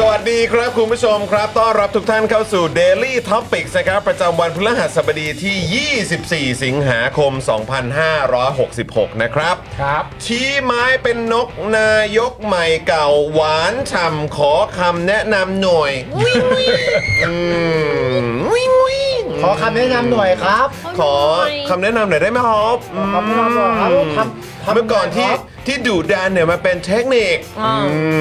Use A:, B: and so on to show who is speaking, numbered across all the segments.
A: สวัสดีครับคุณผู้ชมครับ ต้อนรับทุกท่านเข้าสู่ Daily Topics นะครับ ประจำวันพฤหัสบดีที่ 24 สิงหาคม 2566 นะครับ
B: ครับ
A: ชี้ไม้เป็นนกนายกใหม่เก่าหวานฉ่ำขอคำแนะนำหน่วยอืมวิงวิง
C: ขอคำแนะนำหน่อยครับ
A: ขอคำแนะนำหน่อยได้ไหมครับอืม
C: ขอคำแนะนำหน่อยครับทำทำ
A: เมื่อก่อน
C: ยังไง
A: ที่
C: ครับ
A: ที่ดุดันเนี่ยมาเป็นเทคนิคอื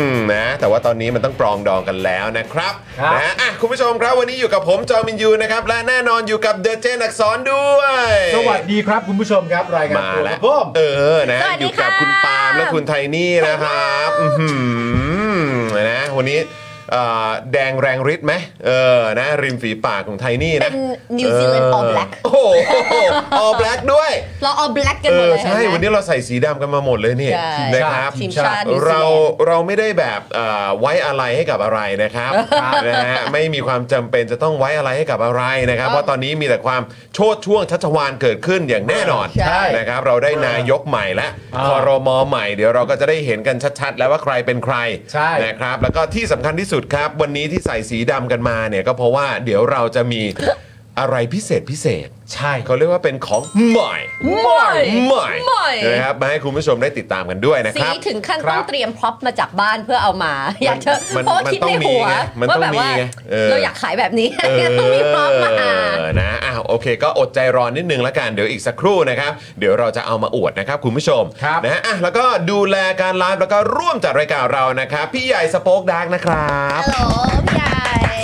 A: มนะแต่ว่าตอนนี้มันต้องปรองดองกันแล้วนะครับนะอ่ะคุณผู้ชมครับวันนี้อยู่กับผมจอมินยูนะครับ และแน่นอนอยู่กับเดอะเจนอักษรด้วย
C: สวัสดีครับคุณผู้ชมครับรายการ
A: มา
C: ตัว
A: แล้ว
C: เพิ่ม
A: เออนะ
D: สวัส
A: อ
D: ดี
A: ยู่กับ
D: ค่ะ
A: คุณปาล์มและคุณไทนี่นะครับอื้อหือนะวันนี้เอ่อแดงแรงฤทธิ์ไหมเออนะริมฝีปากของไทนี่นะ
D: เป็น New Zealand All Black
A: โอ้โห All Black ด้วย
D: เราเอา black กัน
A: เอ
D: หม
A: อ
D: ดเลย
A: ใช่
D: ห็ไหม
A: วันนี้เราใส่สีดำกันมาหมดเลยนี่
D: ใช่
A: นะครับ
D: ทีมชาติทีมชาตินิวซีแลนด์
A: เราเราไม่ได้แบบเอ่อไว้อะไรให้กับอะไรนะครับนะฮะไม่มีความจำเป็นจะต้องไว้อะไรให้กับอะไรนะครับเพราะตอนนี้มีแต่ความโชดช่วงชัชวานเกิดขึ้นอย่างแน่นอน
D: ใช่
A: นะครับเราได้นายกใหม่และคอรมอใหม่ เดี๋ยวเราก็จะได้เห็นกันชัดๆ แล้วว่าใครเป็นใคร
C: ใช่
A: นะครับแล้วก็ที่สำคัญที่สุดครับ วันนี้ที่ใส่สีดำกันมาเนี่ยก็เพราะว่าเดี๋ยวเราจะมีอะไรพิเศษพิเศษ
C: ใช่
A: เขาเรียกว่าเป็นของใหม่
D: ใหม่
A: ใหม่
D: ใหม่
A: นะครับมาให้คุณผู้ชมได้ติดตามกันด้วยนะ
D: สี
A: ครับ
D: ถึงขั้นต้องเตรียมพร็อพมาจากบ้านเพื่อเอามา อยากจะ
A: มัน
D: เพราะว่า
A: มัน
D: คิด
A: ต้อง
D: ใน
A: มี
D: หัว
A: ไงมัน
D: ว่า
A: ต้อง
D: แบบ
A: มี
D: ว่า
A: ไงเออ
D: เราอยากขายแบบนี้ ต้องมีพร็อพมาอ่า
A: เออนะอ่ะโอเค ก็อดใจรอนิดนึงละกัน เดี๋ยวอีกสักครู่นะครับ เดี๋ยวเราจะเอามาอวดนะครับ คุณผู้ชม
C: ครับ
A: นะฮะอ่ะแล้วก็ดูแลการไลฟ์แล้วก็ร่วมจัดรายการเรานะครับ พี่ใหญ่สป็อกดาร์กนะครับ
D: ฮัลโหลพี่ใหญ่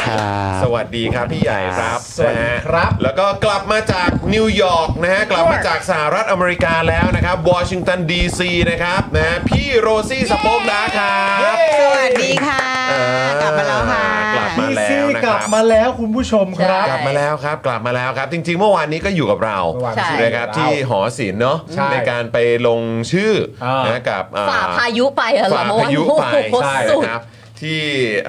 A: สวัสดีครับพี่ใหญ่ครับ
C: สวัสดีครับ
A: นะฮะแล้วก็กลับมาจากนิวยอร์กนะฮะ กลับมาจากสหรัฐอเมริกาแล้วนะครับ วอชิงตันดีซีนะครับนะฮะพี่โรซี่สป็อกดาร์กครับ
E: สวัสดีค่ะ
A: อ่าก
E: ลับมาแล้วค่ะ
A: กลับมา
C: พี่
A: แล้ว
C: ซี่
A: นะ
C: ก
A: ค
C: ลั
A: รั
C: บบ มาแล้วคุณผู้ชมครับ
A: กลับมาแล้วครับกลับมาแล้วครับ จริงๆ เมื่อวานนี้ก็อยู่กับเรา
C: เมื่อวาน
A: ใช่ไหมครับ
C: เรา
A: ที่หอศิลป์เนาะ
C: ใช่
A: การไปลงชื่อ
C: อ่าน
A: นะกับอ่
D: ฝ่าพายุไปเหรอ
A: ฝ่า
D: เมื่อว
A: พานยุไป
D: โอ้โห
A: ใช่
D: สุด
A: ครับที่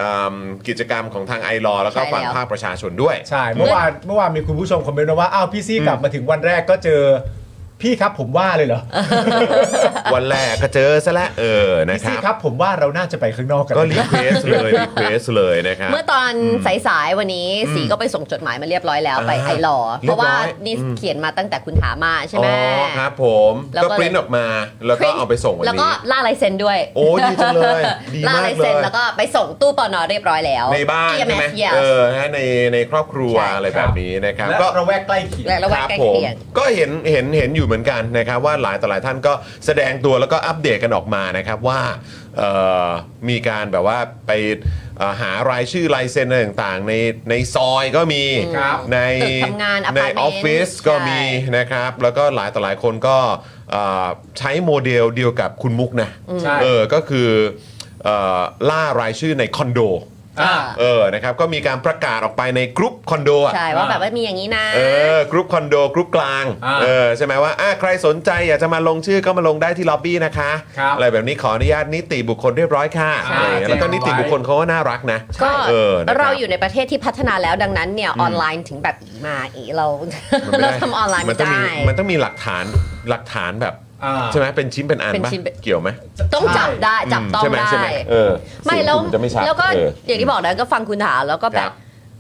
A: อืมกิจกรรมของทางไอรอแล้วก็
D: ใช่แล้ว
A: ฝั่งภาคประชาชนด้วย
C: ใช่เมื่อวานเมื่อวานมีคุณผู้ชมคอมเมนต์มาว่าอ้าวพี่ซี่กลับมาถึงวันแรกก็เจอพี่ครับผมว่าเลยเหรอ
A: วันแรกก็เจอซะและเออนะ
C: พี่
A: ค
C: ซี่
A: รับ
C: ครับผมว่าเราน่าจะไปข้างนอกกัน
A: ก็รีเควส เลยรีเควสเลยนะครับ
D: เมื่อตอนสายๆวันนี้สีก็ไปส่งจดหมายมาเรียบร้อยแล้วไป
A: อ่า
D: ไอหล่อ
A: เรียบร้อย
D: เพราะว่า
A: อืม
D: นี่เขียนมาตั้งแต่คุณถามมาใช่ไหม
A: อ๋อครับผม
D: แล้ว
A: ก็
D: ก็
A: ปริ้นออกมาแล้วก็เอาไปส่งวัน
D: แล้วก็
A: นี้
D: ล่าลายเซ็นด้วย
A: โอ้ดีจังเลยดีมากเลย
D: ล่าลายเซ็นแล้วก็ไปส่งตู้ปอนอเรียบร้อยแล้ว
A: ในบ้านใช่ไหม
D: EMS yes
A: เออฮะในในครอบครัว
D: ใช่
A: อะไรแบบนี้นะครับ
C: และ
A: ก็
C: ระแวกใกล้เคียง
D: และระแวกใกล้เคีย
A: รั
D: ง
A: บผมก็เห็นเห็นเห็นอยู่เหมือนกันนะครับ ว่าหลายต่อหลายท่านก็แสดงตัวแล้วก็อัปเดตกันออกมานะครับว่าเอ่อมีการแบบว่าไปเอ่อหารายชื่อลายเซ็นอะไรต่างๆ ในในซอยก็มี
C: ครับ
A: ใน
D: ตึกทำงาน
A: ใน
D: apartment
A: ออฟฟิศ
D: ใช่
A: ก็มีนะครับ แล้วก็หลายต่อหลายคนก็เอ่อใช้โมเดลเดียวกับคุณมุกนะ
C: ใช่
A: เออก็คือเอ่อล่ารายชื่อในคอนโด
D: อ่า
A: เออนะครับก็มีการประกาศออกไปในกรุ๊ปคอนโดอะ
D: ใช่ว่าแบบว่ามีอย่างนี้นะ
A: เออกรุ๊ปคอนโดกรุ๊ปกลาง
B: อ่า
A: เออใช่ไหมว่าอ่ะใครสนใจอยากจะมาลงชื่อก็มาลงได้ที่ล็อบบี้นะคะ
B: ครับ
A: อะไรแบบนี้ขออนุญาตนิติบุคคลเรียบร้อยค่ะอะไร
B: ใช่
A: อย่างเงี้ยแล้วก็
B: แจ้ง
A: นิติ
B: ไว้
A: บุคคลเขาก็น่ารักนะ
D: ก็
A: เออนะคบ
D: เราอยู่ในประเทศที่พัฒนาแล้วดังนั้นเนี่ยออนไลน์ถึงแบบอีมาอีเราม
A: นไม่
D: เรา
A: ได้
D: ทำออนไลน์
A: มั
D: ไม่
A: ต้องมี
D: ได้
A: มันต้องมีหลักฐานหลักฐานแบบ
B: อ่า
A: ใช่ไหมเป็นชิ้นเป็นอัน
D: เป็น
A: ปะ
D: ชิ้นเป็น
A: เกี่ยวไหม
D: ต้องจับได้จับต้อง
A: ใช่หม
D: ได้
A: ใช่หมเออ
D: ไม่
A: สิ่ง
D: แล้ว
A: ที่นจะไม่ชัด
D: แล้วก็
A: เออ
D: อย่างที่บอกนะก็ฟังคุณถามแล้วก็แบ
A: ครับ บ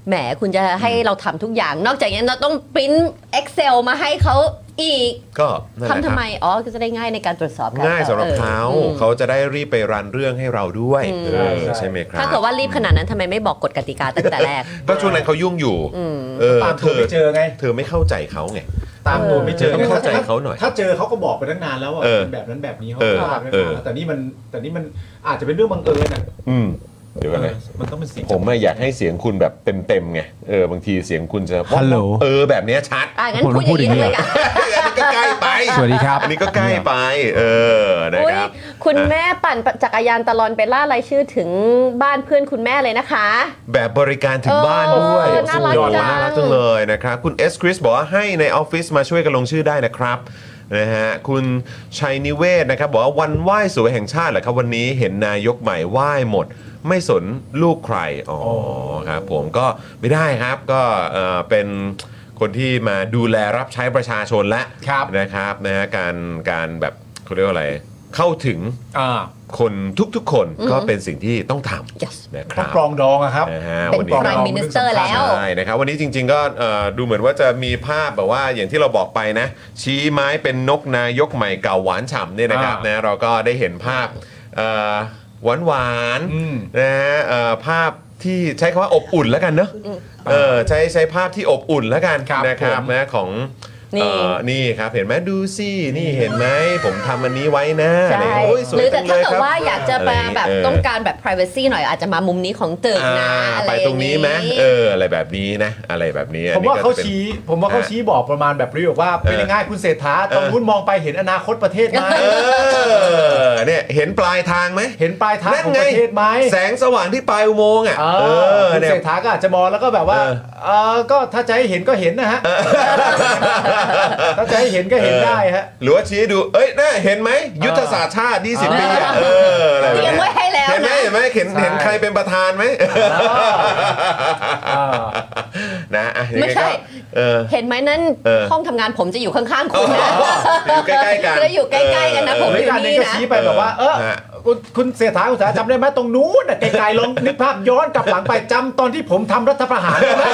D: แหมคุณจะให้เราทำทุกอย่าง นอกจากนี้เราต้องปริ้น Excel มาให้เขาอีก
A: ก็นั่นแห
D: ทำ
A: ละค
D: ทำ
A: รับ
D: ไม อ๋อก็จะได้ง่ายในการตรวจสอบกัน
A: ง่ายสำหรับ
D: ออ
A: เขา
D: อืม
A: เขาจะได้รีบไปรันเรื่องให้เราด้วย
D: อืม
A: เออใช่ไหมครับ
D: ถ้าเกิดว่ารีบขนาดนั้นทำไมไม่บอกกฎกติกาตั้งแต่แรก
A: ก็ช่วงนั้นเขายุ่งอยู่
D: อืม
A: เออ
B: ตาม
A: เธ
B: ตัว
A: อ
B: ไม่เจอไง
A: เธอไม่เข้าใจเขาไง
B: ตามตัวไม่เจอ
A: เออเข้าใจเขาหน่อย
B: ถ้าเจอเขาก็บอกไปตั้งนานแล้วว่า
A: เออ
B: เป็นแบบนั้นแบบนี้เขา
A: เออ
B: พลาดไม่
A: เอ
B: พ
A: อ
B: ลาดแต่นี่มันแต่นี่มันอาจจะเป็นเรื่องบังเอิญอ่ะ
A: อืมเดี๋ยวก่อนนะ
B: มันต้องเป็นสิ่ง
A: ผมอะอยากให้เสียงคุณแบบเต็มๆไง เออบางทีเสียงคุณจะ
F: Hello
A: เออแบบเนี้ยชัด
D: อ่ะงั้น
F: ผม
D: พูดอย่างนี้
F: พูดอย่างนี้
A: อัน
D: เลยอ่ะ
A: นี้ก็ใกล้ไป
F: สวัสดีครับ
A: อันนี้ก็ใกล้ไป เออนะ
D: อุ๊ย
A: ครับ
D: คุณ
A: อ่ะ
D: แม่ปั่นจักรยานตลอนไปล่ารายชื่อถึงบ้านเพื่อนคุณแม่เลยนะคะ
A: แบบบริการถึงบ้านด้วย
D: เออน่ารัก
A: สุดยอด
D: จัง
A: น่ารักจังเลยนะครับ คุณเอสคริสบอกว่าให้ในออฟฟิศมาช่วยกันลงชื่อได้นะครับนะฮะคุณชัยนิเวศนะครับ บอกว่าวันไหว้สวยแห่งชาติเหรอครับวันนี้เห็นนายกใหม่ไหว้หมด ไม่สนลูกใคร อ๋อครับผมก็ไม่ได้ครับก็เอ่อเป็นคนที่มาดูแลรับใช้ประชาชนและ
B: ครับ
A: นะครับนะฮะการการแบบเขาเรียกว่าอะไรเข้าถึง
B: อ่า
A: คนทุกๆ คนก็เป็นสิ่งที่ต้องทำนะครับ
B: ต้องปรองดองอะครับ
A: นะฮะ
D: เป็น
A: วัน
B: ปร
A: นี้
B: องดอง
D: Prime Minister แล้ว
A: ใช่นะครับวันนี้จริง ๆ ก็เอ่อดูเหมือนว่าจะมีภาพแบบว่าอย่างที่เราบอกไปนะ ชี้ไม้เป็นนกนายกใหม่เก่าหวานฉ่ำเนี่ยนะครับ
B: อ่าน
A: นะเราก็ได้เห็นภาพหวานหวานๆ
B: อืม
A: นะฮะเอ่อภาพที่ใช้คำว่าอบอุ่นแล้วกันเนอะเออใช้ใช้ภาพที่อบอุ่นแล้วกันนะครับนะของ
D: นี่
A: เอ่อนี่ครับเห็นไหมดูสินี่เห็นไหมผมทำอันนี้ไว้นะอะไรอย่างเงี้ยโอ้ยส
D: ห
A: ว
D: รื
A: ย
D: อ
A: จั
D: แต่
A: ง
D: ถ้า
A: เลย
D: เกิ
A: ค
D: ด
A: รับ
D: ว่าอยากจะมาแบบ
A: เออ
D: ต้องการแบบ p r i เวซีหน่อยอาจจะมามุมนี้ของตึกนะ
A: อ่า
D: อะไร
A: ไปตรงนี้ไหม
D: อย่างนี้
A: เอออะไรแบบนี้นะ อะไรแบบนี้อัน
B: ผม
A: นี้
B: ว่า
A: ก็
B: เขา
A: จะป็น
B: ชี้ ผมว่าเขาชี้บอกประมาณแบบนี้บอกว่าเป็นยังไง่ายคุณเศรษฐาตอนนู้นมองไปเห็นอนาคตประเทศไหม
A: เออเนี่ยเห็นปลายทางไหม
B: เห็นปลายทางของประเทศไหม
A: แสงสว่างที่ปลายอุโมงค์อ่ะ
B: เอ
A: เอ
B: อ
A: อ
B: คุณ
A: เนี่ย
B: เศรษฐาก็อาจจะมองแล้วก็แบบว่า
A: เออ
B: เออก็ถ้าจะให้เห็นก็เห็นนะฮะถ้าจะให้เห็นก็เห็นได้ฮะ
A: หรือว่าชี้ให้ดู เอ้ยน่าเห็นไหมยุทธศาสตร์ชาติ 20 ปีอะเอออะไรแบบ
D: เตรียมไว้ให้แล้วนะ
A: เห็นไหมเห็นไหมเห็นเห็นใครเป็นประธานไหมนะอ่ะยังงก็
D: ไม่ใช่
A: เออ
D: เห็นไหมนั่น
A: เออ
D: ห้องทำงานผมจะอยู่ข้างๆคุณนะ
A: อยู่ใกล้ๆกัน
D: จะได้อยู่ใกล้ๆกันนะผม
B: เฮ้ยการนี้ก็ชี้ไปแบบว่า เออคุณคุณเสถาคุณสาจำได้ไหมตรงนู้นน่ะไกลๆลองนึกภาพย้อนกลับหลังไปจำตอนที่ผมทำรัฐประหารได้ไหม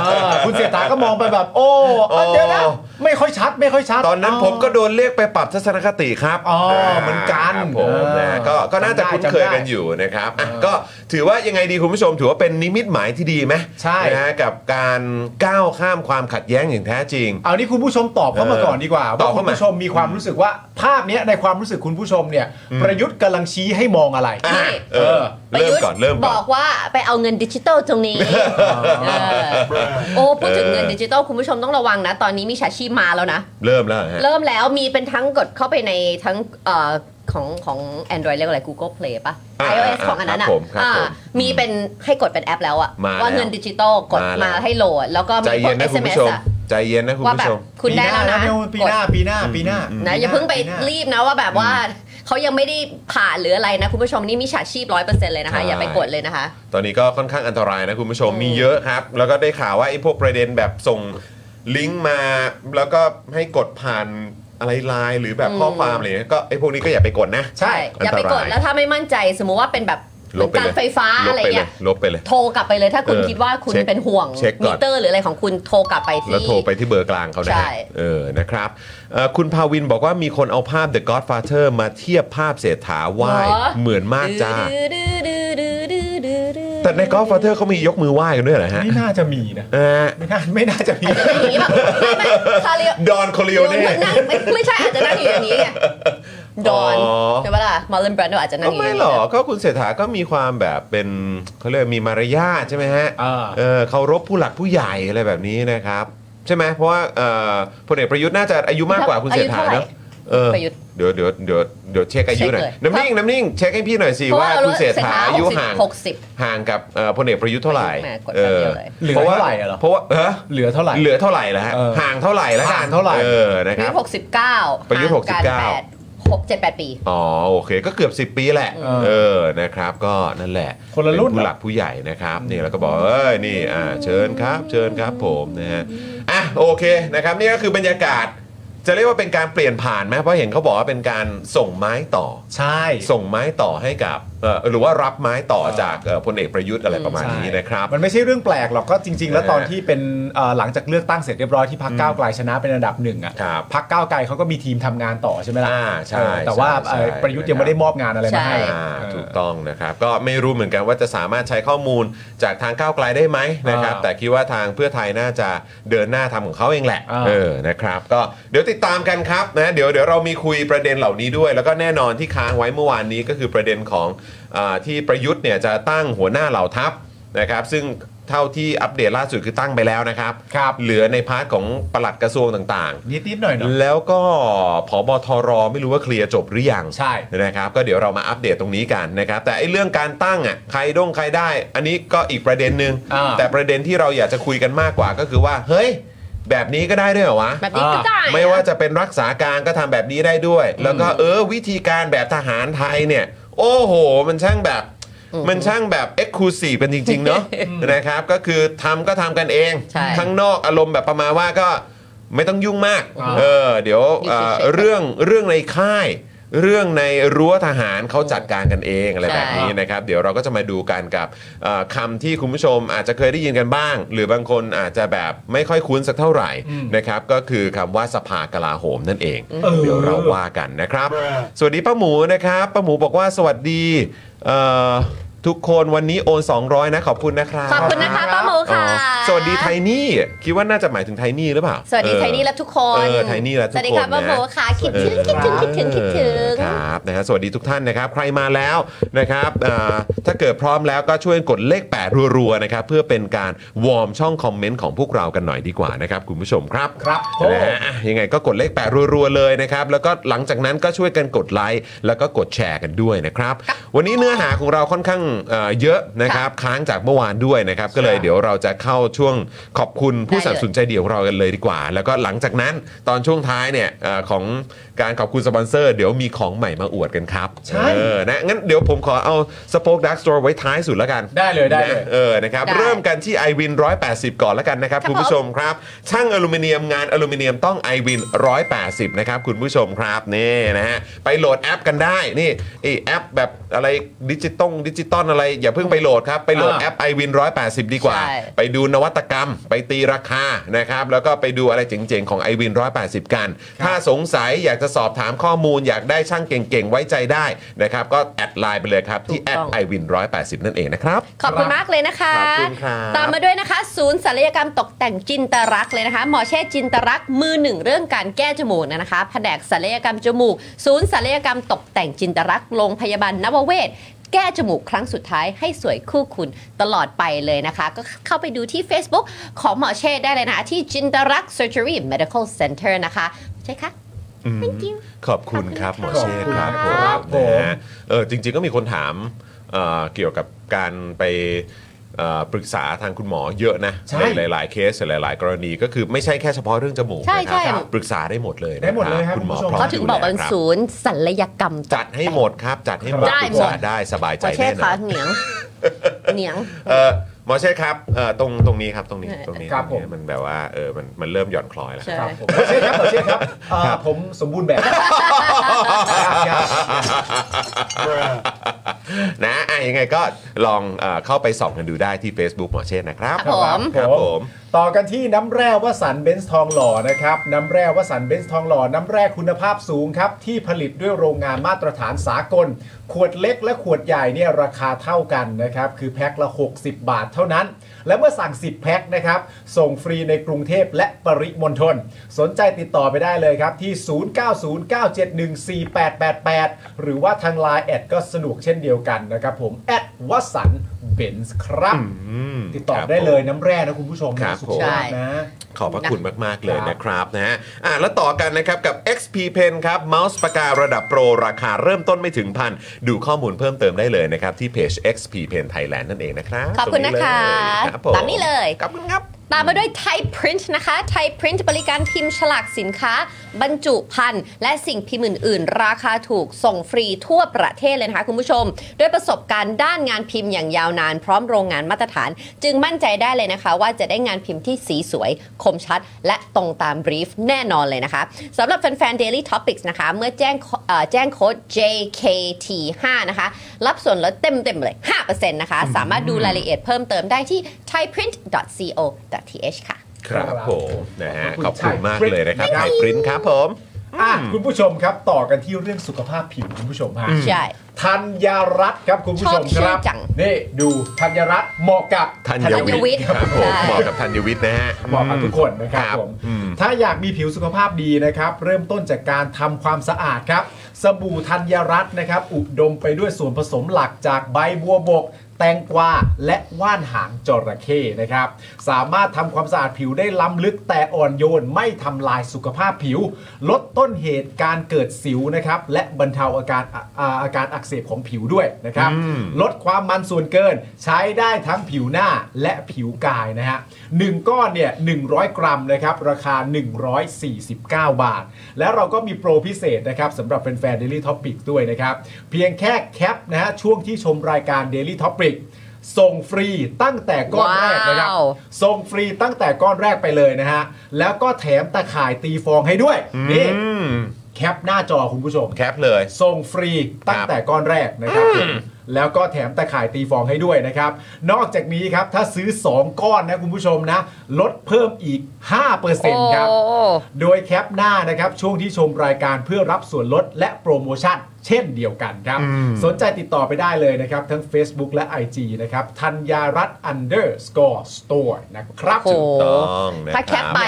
B: เออคุณเสถาก็มองไปแบบ โอ้เออเดี๋ยวนะไม่ค่อยชัด ไม่ค่อยชัด
A: ตอนนั้น
B: เ
A: ผมก็โดนเรียกไปปรับทัศนคติครับ
B: อ๋อเหมือนกัน
A: ครับผมนะ
B: เออ
A: ก็ก็น่าจะ
B: จำได้
A: คุ้นเคยกันอยู่นะครับอ่ะก็ถือว่ายังไงดีคุณผู้ชม ถือว่าเป็นนิมิตหมายที่ดีไหม
B: ใช่
A: นะฮะกับการก้าวข้ามความขัดแย้งอย่างแท้จริง
B: เอานี่คุณผู้ชมตอบเข้ามาก่อนดีกว่า
A: ตอ
B: ว่า
A: บ
B: คุ
A: เข้า
B: ณ
A: มา
B: ผู้ชมมีความรู้สึกว่าภาพเนี้ยในความรู้สึกคุณผู้ชมเนี่ยประยุทธ์กำลังชี้ให้มองอะไร
A: อ่ะ
D: นี่
A: เออ
D: ประ
A: เริ่ม
D: ยุทธ์
A: ก่อนเริ่ม
D: บ
A: ก่อ
D: อน กว่าไปเอาเงินดิจิตอลตรงนี้เออโอ้พูดถึงเงินดิจิตอลคุณผู้ชมต้องระวังนะ ตอนนี้มีฉาชีพมาแล้วนะ
A: เริ่มแล้วเหรอฮะ
D: เริ่มแล้วมีเป็นทั้งกดเข้าไปในทั้งเอ่อของของ Android เรียกว่าอะไร Google Play ป่ะ
A: อ่า
D: iOS
A: อ่า
D: ของอันนั้
A: ค
D: น
A: รับผมครับ
D: อ่า
A: ผม
D: มีเป็นให้กดเป็นแอปแล้วอะ
A: มาแล้ว
D: ว่าเงินดิจิตอลกด
A: มา
D: มา
A: แล้ว
D: ให้โหลด แล้วก็
A: ใจ
D: มีพว
A: เย็นนะคุณ
D: ก SMS
A: ผู้ชม
D: อะ
A: ใจเย็นนะคุณ
D: ว่าแบ
A: ผู้ช
D: บ
A: ม
D: คุณได้แล้วนะ
B: ปี
D: ก
B: ห
D: ด
B: น้าปีหน้าปีหน้าปีหน้า
D: นะอย่าเพิ่งไป
B: หน้
D: รีบนะว่าแบบว่าเขายังไม่ได้ผ่านหรืออะไรนะ คุณผู้ชมนี่มีฉาชีพร้อยเปอร์เซ็นต์เลยนะคะ
A: ใช่
D: อย่าไปกดเลยนะคะ
A: ตอนนี้ก็ค่อนข้างอันตรายนะคุณผู้ชมมีเยอะครับ แล้วก็ได้ข่าวว่าไอ้พวกประเด็นแบบส่งลิงก์มา แล้วก็ให้กดผ่านอะไรไลน์หรือแบบข้อความอะไรเงี้ยก็ไอ้พวกนี้ก็อย่าไปกดนะ
B: ใช่
D: อย่าไปกด
A: อันตราย
D: แล้วถ้าไม่มั่นใจสมมุติว่าเป็นแบบเห
A: ล
D: มือบ น
A: ไป
D: การ
A: เลย
D: ไฟฟ้าอะไรเงี้ย
A: ลบไปเลย
D: โทรกลับไปเลยถ้าคุณ
A: เออ
D: คิดว่าคุณ
A: เช็ค
D: เป็นห่วง
A: เช็คก่
D: มิ
A: อน
D: เตอร์หรืออะไรของคุณโทรกลับไปที่
A: แล้วโทรไปที่เบอร์กลางเขาได้
D: ใช่
A: เออนะครับเอ่อคุณภาวินบอกว่ามีคนเอาภาพ The Godfather มาเทียบภาพเศรษฐาไหว้เหมือนมากจ้า แต่ใน Godfather เขามียกมือไหว้กันด้วยเหรอฮะ
B: ไม่น่าจะมีนะ
A: นะฮะ
B: ไม่น่าไม่น่าจะมี
D: อาจจะนั่งอย่างนี้แบบไม่ไม่คาเรีย
A: ดอนโคลิโอ
D: นั่
A: เน่
D: งไม่ไม่ใช่อาจจะนั่งอยู่อย่างนี้ไงดอน
A: อ๋อ
D: ใช่ปะล่ะมารินแบรนโดอาจจะนั่ง
A: ก็
D: อยู่อ
A: ไม่
D: ย่าง
A: หร
D: นี้
A: อกก็คุณเศรษฐาก็มีความแบบเป็นเขาเรียกมีมารยาทใช่ไหมฮะ
B: อ่า
A: เออเคารพผู้หลักผู้ใหญ่อะไรแบบนี้นะครับ ใช่ไหมเพราะว่าเอ่อพลเอกประยุทธ์น่าจะอายุมากกว่าคุณเศรษฐาเนอะ เออ
D: ประยุทธ์
A: เดี๋ยวเดี๋ยวเดี๋ยวเดี๋ยวเช็คอายุหน่อย
D: เช็คเลย
A: น้ำนิ่งน้ำนิ่งเช็คให้พี่หน่อยสิ
D: เพราะ
A: ว่า
D: ว่าเรา
A: คุ
D: รู้
A: ณเศรษฐาอายุห่าง
D: หกสิบ
A: ห่างกับเอ่อพลเอกประยุทธ์เท่าไหร่
D: แหม่กด
A: เอ
D: แป๊บ
A: อ
D: เดียวเลย
B: เหลือ
A: พาะว่า
B: เท่าไหร่อะเหรอ
A: เพราะว่าเออ
B: เหลือเท่าไหร่
A: เหลือเท่าไหร่แล้วฮะ
B: เออ
A: ห่างเท่าไหร่แล้วกัน
B: ห่างเท่าไหร่
A: เออนะ
D: ป
A: ค
D: ระ
A: รับ
D: ยุทธ์หกสิบเก้า
A: ประยุทธ์
D: ห่าง
A: 69
D: นแปดหกเจ็ดแปดปี
A: อ๋อโอเค ก็เกือบ 10 ปีแหละ
B: เออ
A: เออนะครับ ก็นั่นแหละ
B: คนละรุ่น
A: เป็ผู้
B: เหรอ
A: หลักผู้ใหญ่นะครับนี่แล้วก็บอกเอ้ยนี่อ่าเชิญครับ เชิญครับผมนะฮะอ่ะโอเคนะครับนี่ก็คือบรรยากาศ จะเรียกว่าเป็นการเปลี่ยนผ่านไหมเพราะเห็นเขาบอกว่าเป็นการส่งไม้ต่อ
B: ใช่
A: ส่งไม้ต่อให้กับเอ่อหรือว่ารับไม้ต่อ
B: เออ
A: จากเอ่อพลเอกประยุทธ์อะไรประมาณ
B: ใช่
A: นี้นะครับ
B: มันไม่ใช่เรื่องแปลกหรอกก็จริง ๆ แล้ว
A: นะฮะ
B: ตอนที่เป็นเอ่อหลังจากเลือกตั้งเสร็จเรียบร้อยที่พักก้าวไกลชนะเป็นอันดับหนึ่งอ่ะ
A: ครับ
B: พักก้าวไกลเขาก็มีทีมทำงานต่อใช่ไหมล่ะ
A: อ่าใช่
B: เออแต่ว่า
A: ใช่ใช่
B: เอ่อประยุทธ์ยังไม่ได้มอบงานอะไรมาให้
D: ใช่
A: อ่าถูกต้องนะครับก็ไม่รู้เหมือนกันว่าจะสามารถใช้ข้อมูลจากทางก้าวไกลได้ไหมนะครับ
B: อ่า
A: แต่คิดว่าทางเพื่อไทยน่าจะเดินหน้าทำของเขาเองแหละ
B: อ่า
A: เออนะครับ ก็เดี๋ยวติดตามกันครับนะเดี๋ยวเดี๋ยวเรามีคุยประเด็นเหล่านี้ด้วย แล้วก็แน่นอนที่ค้างไว้เมื่อวานนี้ก็คือประเด็นของอาที่ประยุทธ์เนี่ยจะตั้งหัวหน้าเหล่าทัพนะครับ ซึ่งเท่าที่อัปเดตล่าสุดคือตั้งไปแล้วนะครับ
B: ครับ
A: เหลือในพาร์ทของปลัดกระทรวงต่างๆ
B: นิดนิดๆหน่อยหน่อย
A: แล้วก็ผอบทรไม่รู้ว่าเคลียร์จบหรือยัง
B: ใช่
A: นะครับ ก็เดี๋ยวเรามาอัปเดตตรงนี้กันนะครับ แต่ไอ้เรื่องการตั้งอ่ะใครดงใครได้ อันนี้ก็อีกประเด็นหนึ่ง
B: อ่า
A: แต่ประเด็นที่เราอยากจะคุยกันมากกว่าก็คือว่า เฮ้ย แบบนี้ก็ได้ด้วยเหรอวะ
D: แบบนี้ก็
B: อ่า
D: ได้
A: ไม่
D: นะ
A: ว่าจะเป็นรักษาการก็ทำแบบนี้ได้ด้วย แล้วก็เออวิธีการแบบทหารไทยเนี่ย โอ้โห มันช่างแบบ
D: อืม
A: มันช่างแบบเอ็กซ์คลูซีฟเป็นจริง ๆ เนาะนะครับ ก็คือทำก็ทำกันเอง
D: ใช่
A: ข้างนอกอารมณ์แบบประมาณว่าก็ไม่ต้องยุ่งมาก
B: อ่า
A: เออ เดี๋ยว
D: อยู่
A: เอ่อ
D: เฉยๆ
A: เรื่องเรื่องในค่าย เรื่องในรั้วทหารเขาจัดการกันเองอะไร
D: ใช่
A: แบบนี้ นี้นะครับเดี๋ยวเราก็จะมาดูกันกับเอ่อคำที่คุณผู้ชมอาจจะเคยได้ยินกันบ้าง หรือบางคนอาจจะแบบไม่ค่อยคุ้นสักเท่าไหร่
B: อืม
A: นะครับก็คือคำว่าสภากลาโหมนั่นเอง
B: เออ
A: เดี๋ยวเราว่ากันนะครับ สวัสดีป้าหมูนะครับป้าหมูบอกว่าสวัสดีเอ่อทุกคนวันนี้โอน 200 นะขอบคุณนะครับ
D: ขอบคุณนะคะป้าโม
A: อ๋
D: ค่ะ
A: อสวัสดีไทนี่คิดว่าน่าจะหมายถึงไทนี่หรือเปล่า
D: สวัสดี
A: เออ
D: ไทยนี่และทุกคน
A: เออไทยนี่และทุกคน
D: สวัสดีค่ะป้า
A: นะ
D: โมค่ะคิดถึงคิดถึงคิดถึงคิดถึง
A: ครับนะฮะสวัสดีทุกท่านนะครับ ใครมาแล้วนะครับอ่าถ้าเกิดพร้อมแล้วก็ช่วยกดเลข 8 รัวๆนะครับเพื่อเป็นการวอร์มช่องคอมเมนต์ของพวกเรากันหน่อยดีกว่านะครับคุณผู้ชมครับ
B: ครับผม
A: นะฮะอ่ะยังไงก็กดเลข 8 รัวๆเลยนะครับแล้วก็หลังจากนั้นก็ช่วยกันกดไลค์แล้วก็กดแชร์กันด้วยนะครับวันนี้เนื้อหาของเราค่อนข้างเอ่อเยอะนะครับค้างจากเมื่อวานด้วยนะครับก็เลยเดี๋ยวเราจะเข้าช่วงขอบคุณผู้สนับสนุน ใจเดียวของเรากันเลยดีกว่า แล้วก็หลังจากนั้นตอนช่วงท้ายเนี่ยเออของการขอบคุณสปอนเซอร์ เดี๋ยวมีของใหม่มาอวดกันครับ
B: ใช่
A: เออนะงั้นเดี๋ยวผมขอเอาสป o อ e ดักสโตร์ไว้ท้ายสุดแล้วกัน
B: ได้เลยได้เลย
A: นะเออนะครับ
D: ได้
A: เริ่มกันที่ i w วิน180 ก่อนแล้วกันนะครับ
D: ครับ
A: คุณผู้ชมครับ ช่างอลูมิเนียมงานอลูมิเนียมต้อง i w วิน180 นะครับ คุณผู้ชมครับนี่นะฮะไปโหลดแอปกันได้นี่ไอแอปแบบอะไรดิจิตอลดิจิตอลอะไร อย่าเพิ่งไปโหลดครับไปโหลดแอป i w วิน180 ดีกว่า
D: ใช่
A: ไปดูนวัตกรรม ไปตีราคานะครับ แล้วก็ไปดูอะไรเจ๋งๆ ของ i w วิน180 กัน ถ้าสงสัยอยากจะสอบถามข้อมูล อยากได้ช่างเก่งๆ ไว้ใจได้นะครับ ก็แอดไลน์ไปเลยครับ ที่
D: ถู
A: แอก ด
D: ต้อง
A: ไอวินร้อยแปดสิบนั่นเองนะครับ
D: ขอบคุณมากเลยนะ
A: ข
D: คะ
A: อบคุณครับ
D: ตามมาด้วยนะคะ ศูนย์ศัลยกรรมตกแต่งจินตรักษณ์เลยนะคะ หมอเช่จินตรักษณ์มือหนึ่งเรื่องการแก้จมูกนะคะแผนกศัลยกรรมจมูก ศูนย์ศัลยกรรมตกแต่งจินตรักษณ์โรงพยาบาลนวเวศ แก้จมูกครั้งสุดท้ายให้สวยคู่คุณตลอดไปเลยนะคะ ก็เข้าไปดูที่ Facebook ของหมอเช่ได้เลยนะ ที่จินตรักษณ์ Surgery Medical Center นะคะ ใช่คะ thank you
A: ขอบคุณครับหมอ
B: ขอบ
A: เชษ
B: คุณ
A: ครับผ
B: ครับ
A: ม
B: ผม
A: นะฮะเออจริงๆก็มีคนถามเอ่อเกี่ยวกับการไปเอ่อปรึกษาทางคุณหมอเยอะนะ
B: ใช่
A: นหลายๆเคสหลาย ๆ กรณีก็คือไม่ใช่แค่เฉพาะเรื่องจมูก
D: ใช่
A: นะครั
D: ใช่
A: ปรึกษาได้หมดเลยนะ
B: ได้หมดเลยครับ
A: คุณหมอ
B: คุณผู้ช
A: พร้อ
B: ม
A: ม
D: เขาถึงบอก
A: ดู
D: ว่าเป็น
A: แลครับ
D: ศูนย์ศัลยกรรมตก
A: จัดให้หมดครับ จัดให้หมด
B: ได้
A: ปรึก
B: หมด
A: ษาได้สบาย
D: ห
A: ใจ
D: มอเช่
A: แน่น
D: คะ
A: อน
D: เหนีย งเหนียง
A: เออหมอเช่ครับเออตรงตรงนี้ครับตรงนี้
D: เออ
A: ตรงนี้
B: ครับ
A: ตงนี้
B: ผม
A: มันแบบว่าเออมันมันเริ่มหย่อนคล้อยแล้ว
D: ใช่
B: ครับผมเช่ครับเช่ครับเอ่อผมสมบูรณ์แบบครับ
A: นะอ่ะยังไงก็ลองเอ่อเข้าไปส่องกันดูได้ที่ Facebook หมอเช่นะครับ
D: ครับผม
A: ครับผม
B: ต่อกันที่น้ำแร่วสันเบนซ์ทองหล่อนะครับน้ำแร่วสันเบนซ์ทองหล่อน้ำแร่คุณภาพสูงครับที่ผลิตด้วยโรงงานมาตรฐานสากล ขวดเล็กและขวดใหญ่เนี่ยราคาเท่ากันนะครับคือแพ็คละ 60 บาทเท่านั้น และเมื่อสั่ง 10 แพ็คนะครับส่งฟรีในกรุงเทพและปริมณฑลสนใจติดต่อไปได้เลยครับที่ 0909714888 หรือว่าทางไลน์แอดก็สะดวกเช่นเดียวกันนะครับผมแอดวสันเบนซ์ครับ
A: อืม
B: ติดต่อ
A: ครับ
B: ได้เลย
A: ผม
B: น้ำแร่นะคุณผู้ชมนะครับ
A: โห
D: ใช่
B: นะ
A: ขอบพระคุณมาก ๆ เลยนะครับนะฮะอ่ะแล้วต่อกันนะครับกับ XP Pen ครับเมาส์ปากการะดับโปร ราคาเริ่มต้นไม่ถึงพัน ดูข้อมูลเพิ่มเติมได้เลยนะครับ ที่เพจ XP Pen Thailand นั่นเองนะครับ
D: ขอบคุณนะ
A: ต
D: คะ
A: รงนี้เลยครับผม
D: ตามนี้เลย
A: ขอบคุณครับ
D: ตามมาด้วย Thai Print นะคะ Thai Print บริการพิมพ์ฉลากสินค้า บรรจุภัณฑ์และสิ่งพิมพ์อื่น ๆ ราคาถูกส่งฟรีทั่วประเทศเลยนะคะคุณผู้ชม ด้วยประสบการณ์ด้านงานพิมพ์อย่างยาวนาน พร้อมโรงงานมาตรฐาน จึงมั่นใจได้เลยนะคะ ว่าจะได้งานพิมพ์ที่สีสวย คมชัด และตรงตามบรีฟแน่นอนเลยนะคะสำหรับแฟน ๆ Daily Topics นะคะ เมื่อแจ้งเอ่อแจ้งโค้ด JKT5 นะคะ รับส่วนลดเต็ม ๆ เลย 5%นะคะ สามารถดูรายละเอียดเพิ่มเติมได้ที่ thaiprint.co.th ค่ะ
A: ครับผมนะฮะขอบคุณมากเลยนะครับไทยปริ้นครับผม
B: อ่ะคุณผู้ชมครับต่อกันที่เรื่องสุขภาพผิวคุณผู้ชมฮะ
D: ใช่
B: ธัญรัตน์ครับคุณผู้ชม
D: ชอบชื่
B: ค
D: อ
B: รับ
D: จัง
B: นี่ดูธัญรัตน์เหมาะกับ
A: ธัญ
D: ธัญวิ
A: วิท
D: ทย์
A: ย์ครับผม
D: ใช่
A: เหมาะกับธัญวิทย์นะฮะ
B: เหมาะกับทุกคนนะครับ
A: ครับ
B: ผม
A: อืม
B: ถ้าอยากมีผิวสุขภาพดีนะครับ เริ่มต้นจากการทำความสะอาดครับ สบู่ธัญรัตน์นะครับ อุดมไปด้วยส่วนผสมหลักจากใบบัวบก แตงกวาและว่านหางจระเข้นะครับ สามารถทำความสะอาดผิวได้ล้ำลึกแต่อ่อนโยนไม่ทำลายสุขภาพผิว ลดต้นเหตุการเกิดสิวนะครับ และบรรเทาอาการอ่ะอ่าอาการอักเสบของผิวด้วยนะครับ ลดความมันส่วนเกินใช้ได้ทั้งผิวหน้าและผิวกายนะฮะหนึ่งก้อนเนี่ย 100 กรัมนะครับ ราคา 149 บาท แล้วเราก็มีโปรพิเศษนะครับสำหรับแฟนๆ Daily Topic ด้วยนะครับ เพียงแค่แคปนะฮะช่วงที่ชมรายการ Daily Topic ส่งฟรีตั้งแต่ก้อนแรกนะครับ
D: ว้าว
B: ส่งฟรีตั้งแต่ก้อนแรกไปเลยนะฮะ แล้วก็แถมตะข่ายตีฟองให้ด้วยนี่
A: อืม
B: แคปหน้าจอคุณผู้ชม
A: แคปเลย
B: ส่งฟรีตั้งแต่ก้อนแรกนะครับผมแล้วก็แถมตะข่ายตีฟองให้ด้วยนะครับ นอกจากนี้ครับ ถ้าซื้อ 2 ก้อนนะคุณผู้ชมนะ ลดเพิ่มอีก 5%ครับ
D: โอ้
B: โดยแคปหน้านะครับ ช่วงที่ชมรายการเพื่อรับส่วนลดและโปรโมชั่น เช่นเดียวกันครับ สนใจติดต่อไปได้เลยนะครับ ทั้ง Facebook และ IG นะครับธัญญารัตน์ underscore store นะครับ
D: โอ้โห
A: ต้องนะครับ
D: ถ้าแคปไป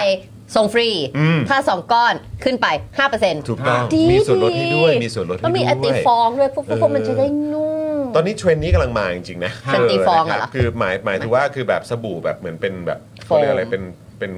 D: ส่งฟรี
A: อืม
D: ถ้า 2 ก้อนขึ้นไป 5%
A: ถูกต้อง
D: ดี
A: มีส่วนลดให้ด้วย
D: ดี
A: มีส่วนลดให้
D: ก็มี
A: ด้
D: อติ
A: วย
D: ฟองด้วยพวกพวกพวกมันจะได้นุ่ม
A: ตอนนี้เทรนด์นี้กำลังมาจริงๆนะ
D: เทรนด์ตีฟอง
A: นค
D: เหร
A: รั
D: อ
A: คือหมายหมายถึงว่าคือแบบสบู่แบบเหมือนเป็นแบบเขาเรียกอะไร
D: โฟม
A: เป็นเป็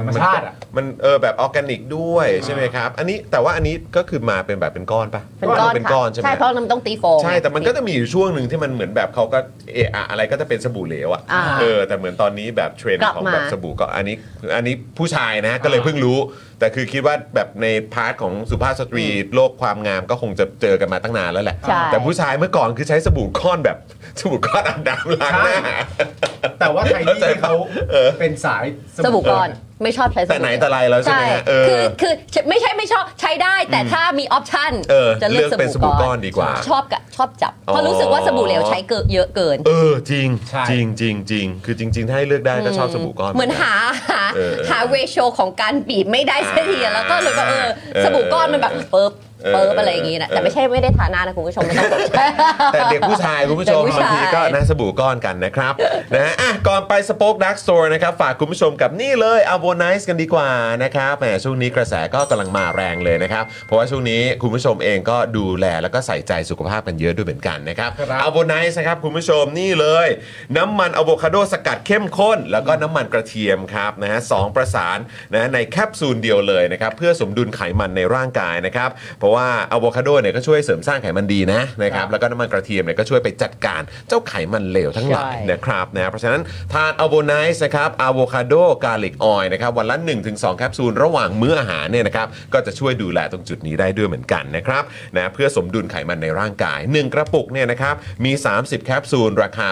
A: น
B: ธรรมชาติอะ
A: มันเออแบบออร์แกนิกด้วยใช่ไหมครับ อันนี้แต่ว่าอันนี้ก็คือมาเป็นแบบเป็นก้อนปะ
D: เป็นก้อน
A: เป็น
D: ค่ะ
A: ก้อนใช่ไหม
D: ใช่เพราะมันต้องตีฟอง
A: ใช่แต่มันก็จะมีอยู่ช่วงหนึ่งที่มันเหมือนแบบเขาก็เอะอะอะไรก็จะเป็นสบู่เหลวอ่ะ
D: อ่า
A: เออแต่เหมือนตอนนี้แบบเทรนด์
D: กลับ
A: ของ
D: มา
A: แบบสบู่ก็อันนี้อันนี้ผู้ชายนะก็เลยเพิ่งรู้ แต่คือคิดว่าแบบในพาร์ทของสุภาพสตรีโลกความงามก็คงจะเจอกันมาตั้งนานแล้วแหละ
D: ใช่
A: แต่ผู้ชายเมื่อก่อนคือใช้สบู่ก้อนแบบ สบู่ก้อนอาบน้ำล้างหน้า
B: ใช่ แต่ว่าใครที่เขา
A: เออ
B: เป็นสาย
D: สบู่ก้อนไม่ชอบใช้สบู่
A: แต่ไหนแต่ไรแล้วใช่ไหมฮะเอ
D: คือ
A: อ
D: คือไม่ใช่ไม่ชอบใช้ได้แต่ถ้ามีออปชัน
A: เออเลือกเป็นสบู่ก้อนดีกว่า
D: ชอบกะชอบจับ
A: อ๋อ
D: เพราะรู้สึกว่าสบู่เหลวใช้เกินเยอะเกิน
A: เออจริงจริงจริงจริงคือจริง ๆ ถ้าให้เลือกได้ก็ชอบสบู่ก้อน
D: เหมือนหาหา
A: เออ
D: หาเรโชของการบีบไม่ได้สักทีอะแล้วก็เลยก็เออ
A: เออ
D: สบู่ก้อนมันแบบเปิบ
A: เออ
D: เปิบอะไรอย่างงี้นะ
A: เออ
D: แต่ไม่ใช่ไม่ได้ทาหน้านะคุณผู้ชมไม่ต้องตกใจ
A: แต่เด็กผู้ชายคุณผู้ชม
D: เด็กผู้
A: บาง
D: ชาย
A: ทีก็นะสบู่ก้อนกันนะครับ นะฮะอ่ะก่อนไปสป็อคดักสโตร์นะครับ ฝากคุณผู้ชมกับนี่เลยอโวนิสกันดีกว่านะครับแหมช่วงนี้กระแสก็กำลังมาแรงเลยนะครับ เพราะว่าช่วงนี้คุณผู้ชมเองก็ดูแลแล้วก็ใส่ใจสุขภาพกันเยอะด้วยเหมือนกันนะครับอโวนิสนะครับคุณผู้ชมนี่เลย น้ำมันอะโวคาโดสกัดเข้มข้น แล้วก็น้ำมันกระเทียมครับนะฮะสองประสานนะในแคปซูลเดียวเลยนะครับเพื่อสมดุลไขมันในร่างกายนะครับเพราะว่าอะโวคาโดเนี่ยก็ช่วยเสริมสร้างไขมันดีนะนะครับ แล้วก็น้ำมันกระเทียมเนี่ยก็ช่วยไปจัดการเจ้าไขมันเหลวทั้งหลาย
D: ใช่
A: นะครับนะเพราะฉะนั้นทานอโวไนซ์นะครับอะโวคาโดกาลิกออยนะครับวันละ 1-2 แคปซูลระหว่างมื้ออาหารเนี่ยนะครับก็จะช่วยดูแลตรงจุดนี้ได้ด้วยเหมือนกันนะครับนะเพื่อสมดุลไขมันในร่างกาย 1 กระปุกเนี่ยนะครับมี 30 แคปซูลราคา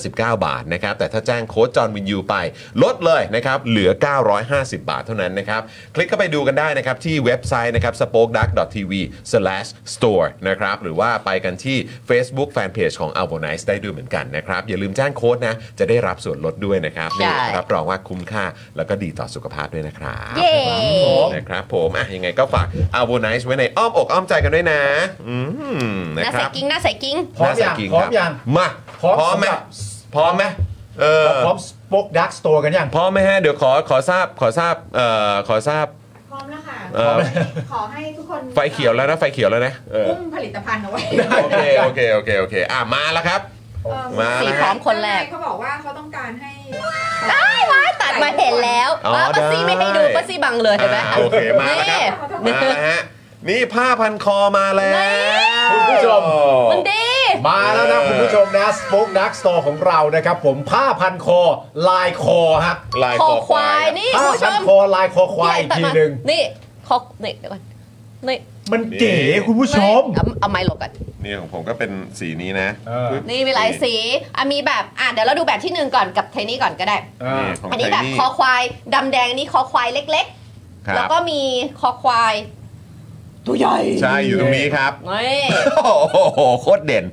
A: 1,059 บาทนะครับแต่ถ้าแจ้งโค้ดจอห์นวินยูไป ลดเลยนะครับเหลือ 950 บาทเท่านั้นนะครับ คลิกเข้าไปดูกันได้นะครับ ที่เว็บไซต์นะครับ spokedark.tv/store นะครับหรือว่าไปกันที่ Facebook Fanpage ของ a l b o n i c e ได้ด้วยเหมือนกันนะครับ อย่าลืมแจ้งโค้ดนะ จะได้รับส่วนลดด้วยนะครับ
D: ใช่
A: นี่รับรองว่าคุ้มค่าแล้วก็ดีต่อสุขภาพด้วยนะครับ
D: เย้
A: นะครับผมอ่ะยังไงก็ฝาก a l b o n i c e ไว้ในอ้อมอกอ้อมใจกันด้วยนะอืม
D: ห
A: นะ
D: น้า
A: ค
D: ใส
A: รับ
D: กิ้งหน้าใสกิ้ง
B: พร้อม
A: น่าสั
B: ยั
A: ก
B: ง
A: กิน
B: พร้
A: ค
B: อม
A: บ
B: ยัง
A: มา
B: พร้อม
A: พร้อมไหม
B: สำหรับ
A: พร้อมไหมเออ
B: พร้อมสป็อกดักสโตร์กันยัง
A: พร้อมไหมฮะ เดี๋ยวขอขอทราบขอทราบเอ่อขอทราบ
G: พร้อมแล้วค่ะ
A: เอ่อ
G: ขอให้ทุกคน
A: ไฟเขียวแล้วนะ ไฟเขียวแล้วนะเออ
G: อุ้มผลิตภัณฑ์เอาไว้
A: โอเค โอเค โอเค โอเค อ่ะ มาแล้วครับ
G: เอ่อ
A: มาแล้ว
D: สีพร้อมคนแรก
G: เขาบอกว่าเขาต้องการให้
D: ตายตาย านมาเห็นแล้ว
A: อ๋อ
D: ป้าป้าซีไม่ให้ดูป้าซีบังเลยเห็นไหม
A: อ่าโอเคมาแล้วครับ มาฮะนี่ผ้าพันคอมาแล้ว
B: คุณผู้ชม
D: มันดี
B: มาแล้วนะคุณผู้ชมนะสป o อ e ดักสโตร์ของเรานะครับ ผมผ้าพันคอลายคอฮะ
A: ลาย
D: ค
A: ค
D: อ
A: อค
D: คาว
A: วาย ย
D: นี่
B: ผ้า
D: คุณผู้ช
B: พัน
D: ม
B: คอลายคอควายอีกทีหนึ่ง
D: นี่คอนี่เดี๋ยวก่อนนี่
B: มันเก๋คุณผู้ชม
D: ไเอาเอาไม้หลบก่อน
A: เนี่ยของผมก็เป็นสีนี้นะ
B: เออ
A: ปึ๊บ
D: นี่มีหลายสีอ่ะมีแบบอ่ะเดี๋ยวเราดูแบบที่หนึ่งก่อนกับเทนี่ก่อนก็ได้
B: อ่า
A: นี่ของ
D: อันนี้
A: ไท
D: แบบ
A: นี่
D: คอควายดำแดงนี่คอควายเล็ก
A: ค
D: ๆ
A: รับ
D: แล้วก็มีคอควายตัวใหญ่
A: ใช่อยู่ตรงนี้ครับ
D: นี่
A: โอ้โหโคตรเด่น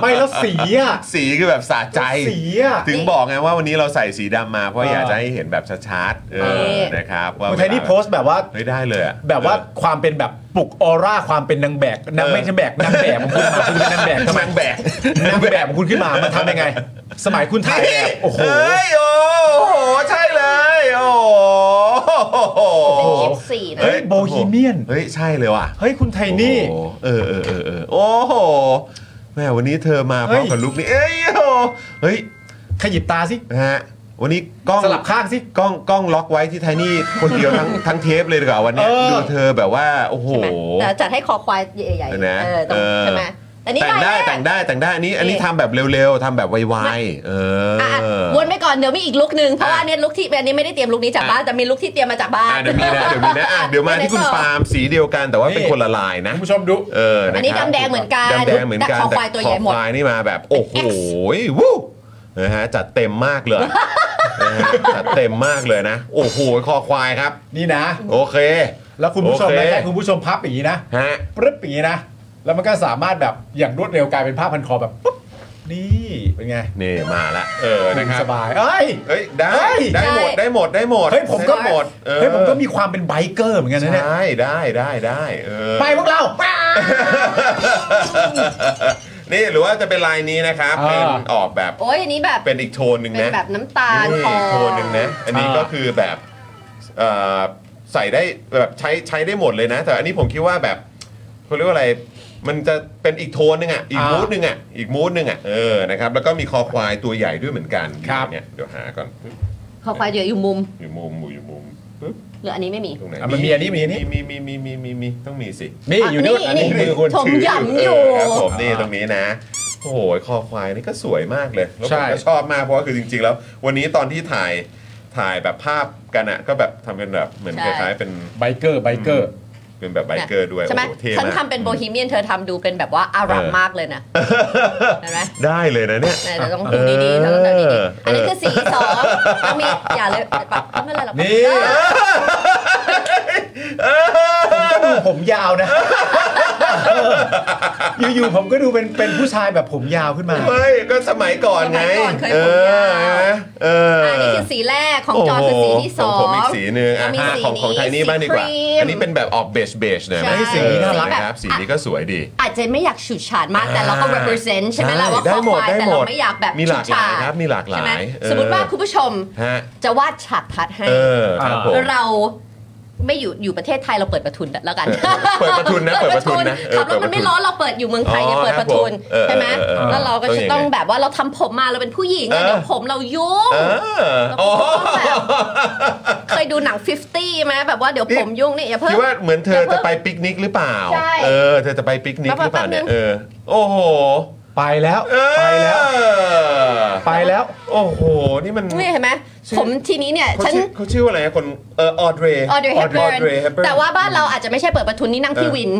B: ไม่แล้วสีอ่ะ
A: สีคือแบบสะใจ
B: สีอ่ะ
A: ถึงบอกไงว่าวันนี้เราใส่สีดำมา เพราะ
B: เออ
A: อ
B: อ
A: ยากจะให้เห็นแบบชัดๆเออนะครับว่า
B: คุณไทยนี่โพสต์แบบว่า
A: เฮ้ยได้เลยอะ
B: แบบว่า
A: เออ
B: ความเป็นแบบปลุกออร่าความเป็นนางแบกนางไม่
A: เออ
B: ใช่แบกนางแบบของคุณมาคุณเป็นนางแบกทำไมนางแบกนางแบบของคุณขึ้นมามันทำยังไง สมัยคุณถ่ายแบบโอ้โห
A: เฮ้ยโอ้โห ใช่เลย โอ้โห
D: เป็นคลิปสีนะ
B: เฮ้ยโบฮีเมียน
A: เฮ้ย ใช่เลยว่ะ
B: เฮ้ยคุณไทยนี่
A: โอ้โหเออเออเออเออโอ้โหแม่วันนี้เธอมาพร้อมกับลุกนี้เอ้ยโอ้โหเฮ้ย
B: ขยิบตาสิ
A: นะฮะวันนี้กล้อง
B: สลับข้างสิ
A: กล้องกล้องล็อกไว้ที่ไทนี่ คนเดียวทั้งทั้งเทปเลยดีกว่าวันเนี้ย
B: เออ
A: ดูเธอแบบว่า โอ้โห
D: ใช่ไหมแต่จัดให้คอควายใหญ่
A: เห็น
D: ๆ
A: ไหม
D: เออตรง
A: เออ
D: ใช่ไหมอันนี้
A: แต่งได้
D: ลายแรก
A: แต่งได้แต่งได้อันนี้ อันนี้
D: นี่
A: ทำแบบเร็วๆทำแบบไวๆเออ
D: อ่ะวนไปก่อนเดี๋ยวมีอีกลุกหนึ่งเพราะว่าอันเนี้ยลุกที่อันนี้ไม่ได้เตรียมลุกนี้จากบ้านแต่มีลุกที่เตรียมมาจากบ้าน
A: อ่ะเดี๋ยวมีนะเดี๋ยวมีนะอ่ะเดี๋ยวมาที่คุณปาล์มสีเดียวกันแต่ว่าเป็นคนละลายนะ
B: คุณผู้ชมดู
A: เอออั
D: อันนี้ดำแดงเหมือนกัน
A: ดำแดงเหมือนกัน
D: แต่คอควายตัวใหญ่หมด
A: คอควายนี่มาแบบ โอ้โห
D: X
A: วู้นะฮะจัดเต็มมาก เลยนะฮะจัดเต็มมากเลยนะ โอ้โหคอควายครับ
B: นี่นะ
A: โอเค
B: แล้วคุณผู้ชม
A: โอเค
B: นะแค่คุณผู้ชมพับอย่างนี้นะ
A: ฮะ
B: ปึ๊บอย่างนี้นะ แล้วมันก็สามารถแบบอย่างรวดเร็วกลายเป็นผ้าพันคอแบบปุ๊บนี่เป็นไง
A: นี่มาละเออนะครับ
B: สบายเอ้ย
A: เฮ้ยได้
B: เฮ้ย
A: ได้หมดได้หมดได้หมด
B: เฮ้ยผมก็
A: ได้หมดออ
B: เฮ้ยผมก็มีความเป็นไบเกอร์เหมือนกันนะเนี่ย
A: ใช่ได้ได้ได้เออ
B: ไปพวกเรา
A: นี่หรือว่าจะเป็นลายนี้นะครับเป
B: อ่า
A: ็นออกแบบ
D: โอ้ยอันนี้แบบ
A: เป็นอีกโทนหนึ่ง
D: เป็น
A: นะ
D: แบบน้ำตาล
A: นี่
D: ทอง
A: โทนหนึ่งนะ อันนี้
B: อ่า
A: ก็คือแบบเอ่อใส่ได้แบบใช้ใช้ได้หมดเลยนะ แต่อันนี้ผมคิดว่าแบบเขาเรียกว่าอะไร มันจะเป็นอีกโทนหนึ่งอ่ะ อีกมูดหนึ่งอ่ะ อีกมูดหนึ่งอ่ะ เออ นะครับ แล้วก็มีคอควายตัวใหญ่ด้วยเหมือนกัน
B: ครับ
A: เนี่ยเดี๋ยวหาก่อน
D: คอควายเดี๋ยวอยู่มุม
A: อยู่มุมอยู่มุม
D: หรืออันนี้ไม่มี
A: ตรงไหน
B: อ่ะมันมีอันนี้มีอันนี้
A: มีมีมีมีมีมีต้องมีสิ
B: นี่อยู่นู่น
D: อั
B: อั
D: น
B: น
D: นี้
B: นี้มือคุณ
D: ผม
B: ถือ
D: หย่ำอยู่
A: เครับผมนี่ตรงนี้นะ โอ้โหคอควายนี่ก็สวยมากเลยแล้ว
B: ใช่
A: ผมก็ชอบมากเพราะว่าคือจริง ๆ แล้ว วันนี้ตอนที่ถ่ายถ่ายแบบภาพกันอะก็แบบทำเป็นแบบเหมือน
D: ใช่
A: คล้ายๆเป็น
B: ไบเกอร์ไบเกอร์
A: เป็นแบบไบเกอร์ด้วย
D: ใช่ไหม
A: โอ้โเท่
D: ฉัน
A: มาก
D: ทำเป็นโบฮีเมียนเธอทำดูเป็นแบบว่าอารับ
A: เออ
D: มากเลยนะเห็นไหม
A: ได้เลยนะเนี่ย
D: ไหนเราต้องดูดีๆเราต้องดู
A: เออ
D: ดีๆอันนี้คือสีสองต้องมีอย่าเลยปะไม่เป็นไรหรอก
B: นี่
D: เอ
B: ผม
D: อ
B: ก็ดูผมยาวนะ อยู่ๆผมก็ดูเป็นเป็นผู้ชายแบบผมยาวขึ้นมา
A: ไม่ก็สมัยก่อนไง
D: สมัยก่อนเคย
A: เอ
D: ผมยาว
A: อเออ
D: อั
A: อั
D: นนี้คือสีแรกของจอคือสีที่สอง
A: โโหของผมอีกสีหนึ่งอ่ะ
D: มีสี
A: ของของไทยนี่บ้างดีกว่า
D: สีครีม
A: อันนี้เป็นแบบออกเบจเบจหน่อยไหม
D: ใช่
B: สีนี้น่ารัก
A: เออนะครับ
D: แบบ
A: สีนี้ก็สวยดี
D: อาจจะไม่อยากฉูดฉาดมากแต่เราก็
A: อ่า
D: represent ใช่ไหม
A: ใช่
D: ล่ะว่า
A: ได้
D: ข้อ
A: หม
D: ค
A: ด
D: วาย
A: ได้
D: แต่
A: หมด
D: เราไม่อยากแบบ
A: มีหลากหลาย
D: ฉูดฉด
A: ครับมีหลากหลาย
D: ใช่ไ
A: เออ
D: สมมติว่าคุณผู้ชม
A: ฮะ
D: จะวาดฉากทัดให้
A: เออครับผม
D: เราไม่อยู่อยู่ประเทศไทยเราเปิดประทุนแล้วกัน
A: เปิดประทุนนะเปิดประทุนนะเออ
D: ขับรถมันไม่ร้อนเราเปิดอยู่เมืองไทยเนี่ย
A: อ๋อ
D: เปิดประทุน
A: ครับผม
D: ใช่ไหม
A: เออเออเออ
D: แล้วเราก็จะ
A: ต้
D: ต้
A: อ
D: องง
A: ยังไง
D: แบบว่าเราทำผมมาเราเป็นผู้หญิงอะ
A: เออ
D: เดี๋ยวผมเรายุ่ง
A: เออ
D: แล้วก็
A: โอ้
D: แบบ เคยดูหนัง 50ไหมแบบว่าเดี๋ยวผมยุ่งเนี่ยอย่าเพิ่
A: คิ
D: ง
A: ดว่าเหมือนเธอจะไปปิกนิกหรือเปล่า
D: ใช่
A: เออ เธอจะไปปิกนิกหรือเปล่าเนี่ย
D: แป๊บนึง
A: เออโอ้โห
B: ไปแล้ว
A: เออ
B: ไปแล้ว ไปแล้ว
A: โอ้โหนี่มัน
D: นี่เห็นไหมผมทีนี้เนี่ย
A: เขา
D: ฉัน
A: ชื่อเขาชื่อว่าอะไรนะคนเออออเดร
D: ออเดรย์เฮปเบิร์นแต่ว่าบ้านเราอาจจะไม่ใช่เปิดประทุนนี่นั่งที่วิน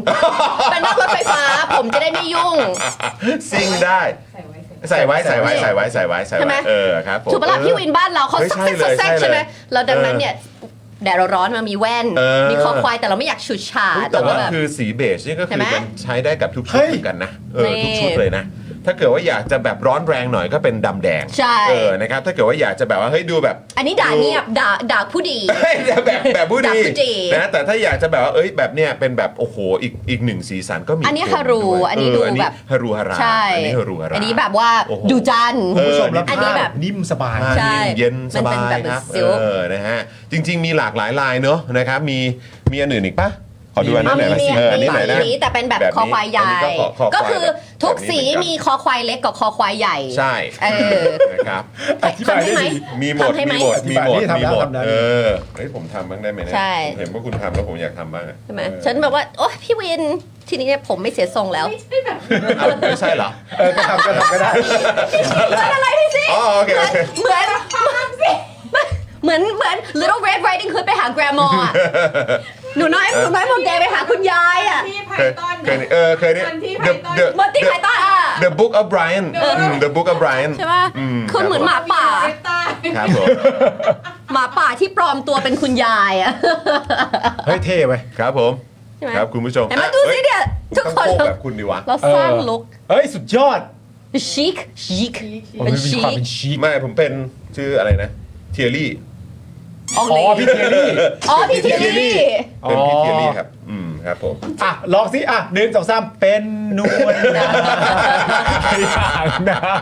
D: เป็นนั่งรถไฟฟ้า ผมจะได้ไม่ยุ่ง
A: ซิงได้
G: ใส่ไว้
A: ใส่ไว้ใส่ไว้ใส่ไว้ใส่ไว้ใส่
D: ใช่ไหม
A: ไว้เออครับผม
D: ถูกปะล่ะ
A: เออ
D: พี่วินบ้านเราเขา
A: เฮ้ย
D: ซักเซ็
A: ใช่เลย
D: กซัก
A: ใช่เลย
D: เซ็กใช่ไหมเราดังนั้นเนี่ยแดดร้อนๆมันมีแว่น
A: เออ
D: มีคอควายแต่เราไม่อยากฉุดฉา
A: เฮ้ย
D: ด
A: แต่ว่า
D: เราก็แบบ
A: คือสีเบจนี่ก็
D: เห็
A: คือ
D: นไหม
A: มันใช้ได้กับทุกชุ
B: เฮ้
A: ด
B: ย
A: เหมือนกันนะเออ
D: นี่
A: ทุกชุดเลยนะ ถ้าเกิดว่าอยากจะแบบร้อนแรงหน่อยก็เป็นดำแดง
D: ใช่
A: เออนะครับถ้าเกิดว่าอยากจะแบบว่าเฮ้ยดูแบบ
D: อันนี้ด่าเงียบด่าด่าผู้ ดี
A: เฮ้ยแบบแบบผู้
D: แบบผู้ดี
A: นะแต่ถ้าอยากจะแบบว่าเอ้ยแบบเนี้ยเป็นแบบโอ้โหอีกอีกหนึ่งสีสันก็มี
D: อันนี้
A: ตัว
D: ฮารู
A: ด้วย
D: อันนี้
A: เ
D: ดูแบบ
A: ฮารูฮารา
D: ใช่
A: อันี้ฮารูฮารา
D: อันนี้แบบว่า
A: โอ้โห
D: ดูจัน
A: เอ
B: คุณ
A: อ
B: ผู้ชมแล้ว
D: อันนี้
B: ผ้า
D: แบบ
B: นิ่มสบาย
D: ใช่
A: เย็นส
D: มันเป็
A: บาน ย
D: แบบ
A: ครับ
D: เหมือน
A: เอ
D: silk
A: อนะฮะจริง ๆ มีหลากหลายลายเนอะนะครับมีมีอันอื่นอีกปะ ขอดูอัน
D: อ่ะ
A: นั้นหน่อยละ
D: มี
A: สิเอออันนี้หน่อยนะ
D: มีแต่เป็นแบบ
A: แบบนี้
D: คอควายใหญ่
A: อันนี้ก็ขอคอควาย
D: ก็คือทุกสี
A: แบบนี้เหมือนกัน
D: มีคอควายเล็กกับคอควายใหญ่
A: ใช่
D: เออ
A: นะครับ
D: ทำให้ไหม
A: มีหมด
D: ทำให้ไหม
A: มีหมด มีหมด
B: ทำได้
A: มีหมด
B: ทำได้
A: เออ เฮ้ยผมทำบ้างได้ไหมเนี่ย
D: ใช่
A: ผมเห็นว่าคุณทำแล้วผมอยากทำบ้างอะ
D: ใช่ไหม
A: เออ
D: ฉันแบบว่า โอ๊ยพี่วิน ทีนี้เนี่ยผมไม่เสียทรงแล้ว
G: ไม่ใช่แบบ
A: เอาไม่ใช่เหรอ
B: เออก็ทำก็ทำก็ได้
D: อะไรพี่ซิ
A: อ๋อโอเคโอเค
D: เหมือนเหมือนเหมือน Little Red Riding Hood ไปหา grandma อะหนูน้อยหนูน้อยหมองแดงไปหาคุณยายอ่ะ
G: ที่ไพ
A: เคย
G: ตอน
A: เคยเออเคยนี่
G: วันที่
A: The
G: ไพตอน
A: The
D: มอตี้ไพต้าอ่ะ
A: The Book of Brian อืม The Book of Brian
D: ใช่ป่ะ
A: อืม
D: คุณเหมือนหมาป่า
G: เวต้า
A: ครับผม
D: หมาป่าที่ปลอมตัวเป็นคุณยายอ่ะ
B: เฮ้ยเท่ไว้ย
A: ครับผม
D: ใช่ไหม
A: ครับคุณผู้ชม
D: เห็นไหมดูสิเนี่ย
A: ฮ้
D: ทุกคน
A: ต้องโป
D: เรา
A: แบบคุณดีวะ
D: เราสร้างลุก
B: เฮ้ยสุดยอด
D: ชิคชิค
B: โอ้ย
D: เป็น
B: มันมี
D: ชิ
B: ความ
D: ค
B: เป็นชีค
A: ไม่ผมเป็นชื่ออะไรนะเทียรี่
D: อ๋
B: อ๋อพี่เทลี่
D: อ๋อพี่ที
A: พี่ทีลี่
D: ลี่
A: เป็นพี่
B: อ๋อ
A: เทียรี่ครับ อืมครับผม
B: อ่ะลองสิอ่ะหนึ่งสองสามเป็นนวลนางอย่าง นาง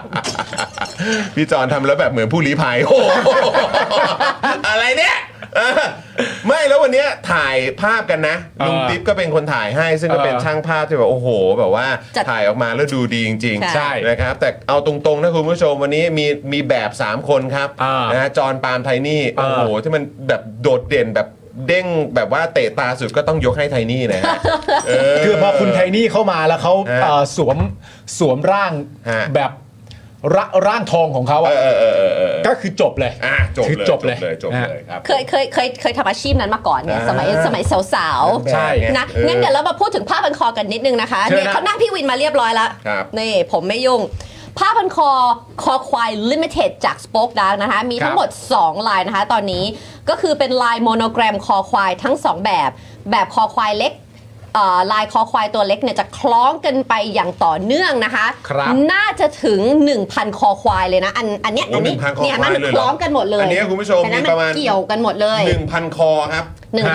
A: พี่จอนทำแล้วแบบเหมือนผู้ลี้ภัยโอ้โห อะไรเนี่ยเออไม่แล้ววันเนี้ยถ่ายภาพกันนะลุงติ๊บก็เป็นคนถ่ายให้ ซึ่งก็เป็นช่างภาพที่แบบโอ้โห แบบว่า
D: จัด
A: ถ่ายออกมาแล้วดูดีจริง
D: ใช่
A: นะครับ แต่เอาตรงๆนะคุณผู้ชมวันนี้มีมีแบบ 3 คนครับนะฮะจอนปาล์มไทนี่โอ้โหที่มันแบบโดดเด่นแบบเด้งแบบว่าเตะตาสุดก็ต้องยกให้ไทนี่นะฮะเ
B: คือพอคุณไทนี่เข้ามาแล้วเขา
A: ฮะ
B: เอ่อสวมสวมร่าง
A: ฮะ
B: แบบระร่างทองของเขา
A: เอ
B: อ่ะ
A: อเออเออเออเออ
B: ก็คือจบเลย
A: อ่ะจบ
B: คือ
A: เลย
B: จบเลย
A: จบเลย
B: นะ
A: ครับ
D: เคยเคยเคยเคยทำอาชีพนั้นมาก่อนไง
A: อ่า
D: สมัยสมัยสาวๆ
B: ใช่
D: นะงั้นเดี๋ยวเรามาพูดถึงผ้าพันคอกันนิดนึงนะคะ
B: เชิญ
D: เนี่ย
B: นะ
D: เขานั่งพี่วินมาเรียบร้อยแล้ว
A: ครับ
D: นี่ผมไม่ยุ่ง ผ้าพันคอคอควายลิมิเต็ดจาก Spoke Dark นะคะ มี
A: ครับ
D: ทั้งหมด 2 ลายนะคะ ตอนนี้ก็คือเป็นลายโมโนแกรมคอควายทั้ง 2 แบบ แบบคอควายเล็กเอ่อลายคอควายตัวเล็กเนี่ยจะคล้องกันไปอย่างต่อเนื่องนะคะ
B: ครับ
D: น่าจะถึง 1,000 คอควายเลยนะ อันอันเนี้ย
A: โอ้
D: อันนี้
A: 1,000คอควาย
D: เนี่ยมัน
A: เลยเหรอ
D: คล้องกันหมดเลย
A: อันเนี้ยคุณผู้ชม
D: แต่นั้น
A: มีประมาณ
D: เกี่ยวกันหมดเลย
A: หนึ่งพันคอครับ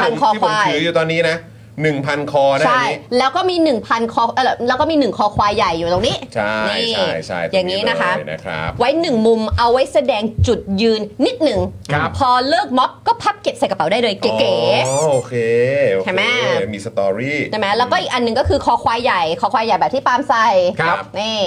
D: 1,000คอ
A: ที่ผม
D: ควาย
A: ถืออยู่ตอนนี้นะหนึ่งพันคอนะอั
D: ใช่
A: นนี้
D: แล้วก็มี 1,000 คอเอ่อแล้วก็มี 1 คอควายใหญ่อยู่ตรงนี้
A: ใช่
D: นี่
A: ใช่ใช่ตร
D: อย่างนี้นะคะ
A: เลยนะครับ
D: ไว้หนึ่งมุมเอาไว้แสดงจุดยืนนิดหนึ่ง พอเลิกม็อบก็พับเก็บใส่กระเป๋าได้เลยเก๋
A: อ๋อโอเคโอเค
D: ใช่ไหม
A: มีสตอรี่
D: ๆใช่ไหมแล้วก็อีกอันหนึ่งก็คือคอควายใหญ่ คอควายใหญ่แบบที่ปาล์มใส่
A: ครับ
D: นี่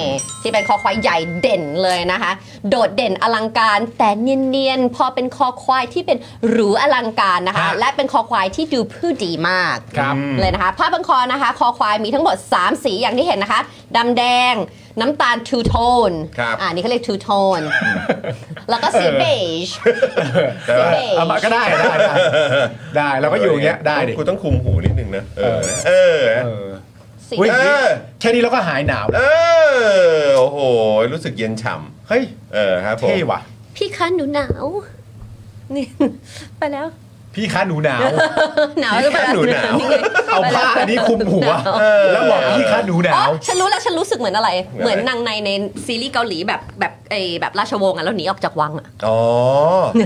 D: ที่เป็นคอควายใหญ่เด่นเลยนะคะ โดดเด่นอลังการแต่เนียนๆพอเป็นคอควายที่เป็นหรูอลังการนะคะ
B: ฮะ
D: และเป็นคอควายที่ดูผู้ดีมาก
B: ครับ
D: เลยนะคะผ้าพันคอนะคะ คอควายมีทั้งหมด 3 สีอย่างที่เห็นนะคะดำแดง น้ำตาลทูโทน
A: ครับ
D: อ่านี่เขาเรียกทูโทน แล้วก็สีเบจ
A: ใช่
D: สี
A: ปะ
D: เบจ
B: เอามาก็ได้ได้ได้ได้เราก็อยู่อย่างเงี้ยได้ดิ
A: กูต้องคุมหูนิดนึงนะ เออ เออ
B: เออ
D: สี
B: อุ๊ย
A: เออ
B: แค่นี้เราก็หายหนาว
A: เอ
B: แล้
A: อ
B: ว
A: โอ้โห รู้สึกเย็นฉ่
B: เฮ้ย
A: ำเออครับผม
B: เท่ว่ะ
D: พี่คะหนูหนาวนี่ ไปแล้ว
B: พี่คะหนูหนาว
D: หนาวหรือเปล่า
A: หนูหนาว
B: เอาผ้าอันนี้คลุมหัว แล้วบอกพี่คะหนูหนา
D: อ๋อ
B: ว
D: ฉันรู้แล้วฉันรู้สึกเหมือนอะไร เหมือนนางในในซีรีส์เกาหลีแบบแบบไอแบบราชวงศ์อะแล้วหนีออกจากวังอะ
A: อ๋อ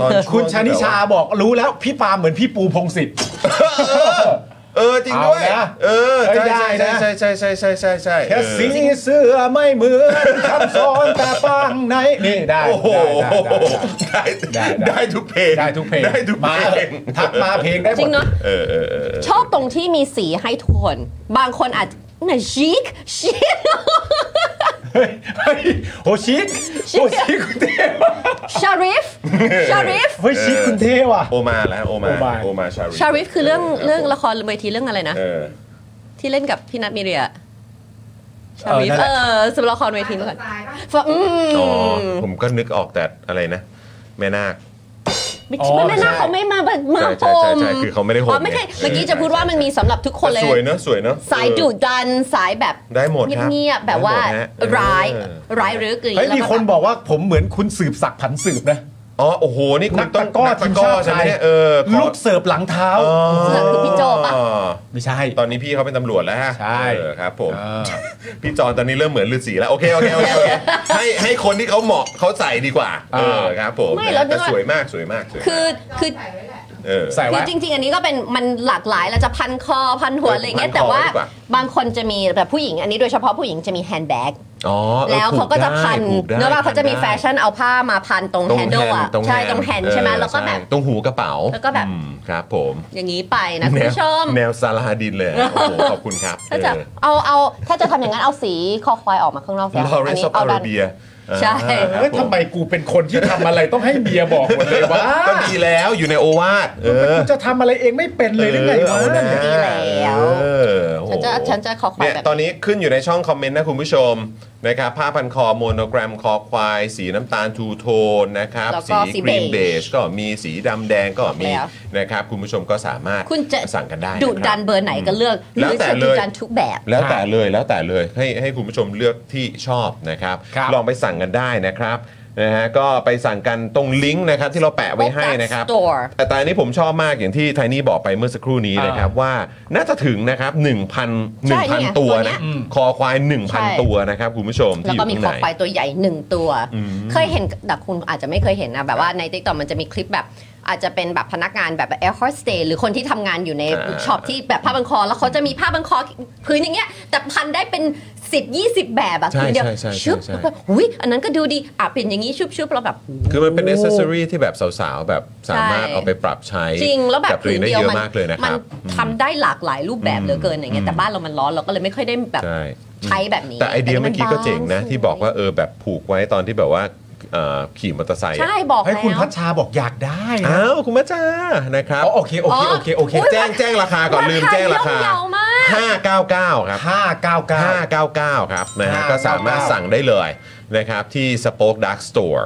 A: ตอนวง
B: คุณชานิชาบอกรู้แล้วพี่ปาเหมือนพี่ปูพงศิษฐ์
A: เออจริงด้วย
B: เอานะ
A: เออใช่
B: ได้นะ
A: ใช่ใช่ใช่ใช่ใช่ใช่
B: แค่
A: เออ
B: สีเสื้อไม่เหมือนคำสอนแต่ปางในนี่ได้
A: โอ้โห
B: ได้ได้ได้
A: ได้ได้
B: ได้ได้
A: ได้ทุกเพลง
B: ได้ทุกเพลง
A: ได้ทุกเพ
B: มา
A: ลง
B: ทักมาเพลงได้หม
D: จริ
B: ด
D: งเนาะ
A: เออเออเออ
D: ชอบตรงที่มีสีให้ทุกคน บางคนอาจจะน่ะชิคชิค
B: เฮ้ยเฮ้ยโหชิค
D: ชิค
B: โหชิคคุณเท่ว่ะ
D: ชาริฟชาริฟ
B: เฮ้ยชิคคุณเท่ว่ะ
A: โอมาแล้วโอมา
B: โอมา
A: โอมาชาริฟ
D: ชาริฟคือเรื่องเรื่องละครเวทีเรื่องอะไรนะ
A: เออ
D: ที่เล่นกับพี่นัทมีเรียชาริฟ
B: เออนั่นแห
D: เอ
B: ละ
D: อสำหรับละครเวทีเมื่อก่อน
G: ตายป่ะ
D: ฟะอืม
A: อ๋อผมก็นึกออกแต่อะไรนะ แม่นาค
D: ไม่คิดว่าแม่นาค
B: ใช่
D: เขาไม่มาแบบมา
A: ใช่
D: โฮ
A: ใช่
D: ม
A: ใช่คือเขาไม่ได้โฮม
D: อ๋อไม่ใช่
A: ไง
D: เมื่อกี้จะพูดว่ามันมีสำหรับทุกคนเล
A: สวย
D: ย
A: เนอะสวยเนอะ
D: สายดุดันสายแบบ
A: เออได้หมดครับ
D: เงียบๆแบบว่า
A: ได้หมดฮะเออ
D: ร้ายร้ายหรืออะไรอย่าง
B: เฮ้ย
D: งี้
B: มี
D: แล้วก็
B: คน
D: แบบ
B: บอกว่าผมเหมือนคุณสืบศักดิ์ผันสืบนะ
A: อ๋อโอ้โหนี่คุณ
B: นัก
A: ต้
B: ตะ
A: น
B: กร้อทีมชาติ
A: ใช่
B: ไท
A: ไหม
B: ย
A: เนี่ยเออขอ
B: ลูกเสิร์ฟหลังเท้า
A: อ๋อ
D: คือพี่โจปะ
B: ไม่ใช่
A: ตอนนี้พี่เขาเป็นตำรวจแล้วฮะ
B: ใช่
A: เออครับผม
B: เออ
A: พี่จอนตอนนี้เริ่มเหมือนฤาษีแล้ว โอเค โอเค โอเคโอเคให้ให้คนที่เขาเหมาะเขาใส่ดีกว่า
B: อ่า
A: เออครับผม
D: ไม่แล้ว
A: แต่
D: ด้วย
A: สวยมากสวยมากสวยมาก
D: คือคือ
A: เออ
B: ใส่
D: คือ
B: ไว้
D: จริง ๆ อันนี้ก็เป็นมันหลากหลายเราจะพันคอพันหัวอะไรอย่างเงี้ย
A: เออพันคอ
D: แต่ว่า
A: ดีกว่า
D: บางคนจะมีแบบผู้หญิง อันนี้โดยเฉพาะผู้หญิงจะมีแฮนด์แบก
A: อ๋อออ
D: แล้วเขาก็จะพัน
A: ผูกได้
D: เนื้อว่าเขาจะมี
A: ผูก
D: แฟ
A: ได้
D: ชั่นเอาผ้ามาพันตรง
A: ตร
D: แฮ
A: ง
D: น
A: แฮ
D: ด์
A: น
D: อ่ะ
A: ด์ตรง
D: ใช่ตรงแฮนด์ใช่ไหม
A: เออ
D: แล้วก็
A: ใช่
D: แบบ
A: ตรงหูกระเป๋า
D: แล้วก็แบบ
A: อืมครับ ผม
D: อย่างนี้ไปนะคุณ
A: แนว
D: ผู้ชม
A: แนวซาลาดินเลยอะโอ้โห ขอบคุณครับ
D: ถ้าจะเอาเอาถ้าจะทำอย่างนั้นเอาสีคอควายออกมาข้างนอก
A: ลอเรนซ์ออฟอา
D: ดั
A: ราเบีย
D: ใช่
B: เฮ้ยทำไมกูเป็นคนที่ทำอะไรต้องให้เมียบอกหมดเลยว่า
A: ก็ดีแล้วอยู่ในโอวาทเออ
B: กูจะทำอะไรเองไม่เป็นเลยหรือไง
A: เออ
B: วะ
A: เอานะ
D: ดีแล้ว
A: เออโอ้โห
D: ฉันจะฉันจะคอควาย
A: เนี่ย
D: แบบ
A: ตอนนี้ขึ้นอยู่ในช่องคอมเมนต์นะคุณผู้ชมนะครับผ้าพันคอโมโนแกรมคอควาย สีน้ำตาลทูโทนนะครับ
D: แล้วก็
A: สี
D: สี
A: ครีมเบ
D: เบ
A: จ
D: จ
A: ก็มีสีดำแดงก็มี
D: แล้ว
A: นะครับคุณผู้ชมก็สามารถ
D: คุณจะ
A: สั่งกัน
D: ดุ
A: ได้ะค
D: ดันเบอร์ไหนก็เลือกห
A: แล้ว
D: รือ
A: แต่
D: จะ
A: เล
D: ดุ
A: ย
D: ดันทุกแบบ
A: แล้วแต่เลยแล้วแต่เลยให้ให้คุณผู้ชมเลือกที่ชอบนะครับ ลองไปสั่งกันได้นะครับนะฮะก็ไปสั่งกันตรงลิงก์นะครับที่เราแปะไว้ให้นะครับ
D: Store
A: แต่ตอนนี้ผมชอบมากอย่างที่ไทนี่บอกไปเมื่อสักครู่นี้นะครับว่าน่าจะถึงนะครับ1,000
D: ใช่เนี่ย
A: 1,000 ตัว
D: ตัวเนี้
A: นะ
D: ย
A: คอควาย
D: ใช่
A: 1,000 ตัวนะครับคุณผู้ชม
D: แล้ว
A: ที่อ
D: ก็
A: ยู่
D: มี
A: ข้าง
D: คอ
A: ใน
D: ควายตัวใหญ่หนึ่งตัว
A: อืม
D: เคยเห็นแต่คุณอาจจะไม่เคยเห็นนะ แบบว่าในติ๊กต็อมันจะมีคลิปแบบ อาจจะเป็นแบบพนักงานแบบแอร์โฮสเตสหรือคนที่ทำงานอยู่ใน
A: อ่า
D: ช็อปที่แบบผ้าบังคอ แล้วเขาจะมีผ้าบังคอพื้นอย่างเงี้ย แต่พันได้เป็น 10 20 แบบอะ
A: ใช่
D: คุณเดียว
A: ใช่ใช่
D: ชุบ
A: ใช่
D: แล้วก็อุ้ยอันนั้นก็ดูดีอ่ะเป็นอย่างงี้ชุบชุบแล้วแบบ
A: คือมันเป็นอ c เซสซอรีที่แบบสาวๆ แบบสามารถ
D: ใช่
A: เอาไปปรับใช้
D: จริงแล้วแบบ
A: ตั
D: ผื
A: เอง
D: น
A: ได้
D: เดียว
A: เยอะ
D: มัน
A: มากเลยนะค
D: มั
A: รั
D: น
A: บ
D: ทำได้หลากหลายรูปแบบเหลือเกินอย่างเงี้ยแต่บ้านเรามันร้อนเราก็เลยไม่ค่อยได้แบบ
A: ใช่
D: ใช้แบบนี้
A: แต่ไอเดียเมื่อกี้ก็เจ๋งนะ ที่บอกว่าเออแบบผูกไว้ตอนที่แบบว่าเอ่อขี่มอเตอร์ไซค์อะ
D: ใช่บอก
B: ให้
D: แล้ว
B: คุณพัชชาบอกอยากได้นะ
A: อ้าวคุณมาจ้านะครับ
B: อ๋อโอเคโอเคโอเคโอเค
D: โอ้ย
A: แจ้งแจ้งราคาก่อนลืมแจ้งราคา
D: ย่อมเยาวมาก
A: 599 ครับ
B: ห้าเก้าเก้า
A: 599 ครับนะฮะ
B: 599
A: ก็สามารถสั่งได้เลยนะครับที่ Spoke Dark Store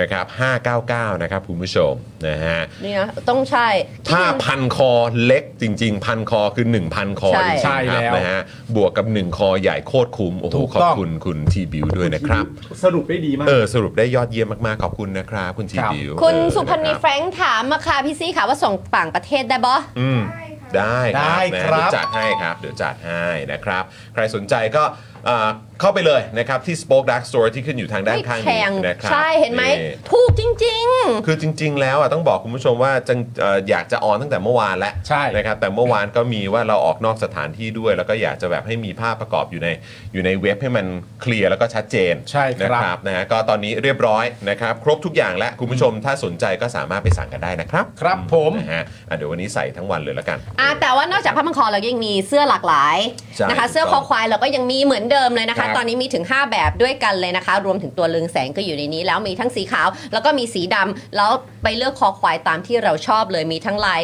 A: นะครับ 599 นะครับคุณผู้ชมนะฮะ
D: นี่นะต้องใช่
A: ถ้า
D: ที่
A: พันคอเล็กจริง ๆ พันคอคือ 1,000 คอ
D: ใช่
A: จริง
B: ใช่
A: ๆครับ
B: แล้ว
A: นะฮะบวกกับ 1 คอใหญ่โคตรคุ้มโอ้โห
B: ถูก
A: ขอ
B: ต้
A: บ
B: อง
A: คุณคุณทีบิวด้วยนะครับ
B: สรุปได้ดีมาก
A: เออสรุปได้ยอดเยี่ยมมากๆ ขอบคุณนะครับ คุณที
B: ครับ
A: บิว
D: คุณ
A: เออ
D: สุพันธ์นี
A: ะ
D: แฟ
A: ครับ
D: รงค์ถามมาค่ะพี่ซี่ค่ะว่าส่งต่างประเทศได้บ่
A: อืม
G: ใช่ค่ะ
A: ได้ครับนะครับ เดี๋
B: ได้
A: ยวจัดให้ครับ เดี๋ยวจัดให้นะครับ ใครสนใจก็เอ่อเข้าไปเลยนะครับ ที่ Spoke Dark Store ที่ขึ้นอยู่ทางด้าน
D: ไม่
A: ข้าง
D: แพ
A: นี้
D: ง
A: นะครับ
D: ใช่เห็นไหมถูกจริง
A: คือจริง ๆ แล้วอ่ะต้องบอกคุณผู้ชมว่าจังเอ่ออยากจะออนตั้งแต่เมื่อวานแล้ว
B: ใช่
A: นะครับแต่เมื่อวานก็มีว่าเราออกนอกสถานที่ด้วย แล้วก็อยากจะแบบให้มีภาพประกอบอยู่ในอยู่ในเว็บให้มันเคลียร์แล้วก็ชัดเจน
B: ใช่ค
A: นะ
B: รับ
A: ครับนะฮะก็ตอนนี้เรียบร้อยนะครับ ครบทุกอย่างแล้วคุณผู้ชมถ้าสนใจก็สามารถไปสั่งกันได้นะครับ
B: ครับผม
A: นะฮะอ่ะเดี๋ยววันนี้ใส่ทั้งวันเลยละกัน
D: ๆอ่ะแต่ว่านอกจากผ้าพันคอเรายังมีเสื้อหลากหลาย
A: ใช่
D: นะคะ เสื้อคอควายเราก็ยังมีเหมือนเดิมเลยนะ
A: ครั
D: คะ
A: บ
D: ตอนนี้มีถึง 5 แบบด้วยกันเลยนะคะ รวมถึงตัวเรืองแสงก็อยู่ในนี้ แล้วมีทั้งสีขาวแล้วก็มีสีดำแล้วไปเลือกคอควายตามที่เราชอบเลยมีทั้งลาย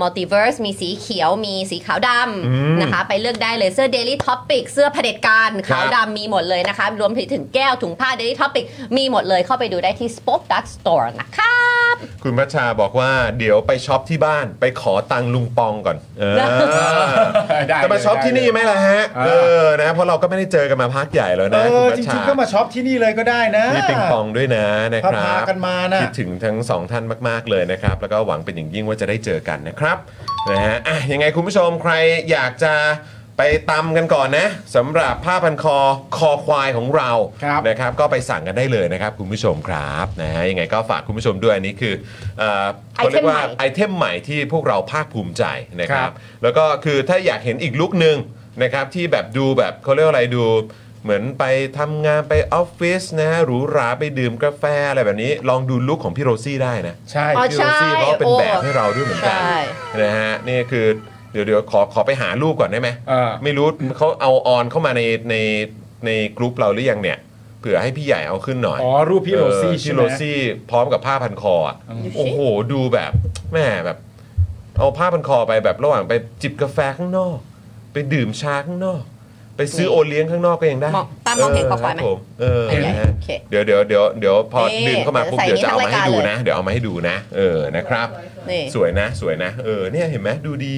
D: มัลติเวิร์สมีสีเขียวมีสีขาวดำนะคะ ไปเลือกได้เลยเสื้อ Daily Topic เสื้อเผด็จการ
A: ครั
D: ขา
A: บ
D: วดำ มีหมดเลยนะคะ รวมถึงแก้วถุงผ้า Daily Topic มีหมดเลยเข้าไปดูได้ที่ Spoke Dark Store นะคะ
A: คุณพัชชาบอกว่าเดี๋ยวไปช็อปที่บ้านไปขอตังค์ลุงปองก่อน เออ
B: ได้
A: จะมาช็อปที่นี่ไหมล่ะฮะ
B: อ่า
A: เออนะ เพราะเราก็ไม่ได้เจอกันมาพักใหญ่แล้ว
B: เอ
A: นะคุณ
B: อ
A: พั
B: จ
A: ชชา
B: ริงๆก็มาช็อปที่นี่เลยก็ได้นะ
A: นี่ปิงปองด้วยนะนะครับ
B: พากันมานะ
A: คิดถึงทั้งสองท่านมากๆเลยนะครับ แล้วก็หวังเป็นอย่างยิ่งว่าจะได้เจอกันนะครับนะฮะอ่ะยังไงคุณผู้ชมใครอยากจะไปตำกันก่อนนะสำหรับผ้าพันคอคอควายของเรา
B: ครับ
A: นะครับก็ไปสั่งกันได้เลยนะครับคุณผู้ชมครับนะฮะยังไงก็ฝากคุณผู้ชมด้วยอันนี้คือเอ่อเขาเรียกว่า
D: ไอเทมใหม่
A: ไอเทมใหม่ที่พวกเราภาคภูมิใจนะครั
B: ครับ บ
A: แล้วก็คือถ้าอยากเห็นอีกลุกหนึ่งนะครับที่แบบดูแบบเขาเรียกว่าอะไรดู เหมือนไปทำงานไปออฟฟิศนะฮะหรูหราไปดื่มกาแฟอะไรแบบนี้ ลองดูลุกของพี่โรซี่ได้นะ
B: ใช่
D: อ๋อ
A: พี่โรซี่เขาก็เป็น
D: โอ้
A: แบบให้เราด้วยเหมือนกัน
D: ใช่
A: นะฮะนี่คือเดี๋ยวเดี๋ยวขอขอไปหารูปก่อนได้ไหม
B: เออ
A: ไม่รู้เขาเอาออนเข้ามาในในในกรุ๊ปเราหรือยังเนี่ยเผื่อให้พี่ใหญ่เอาขึ้นหน่อย
B: อ๋อรูปพี่โรซี่
A: เออ
B: ใช่
A: พี่
B: ไหม
A: โรซี่พร้อมกับผ้าพันคออะ
B: อืม
A: โอ้โห ดูแบบแม่แบบ เอาผ้าพันคอไปแบบระหว่างไปจิบกาแฟข้างนอก ไปดื่มชาข้างนอก ไปซื้อ
D: นี่
A: โอเลี้ยงข้างนอกก็ยังได้
D: มองตามมองเห็นคอควายไหม
A: รับผเออ
D: เห็นไหม
A: นะฮะ
D: โอเค
A: เดี๋ยวเดี๋ยวเดี๋ยวเดี๋ยวพอ
D: นี่
A: ดึงเข้ามาปุ๊บ
D: ใส่
A: เดี๋ยวจะเอามาให้
D: ทั้งรายการ
A: ดู
D: เลย
A: นะ เดี๋ยวเอามาให้ดูนะเออนะครับ
D: นี่
A: สวยนะสวยนะ เออเนี่ยเห็นไหมดูดี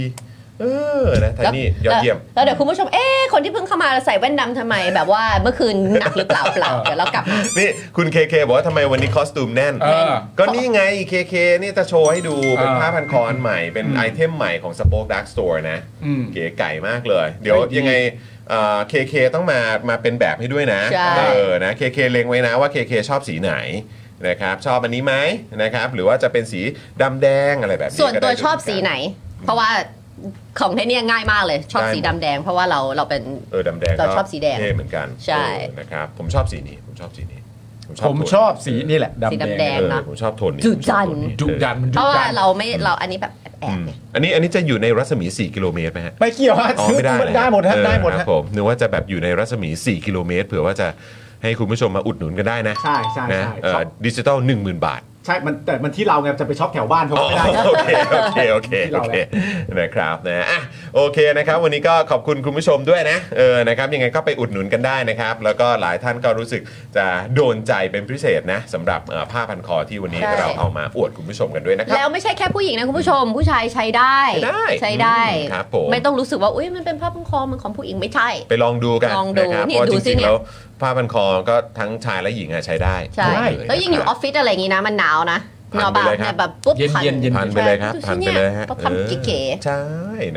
A: เออนะไทนี่ยอดเยี่ยม
D: แล้วแล้วเดี๋ยวคุณผู้ชม เอ๊ะคนที่เพิ่งเข้ามาใส่แว่นดำทำไม แบบว่าเมื่อคืนหนักหรือเปล่าเปล่า เดี๋ยวเรากลับมา
A: นี่คุณเคเคบอกว่าทำไมวันนี้คอสตูมแน่น
B: เออ
A: ก็นี่ไงเคเคนี่จะโชว์ให้ดูเป็น
B: เออ
A: ผ้าพันคออันใหม่ เป็น
B: อืม
A: ไอเทมใหม่ของ Spoke Dark Store นะ
B: อืม
A: เก๋ไก่มากเลย เดี๋ยว
B: เฮ้ยดี
A: ยังไงเคเคต้องมามาเป็นแบบให้ด้วยนะ
D: ใช่
A: เออนะเคเคเลงไว้นะว่าเคเคชอบสีไหนนะครับ ชอบอันนี้ไหมนะครับ หรือว่าจะเป็นสีดำแดงอะไรแบบนี้
D: ส่วน
A: ก็ได้
D: ตัว
A: ด้วย
D: ชอบสีไหน เพราะว่า ของไทเนี่ยง่ายมากเลย ชอบ
A: ได้
D: สีดำแดง เพราะว่าเราเราเป็น
A: เออดำแดง
D: เราชอบสีแดง
A: เท่เหมือนกัน
D: ใช่
A: เออนะครับผมชอบสีนี้ผมชอบสีนี้
B: ผมชอบสีนี่แหละ
D: สี
B: ดำ
D: ดำ
B: แด
D: แด
B: ง
D: ง
A: เออ
D: นะ
A: ผมชอบโทนนี้
D: จุ
A: ผมชอบโท
D: จัน
A: นี้
B: ดุดันมัน
D: เพ
B: ดุ
D: ราะว่า
B: ดัน
D: เราไม่เราอันนี้แบบแอบแอ
A: เออบ อืมอันนี้อันนี้จะอยู่ในรัศมี 4 กิโลเมตรไหมฮะ
B: ไม่เกี่ยวฮะ
A: อ๋อ
B: ซื้อ
A: ไม่ได้
B: มันได้หมดฮะ
A: เออ
B: ได้หมด
A: ค
B: ฮะ
A: รับผมนึกว่าจะแบบอยู่ในรัศมี 4 กิโลเมตรเผื่อว่าจะให้คุณผู้ชมมาอุดหนุนกันได้นะ
B: ใช่ใช่
A: นะ
B: ใช่
A: เอ่อ
B: ช็อป
A: ดิจิตอล10,000 บาท
B: ใช่มันแต่มันที่เราไงจะไปช็อปแถวบ้านเขา
A: อ๋อ
B: ไม่ได้
A: โอเค โอเค โอเค โอเค นะครับนะอ่ะโอเคนะครับ วันนี้ก็ขอบคุณคุณผู้ชมด้วยนะเออนะครับยังไงก็ไปอุดหนุนกันได้นะครับ แล้วก็หลายท่านก็รู้สึกจะโดนใจเป็นพิเศษนะสำหรับเอ่อผ้าพันคอที่วันนี้เราเอามาอวดคุณผู้ชมกันด้วยนะครับ
D: แล้วไม่ใช่แค่ผู้หญิงนะคุณผู้ชม ผู้ชายใช้ได้
A: ใช้ได้
D: ใช้ได้
A: อืมครับผม
D: ไม่ต้องรู้สึกว่าอุ้ยมันเป็นผ้าพันคอมันของผู้หญิงไม่ใช่
A: ไปลองดูกัน
D: ลองดู
A: นะครับ
D: นี่
A: เพราะ
D: ดู
A: จ
D: สิ
A: ริงๆ
D: เนี่ย
A: แล้วผ้าพันคอก็ทั้งชายและหญิงอะใช้ได้
D: ใช่
A: หมดเ
D: แล้วยิ่งอยู่อ
A: นะครั
D: อบ ฟฟิศอะไรอย่างงี้นะมันหนาวนะ
A: ผ่าน
D: หนาว
A: ไป
D: บ้า
A: เลยครับ
D: เนี่ยแบบปุ๊บพัน
B: เย็นๆเย็
A: ผ่านไปเลยครับ
D: ใช่
A: ผ่านไปเลยฮะ
D: ดูสิเนี่ยความ
A: ออ
D: เก๋
A: ใช่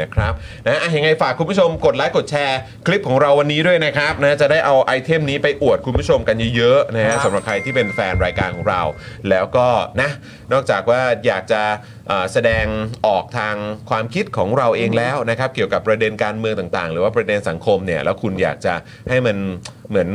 A: นะครับนะอ่ะยังไงฝากคุณผู้ชมกดไลค์กดแชร์คลิปของเราวันนี้ด้วยนะครับนะจะได้เอาไอเทมนี้ไปอวดคุณผู้ชมกันเยอะๆนะ
B: ครั
A: ฮะ
B: บ
A: สำหรับใครที่เป็นแฟนรายการของเรา แล้วก็นะนอกจากว่าอยากจะเอ่อแสดงออกทางความคิดของเราเองแล้วนะครับเกี่ยวกับประเด็นการเมืองต่างๆ หรือว่าประเด็นสังคมเนี่ยแล้วคุณอยากจะให้มันเหมือน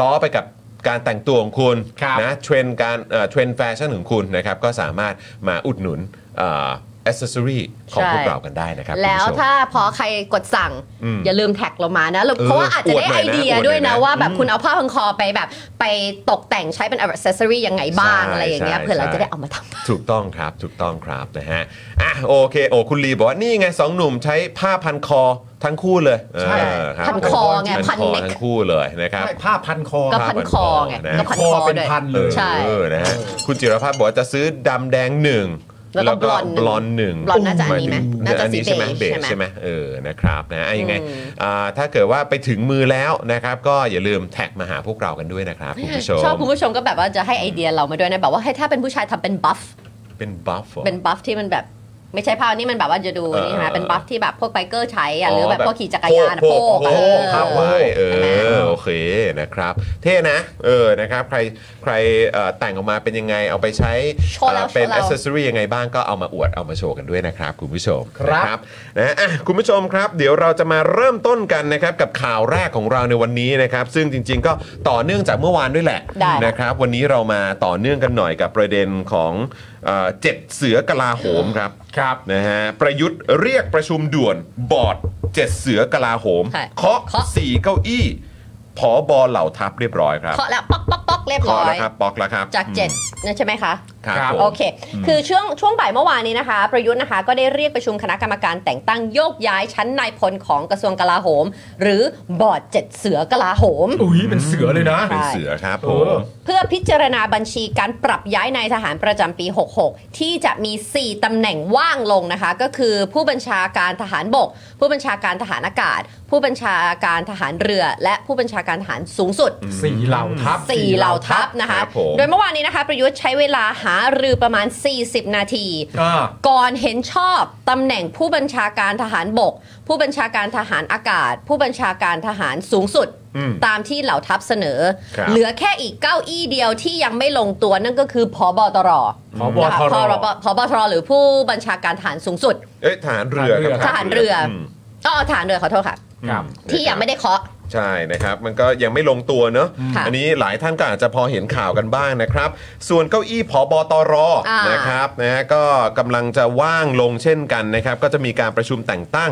A: ล้อไปกับการแต่งตัวของคุณ
B: ครับ
A: นะเทรนด์การเอ่อเทรนด์แฟชั่นของคุณนะครับก็สามารถมาอุดหนุนเอ่อ accessory ของ
D: ใช่
A: พวกเรากันได้นะครับคุณ
D: แล้ว
A: ผู้ชม
D: ถ้าพอใครกดสั่ง
A: อืม
D: อย่าลืมแท็กเรามานะแล้ว
A: เออ
D: เพราะว่าอาจจะได้
A: อวดหน่อ
D: ไอ
A: ยนะ
D: เดีย
A: อวดหน่อย
D: ด้วยนะ
A: นะ
D: ว่า แบ
A: อื
D: บ
A: ม
D: คุณเอาผ้าพันคอไปแบบไปตกแต่งใช้เป็นอ c c e s s o r y ยังไงบ้าง
A: ใช่
D: อะไรอย่างเงี้ย
A: ใช่
D: เผื่อเรา
A: ใช่
D: จะได้เอามาทำ
A: ถูกต้องครับ ถูกต้องครับนะฮะอ่ะโอเคโอ้คุณลีบอกว่า นี่ไงสองหนุ่มใช้ผ้าพันคอทั้งคู่เลย
B: ใช่
A: เออครับ
D: พันคอไง
A: ผม
D: พันเน็ก
A: ทั้งคู่เลยนะครับ
B: ใช่ผ้าพันคอ
D: ก็พันคอไง
A: นะ
D: ก็พันคอ
B: เป็น
D: ด้วย
B: พันเลย
D: ใช่
A: เออนะฮะคุณจิรภาพบอกว่าจะซื้อดำแดงหนึ่ง
D: แล้วก็
A: บบล
D: ล
A: อ
D: อน นด์
A: หนึ่ง
D: บลอนด์น่าจะอันนี้ไหมน่าจะ
A: อั
D: สี
A: ใช่ไหมเบ
D: เบ
A: ส
D: จใช่ไหม
A: ใช่ไหมเออนะครับนะอ่ะยังไง
D: อืม
A: อ่าถ้าเกิดว่าไปถึงมือแล้วนะครับ ก็อย่าลืมแท็กมาหาพวกเรากันด้วยนะครับคุณผู้ชม
D: ชอบคุณผู้ชมก็แบบว่าจะให้ไอเดียเรามาด้วยนะแบบว่าให้ถ้าเป็นผู้ชายทำเป็นบัฟ
A: เป็นบัฟ
D: เป็นบัฟที่มันแบบไม่ใช่ผ้านี่มันแบบว่าจะดู
A: เออ
D: นี่ใช่ไหมเป็นบัฟที่แบบพวกไบเกอร์ใช้อะหรือแบบพวกขี่จักรยานอะ
A: โพ
D: โป๊
A: ก
D: ก
A: โพก
D: อะ
A: ครับไว้เอ
D: ใช่ไห
A: อ
D: ม
A: โอเคนะครับ เท่นะเออนะครับใครใครเอ่อแต่งออกมาเป็นยังไงเอาไปใช้
D: โชว์แล้ว
A: เอ่อเป็น
D: โชว์แล้
A: อ
D: ว
A: c c e s s o r y ยังไงบ้างก็เอามาอวดเอามาโชว์กันด้วยนะครับ คุณผู้ชม
B: ครับ
A: นะนะอ่ะคุณผู้ชมครับ เดี๋ยวเราจะมาเริ่มต้นกันนะครับกับข่าวแรกของเราในวันนี้นะครับ ซึ่งจริง ๆ ก็ต่อเนื่องจากเมื่อวานด้วยแหละ
D: ได้
A: นะครับวันนี้เรามาต่อเนื่องกันหน่อยกับประเด็นของเอ่อเจ็ดเสือกลาโหมครับ
B: ครับ
A: นะฮะประยุทธ์เรียกประชุมด่วนบอร์ดเจ็ดเสือกลาโหม
D: ใช่
A: เคาะ
D: เคาะ
A: สี่เก้าอี้ผอบอเหล่าทัพเรียบร้อยครับ
D: เคาะแล้วป๊อกป๊อกป๊อกเรียบร้
A: เคาะ
D: อ
A: แล้ว
D: ย
A: ครับปอกแล้วครับ
D: จากเจ็ดนะใช่ไหมคะ
A: ครับ
B: ครับ
A: ผม
D: โอเค คือช่วงช่วงบ่ายเมื่อวานนี้นะคะ ประยุทธ์นะคะ ก็ได้เรียกประชุมคณะกรรมการแต่งตั้งโยกย้ายชั้นนายพลของกระทรวงกลาโหม หรือบอร์ดเจ็ดเสือกลาโหม
B: อุ้ยเป็นเสือเลยนะ
A: เป็นเสือครับผ
B: โอ้
A: ม
D: เพื่อพิจารณาบัญชีการปรับย้ายนายทหารประจำปี 66 ที่จะมี 4ตำแหน่งว่างลงนะคะ ก็คือผู้บัญชาการทหารบก ผู้บัญชาการทหารอากาศ ผู้บัญชาการทหารเรือ และผู้บัญชาการทหารสูงสุด
B: สี่เหล่าทัพ
D: สี่เหล่าทัพนะคะ
A: ครับผม
D: โดยเมื่อวานนี้นะคะ ประยุทธ์ใช้เวลาหารือประมาณ 40 นาที
B: อ่า
D: ก่อนเห็นชอบตำแหน่งผู้บัญชาการทหารบก ผู้บัญชาการทหารอากาศ ผู้บัญชาการทหารสูงสุด
A: อืม
D: ตามที่เหล่าทัพเสนอ
A: ครับ
D: เหลือแค่อีกเก้าอี้เดียวที่ยังไม่ลงตัวนั่นก็คือพอบอตร
B: ผบตร
D: นะคะผบผบตรหรือผู้บัญชาการทหารสูงสุด
A: เอ้ยฐานเรือครับ
D: ทหารเรือ
A: ม
D: อ๋อทหารเรือขอโทษค่ะ
B: ครับ
D: ที่ยังไม่ได้เคาะ
A: ใช่นะครับ มันก็ยังไม่ลงตัวเนอะ
D: ค่ะ
A: อันนี้หลายท่านก็อาจจะพอเห็นข่าวกันบ้างนะครับ ส่วนเก้าอี้ผอบอตรนะครับนะฮะก็กำลังจะว่างลงเช่นกันนะครับ ก็จะมีการประชุมแต่งตั้ง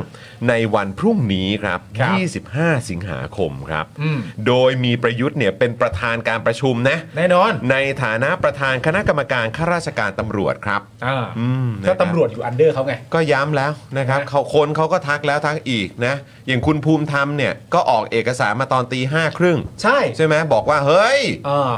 A: ในวันพรุ่งนี้ครับ
B: ครับ
A: 25 สิงหาคมครับ
B: อืม
A: โดยมีประยุทธ์เนี่ยเป็นประธานการประชุมนะ
B: แน่นอน
A: ในฐานะประธานคณะกรรมการข้าราชการตำรวจครับ
B: อ่า
A: อืม
B: ก็
A: นะคบ
B: ตำรวจอยู่อันเดอร์เขาไง
A: ก็ย้ำแล้วนะครับเขาคนเขาก็ทักแล้วทักอีกนะ อย่างคุณภูมิธรรมเนี่ยก็ออกเอกสารมาตอนตีห้าครึ่ง
B: ใช่
A: ใช่ไหมบอกว่า เฮ้ย
B: อ่า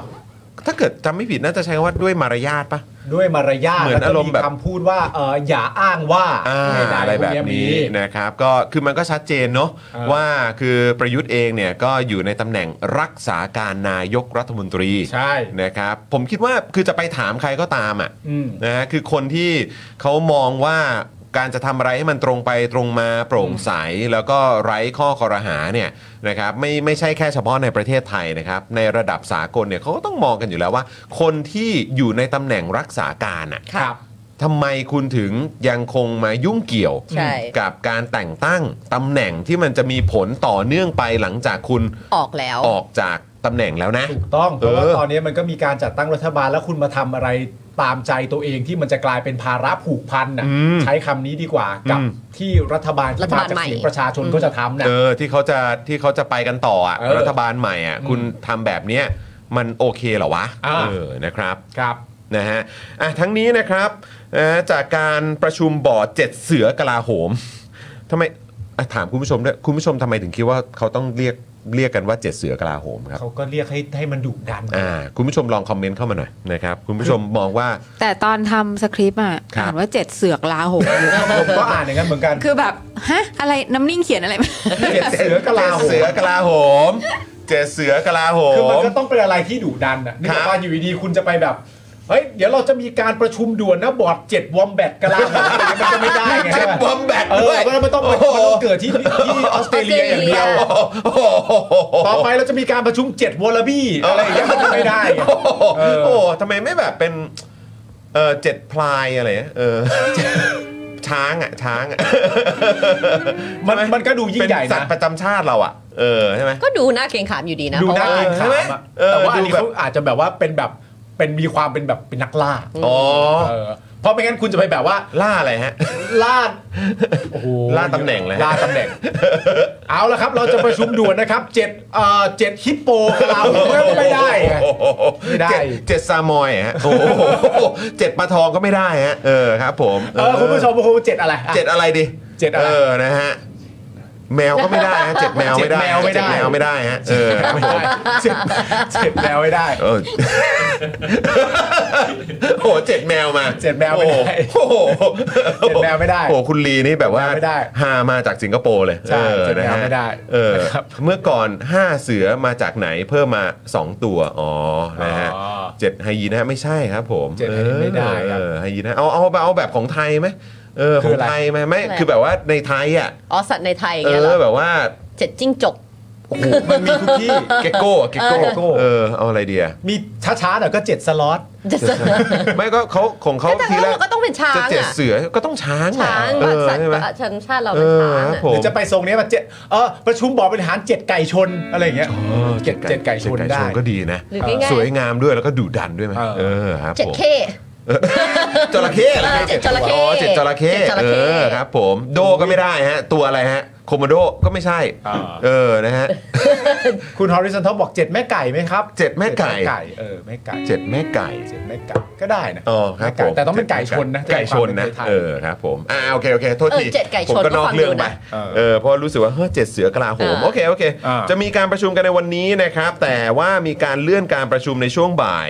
A: ถ้าเกิดจำไม่ผิดน่าจะใช้คำว่าด้วยมารยาทปะ
B: ด้วยมารยาท
A: เหมือนอารมณ์แบบ
B: ล้วก็คำพูดว่าเอออย่าอ้างว่า
A: อ่า
B: ด้
A: อะไรแบบ
B: พวก
A: นี้
B: มี
A: นะครับก็คือมันก็ชัดเจนเนาะ
B: อ่า
A: ว่าคือประยุทธ์เองเนี่ยก็อยู่ในตำแหน่งรักษาการนายกรัฐมนตรี
B: ใช่
A: นะครับผมคิดว่าคือจะไปถามใครก็ตามอ่ะ
B: อืม
A: นะฮะคือคนที่เขามองว่าการจะทำอะไรให้มันตรงไปตรงมาโปร่งใส แล้วก็ไร้ข้อคอรหาเนี่ยนะครับไม่ไม่ใช่แค่เฉพาะในประเทศไทยนะครับในระดับสากลเนี่ยเขาก็ต้องมองกันอยู่แล้วว่า คนที่อยู่ในตำแหน่งรักษาการอ่ะ
B: ครับ
A: ทำไมคุณถึงยังคงมายุ่งเกี่ยว
D: ใช่
A: กับการแต่งตั้งตำแหน่งที่มันจะมีผลต่อเนื่องไปหลังจากคุณ
D: ออกแล้ว
A: ออกจากตำแหน่งแล้วนะ
B: ถูกต้องเพราะว่า
A: เออ
B: ตอนนี้มันก็มีการจัดตั้งรัฐบาลแล้วคุณมาทำอะไรตามใจตัวเองที่มันจะกลายเป็นภาระผูกพันน่ะใช้คำนี้ดีกว่ากับที่รัฐบาล
D: รั
B: ที่
D: ฐ
B: มา
D: บาล
B: จาก
D: ใหม่
B: เสียงประชาชนก็จะทำน่ะ
A: เออที่เขาจะที่เขาจะไปกันต่ออ่ะ
B: เออ
A: รัฐบาลใหม่อ่ะคุณทำแบบเนี้ยมันโอเคเหรอวะ
B: อ่า
A: เออนะครับ
B: ครับ
A: นะฮะอ่ะทั้งนี้นะครับนะฮะจากการประชุมบอร์ดเจ็ดเสือกลาโหมทำไมอ่ะถามคุณผู้ชมด้วยคุณผู้ชมทำไมถึงคิดว่าเขาต้องเรียกเรียกกันว่าเจ็ดเสือกลาโหมครับ
B: เขาก็เรียกให้ให้มันดุดัน
A: อ่าคุณผู้ชมลองคอมเมนต์เข้ามาหน่อยนะครับคุณผู้ชมมองว่า
H: แต่ตอนทำสคริปต์อ่ะ
A: ครับ
H: อ่านว่าเจ็ดเสือกลาโหม อยู่
B: ผมก็อ่านอย่างนั้นเหมือนกัน
H: คือแบบ ฮะ อะไรน้ำนิ่งเขียนอะไร
B: เจ็ดเสือกะลาโห
A: เจ็ดเสือ
B: ม
A: กลาโหมเจ็ดเสือกลาโหม
B: คือมันก็ต้องเป็นอะไรที่ดุดันน่ะนี่
A: ครับ
B: บอกว่าอยู่ดีๆคุณจะไปแบบเฮ้ยเดี๋ยวเราจะมีการประชุมด่วนนะบอร์ดเจ็ดวอมแบตกะลาโหมอะไรอย่างเงี้ยมันจะไม่ได้ไง
A: เจ็
B: ใช่
A: ด
B: ไหม
A: บอมแบต
B: เออ
A: ด้วย
B: มันมันต้องมันต้องเกิดที่ที่ออสเตรเลียอย่างเดียว
A: โอ้โห
B: ต่อไปเราจะมีการประชุมเจ็ดวอลลบี้อะไรอย่างเงี้ยมันจะไม่ได้ไง
A: โอ้โห
B: เออ
A: โอ้โหทำไมไม่แบบเป็น เออเจ็ดพลายอะไรเออ ช้างอ่ะ ช้างอ่ะ
B: มัน
A: ใช่ไห
B: มันก็ดูยิ่งใหญ่
A: เป็นสัต
B: นะ
A: ว์ประจำชาติเราอ่ะ เออใช่ไหม
D: ก็ดูน่าเกรงขามอยู่ดีนะ
B: ดูน่า
D: เพ
B: เก
D: ระ
A: ใช่ไห
B: รงขาม
D: ว่
A: ม
B: อะ
A: เออ
B: แต่ว่าอันนี้
A: ดูแบบ
B: เขาอาจจะแบบว่าเป็นแบบเป็นมีความเป็นแบบเป็นนักล่า
A: อ๋อ
B: เออเพราะไม่งั้นคุณจะไปแบบว่า
A: ล่าอะไรฮะ
B: ลาดโอ้โห
A: ลาดตำแหน่งเลยฮะ
B: ลาดตำแหน่ง เอาละครับ เราจะประชุมด่วนนะครับเจ็ดเอ่อเจ็ดฮิปโปเราไม่ได้
A: โอ้โห
B: ไม่ได้
A: เจ็เจ็ดซามอยอะฮะโอ้โหเจ็ดปลาทองก็ไม่ได้ฮะ เออครับ ผม
B: เออคุณผู้ชมคุณเจ็ดอะไรอ่ะ
A: เจ็ดอะไรดิ
B: เจ็ดอะไร
A: เออนะฮะแมวก็ไม่ได้ฮะเจ็ดแมวไม่ได้
B: เจ็ดแมวไม่
A: เจ็ดแมวไม่
B: ได้
A: ได้ฮะเออครับผม
B: เจ็ดเจ็ดแมวไม่ได้
A: เออ โอ้โหเจ็ดแมวมา
B: เจ็ดแมวไม่ได้
A: โอ้โห
B: เจ็ดแมวไม่ได้
A: โอ้โหคุณลีนี่แบบว่า
B: เจ็ดแมวไม่ได้
A: หามาจากสิงคโปร์เลย
B: ใช่
A: ออ
B: เจ็ดแม
A: นะ
B: ว
A: ฮะ
B: ไม่ได้
A: เออ
B: นะครับ
A: เมื่อก่อน 5 เสือมาจากไหนเพิ่มมา 2 ตัว อ๋อนะฮะ
B: อ๋อ
A: เจ็ดไฮยีน่าไม่ใช่ครับผม
B: เจ็ดไฮยีน่าไม่ได้ครับ
A: เออไฮยีน่าเอาเอาเอาเอาแบบของไทยไหมเออข
B: คือ อง อะไร
A: ไทยไหมไม่
D: อะไร
A: คือแบบว่าในไทยอ่ะ
D: อ๋อสัตว์ในไทยอย่าง
A: เอ
D: เงี้ยเหร
A: อ
D: อ
A: แบบว่า
D: เจ็ดจิ้งจก
B: โอ้โหมันมีทุกที่
A: เกโก้เกโก้เออเอาอะไรเดีย
B: มีช้าๆหน่อยก็เจ็ดสล็อต
D: จะเจอ
A: ไม่ก็เขาของเขา
D: ก็แต่
A: ที
D: ว่า
A: แรก
D: มันก็ต้องเป็นช้าง
A: จะเจ็ด
D: อ่ะ
A: เสือก็ต้องช้างอะ
D: ช้าง
A: เอ
D: แบบ
A: อ
D: สัตว์
A: ใช่ไหม
D: ประชาชาติเรา
A: เอ
D: เป็น
A: อ
D: ช้าง
A: ครับ
D: อ่ะ
A: ผ
B: หรื
A: ม
B: อจะไปทรงเนี้ยมาเจ็ดเออประชุมบอร์ดบริหารเจ็ดไก่ชนอะไรอย่างเงี้ยเจ็ดเจ็ดไก่ชน
A: เจ็
B: ได้
A: ก็ดีนะ
D: หรือง่ายๆ
A: สวยงามด้วยแล้วก็ดุดันด้วยไหม
B: เออ
A: เออครับ
D: เจ็ด
A: ผม
D: เค
A: จระเข้หรอ
D: เออเจ็ดจระเข้
A: อ๋อเจ็ดจระเข้
D: เจ็ดจระ
A: เอ
D: เข้
A: อครับ ผมโดก็ไม่ได้ฮะ ตัวอะไรฮะโคโมโดก็ไม่ใช่ เออนะฮะ
B: คุณฮอริซอนทอบอกเจ็ดแม่ไก่ไหมครับ
A: เจ็ดแม่ไก่
B: เจ็ดแม่ไก่เออแม่ไก่
A: เจ็ดแม่ไก่
B: เจ็ดแม่ไก่ก็ได้นะ
A: อ๋อครับ
B: แม่ไก่
A: ผม
B: แต่ต้องเป็นไก่ชนนะ
A: ไก่ชนนะ
B: จเป็ความ
A: เอ
B: เป็
A: อ
B: ไทย
A: ครับผมอ่าโอเคโอเคโทษ
D: เออ
A: ที
D: เจ็ดไก่ชน
A: ผมก็นอกเรื่องไป
D: ก็ฟังดูนะ
A: เออเออเพราะรู้สึกว่าเฮ้ยเจ็ดเสือกลาโหมโอเคโอเค
B: อ่า
A: จะมีการประชุมกันในวันนี้นะครับ แต่ว่ามีการเลื่อนการประชุมในช่วงบ่าย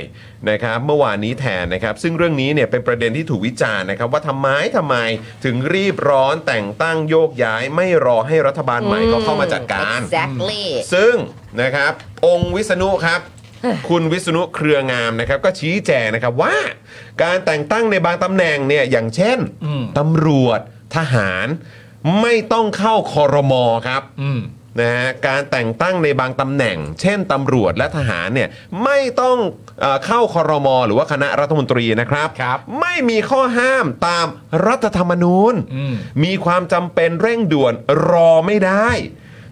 A: นะครับ เมื่อวานนี้แทนนะครับ ซึ่งเรื่องนี้เนี่ยเป็นประเด็นที่ถูกวิจารณ์นะครับ ว่าทำไมทำไมถึงรีบร้อนแต่งตั้งโยกย้าย ไม่รอให้รัฐบาลใหม่ก็เข้ามาจัดการ
D: exactly
A: ซึ่งนะครับ องค์วิษณุครับ คุณวิษณุเครืองามนะครับ ก็ชี้แจงนะครับว่า การแต่งตั้งในบางตำแหน่งเนี่ยอย่างเช่นตำรวจทหารไม่ต้องเข้าคอรมอครับ
B: อืม
A: นะฮะการแต่งตั้งในบางตำแหน่ง เช่นตำรวจและทหารเนี่ยไม่ต้องเออเข้าคอรมอหรือว่าคณะรัฐมนตรีนะครับ
B: ครับ
A: ไม่มีข้อห้ามตามรัฐธรรมนูญ
B: อืม
A: มีความจำเป็นเร่งด่วนรอไม่ได้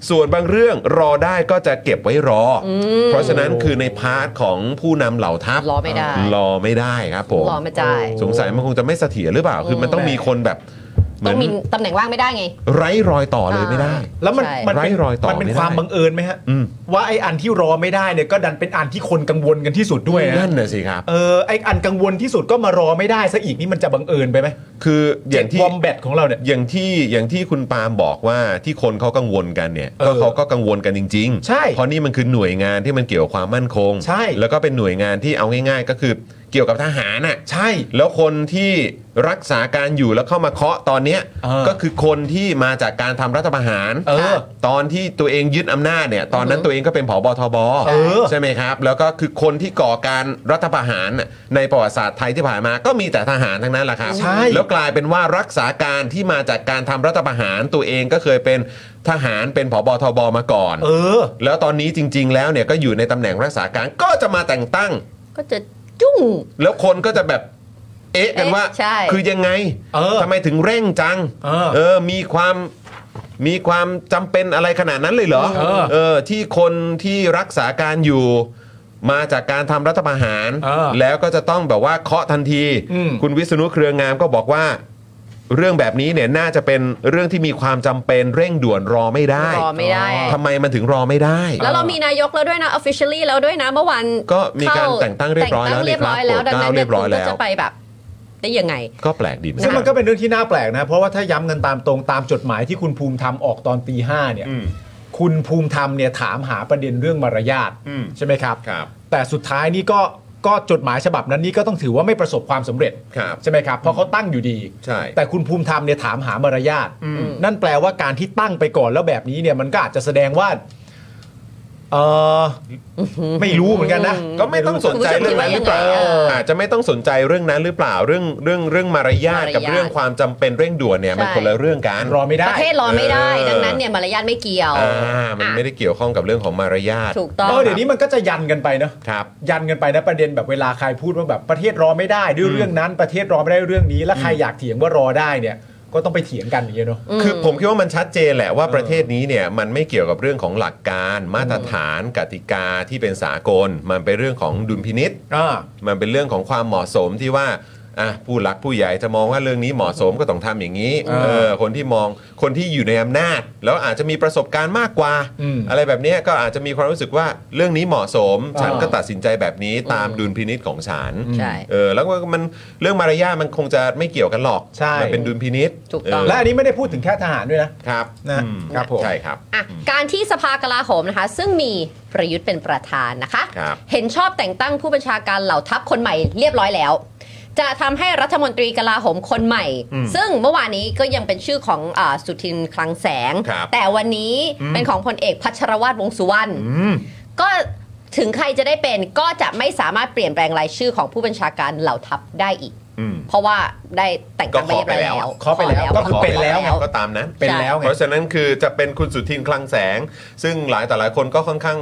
A: ส่วนบางเรื่องรอได้ก็จะเก็บไว้รออเพราะฉะนั้นคือในพาร์ทของผู้นำเหล่าทัพ
D: รอไม่ได้
A: รอไม่ได้ครับผม
D: รอไม่ได้
A: สงสัยมันคงจะไม่เสถียรหรือเปล่าคือมันต้องมีคนแบบเห
D: ต้
A: มื
D: อ
A: องน
D: มีตำแหน่งว่างไม่ได้ไง
A: ไร้รอยต่อเลยไม่ได้
B: แล้วมัน
D: ใช่
B: มัน
A: ไร้
B: เป็น
A: รอยต่อ
B: มันเป็น
A: ไม่ได้
B: ความบังเอิญไหมฮะ
A: อืม
B: ว่าไอ้อันที่รอไม่ได้เนี่ยก็ดันเป็นอันที่คนกังวลกันที่สุดด้วยนะ
A: นั่นน่ะสิครับ
B: เออไอ้อันกังวลที่สุดก็มารอไม่ได้ซะอีกนี่มันจะบังเอิญไปไหม
A: คืออ
B: เจ็
A: ย่า
B: ด
A: งที่
B: วอมแบตของเราเนี่ย
A: อย่างที่อย่างที่คุณปาล์มบอกว่าที่คนเขากังวลกันเนี่ย
B: เออ
A: ก็เขาก็กังวลกันจริงๆ
B: ใช่
A: เพราะนี่มันคือหน่วยงานที่มันเกี่ยวกับความมั่นคง
B: ใช่
A: แล้วก็เป็นหน่วยงานที่เอาง่ายๆ ก็คือเกี่ยวกับทหารน่ะ
B: ใช่
A: แล้วคนที่รักษาการอยู่แล้วเข้ามาเคาะตอนเนี้ย
B: เออ
A: ก็คือคนที่มาจากการทำรัฐประหาร
B: เออ
A: ตอนที่ตัวเองยึดอำนาจเนี่ยตอนนั้นตัวเองก็เป็นผบทบ
B: เออ
A: ใช่ไหมครับ แล้วก็คือคนที่ก่อการรัฐประหารน่ะในประวัติศาสตร์ไทยที่ผ่านมาก็มีแต่ทหารทั้งนั้นแหละครับ
B: ใช่
A: แล้วกลายเป็นว่ารักษาการที่มาจากการทำรัฐประหารตัวเองก็เคยเป็นทหารเป็นผบทบมาก่อน
B: เออ
A: แล้วตอนนี้จริง ๆ แล้วเนี่ยก็อยู่ในตำแหน่งรักษาการก็จะมาแต่งตั้ง
D: ก็จะจุ้ง
A: แล้วคนก็จะแบบ เอ๊ะกันว่า
D: เอ๊ะใช่
A: คือยังไง
B: เออ
A: ทำไมถึงเร่งจัง
B: เออ
A: มีความมีความจำเป็นอะไรขนาดนั้นเลยเหรอ
B: เออ
A: ที่คนที่รักษาการอยู่ มาจากการทำรัฐประหาร
B: เออ
A: แล้วก็จะต้องแบบว่าเคาะทันที
B: อืม
A: คุณวิษณุเครืองามก็บอกว่า เรื่องแบบนี้เนี่ยน่าจะเป็นเรื่องที่มีความจำเป็นเร่งด่วนรอไม่ได้
D: รอไม่ได้
A: ทำไมมันถึงรอไม่ได้
D: แล้วเรามีนายกแล้วด้วยนะ officially แล้วด้วยนะเมื่อวัน
A: ก็มีการแต่งตั้งเรียบร้อยแล้ว
D: แต่งตั้งเรียบร้อย
A: นี่ครับโปรดเกล้าเรียบร้อย
D: แล้วดังนั้น
A: แล้ว
D: ก็จะไปแบบ ได้ยังไง
A: ก็แปลกดีเหมือน
B: ซึ่ง
A: กั
B: มัน
A: น
B: ก็เป็นเรื่องที่น่าแปลกนะ เพราะว่าถ้าย้ำกันตามตรงตามจดหมายที่คุณภูมิธรรมออกตอนตีห้าเนี่ย คุณภูมิธรรมเนี่ยถามหาประเด็นเรื่องมารยาท
A: อืม
B: ใช่ไหมครับ
A: ครับ
B: แต่สุดท้ายนี่ก็ก็จดหมายฉบับนั้นนี่ก็ต้องถือว่าไม่ประสบความสำเร็จ
A: ครับ
B: ใช่ไหมครับเพราะเขาตั้งอยู่ดี
A: ใช่
B: แต่คุณภูมิธรรมเนี่ยถามหามารยาทนั่นแปลว่าการที่ตั้งไปก่อนแล้วแบบนี้เนี่ยมันก็อาจจะแสดงว่าเออไม่รู้เหมือนกันนะ
A: ก็ไม่ต้องสนใจ
D: คุณผู้ชม
A: เรื่องนั้นหรือเปล่า
D: คิดว่ายังไงเอออ
A: อาจจะไม่ต้องสนใจเรื่องนั้นหรือเปล่าเรื่องเรื่องเรื่องมารยาทกับ
D: มารยาท
A: เรื่องความจำเป็นเร่งด่วนเนี่ยมัน
D: ใช่
A: คนละเรื่องกัน
B: รอไม่ได้
D: ประเทศรอไม่ได้
A: เออ
D: ดังนั้นเนี่ยมารยาทไม่เกี่ยว
A: อ่ามันไม่ได้เกี่ยวข้องกับเรื่องของมารยาท
D: ถูกต้อง
B: เออเดี๋ยวนี้มันก็จะยันกันไปเนอะ
A: ครับ
B: ยันกันไปนะประเด็นแบบเวลาใครพูดว่าแบบประเทศรอไม่ได้ด้วยเรื่องนั้นประเทศรอไม่ได้เรื่องนี้ แล้วใครอยากเถียงว่ารอได้เนี่ย ก็ต้องไปเถียงกันอย่างเงี้ยเนาะ
A: คือผมคิดว่ามันชัดเจนแหละว่าประเทศนี้เนี่ยมันไม่เกี่ยวกับเรื่องของหลักการมาตรฐานกติกาที่เป็นสากล มันเป็นเรื่องของดุลพินิษ มันเป็นเรื่องของความเหมาะสมที่ว่าอ่ะผู้หลักผู้ใหญ่จะมองว่าเรื่องนี้เหมาะสมก็ต้องทำอย่างนี้
B: อ่า
A: เออคนที่มองคนที่อยู่ในอำนาจ แล้วอาจจะมีประสบการณ์มากกว่า
B: อืม
A: อะไรแบบเนี้ยก็อาจจะมีความรู้สึกว่าเรื่องนี้เหมาะสม ฉัน
B: อ่า
A: ก็ตัดสินใจแบบนี้ตามดุลพินิษของฉัน
D: ใช่
A: เออแล้วก็มันเรื่องมารยาทมันคงจะไม่เกี่ยวกันหรอก
B: ใช่
A: มัเป็นดุลพินิษ
D: ถูกต้อง
B: และอันนี้ไม่ได้พูดถึงแค่ทหารด้วยนะ
A: ครับ
B: นะ
A: อืม
B: ครับผม
A: ใช่ครับ
D: อ่ะการที่สภากลาโหมนะคะ ซึ่งมีประยุทธ์เป็นประธานนะคะ
A: ครับ
D: เห็นชอบแต่งตั้งผู้บัญชาการเหล่าทัพคนใหม่เรียบร้อยแล้ว จะทำให้รัฐมนตรีกลาโหมคนใหม่ ซึ่งเมื่อวานนี้ก็ยังเป็นชื่อของอาสุทินคลังแสง
A: ครับ
D: แต่วันนี้เป็นของพลเอกพัชรวาทวงศ์สุวรรณ
A: ม
D: ก็ถึงใครจะได้เป็นก็จะไม่สามารถเปลี่ยนแปลงรายชื่อของผู้บัญชาการเหล่าทัพได้อีก
A: อืม
D: เพราะว่าได้แต่งตั้ง
A: ก็ขอไป
D: เรียบร้อย
A: แล้ว
B: ขอไปแล้วก็คือเป็นแล้วไง
D: ขอ
A: ก็ตามนั้น
B: เป็นแล้วไง
A: เพราะฉะนั้นคือจะเป็นคุณสุทินคลังแสง ซึ่งหลายแต่หลายคนก็ค่อนข้าง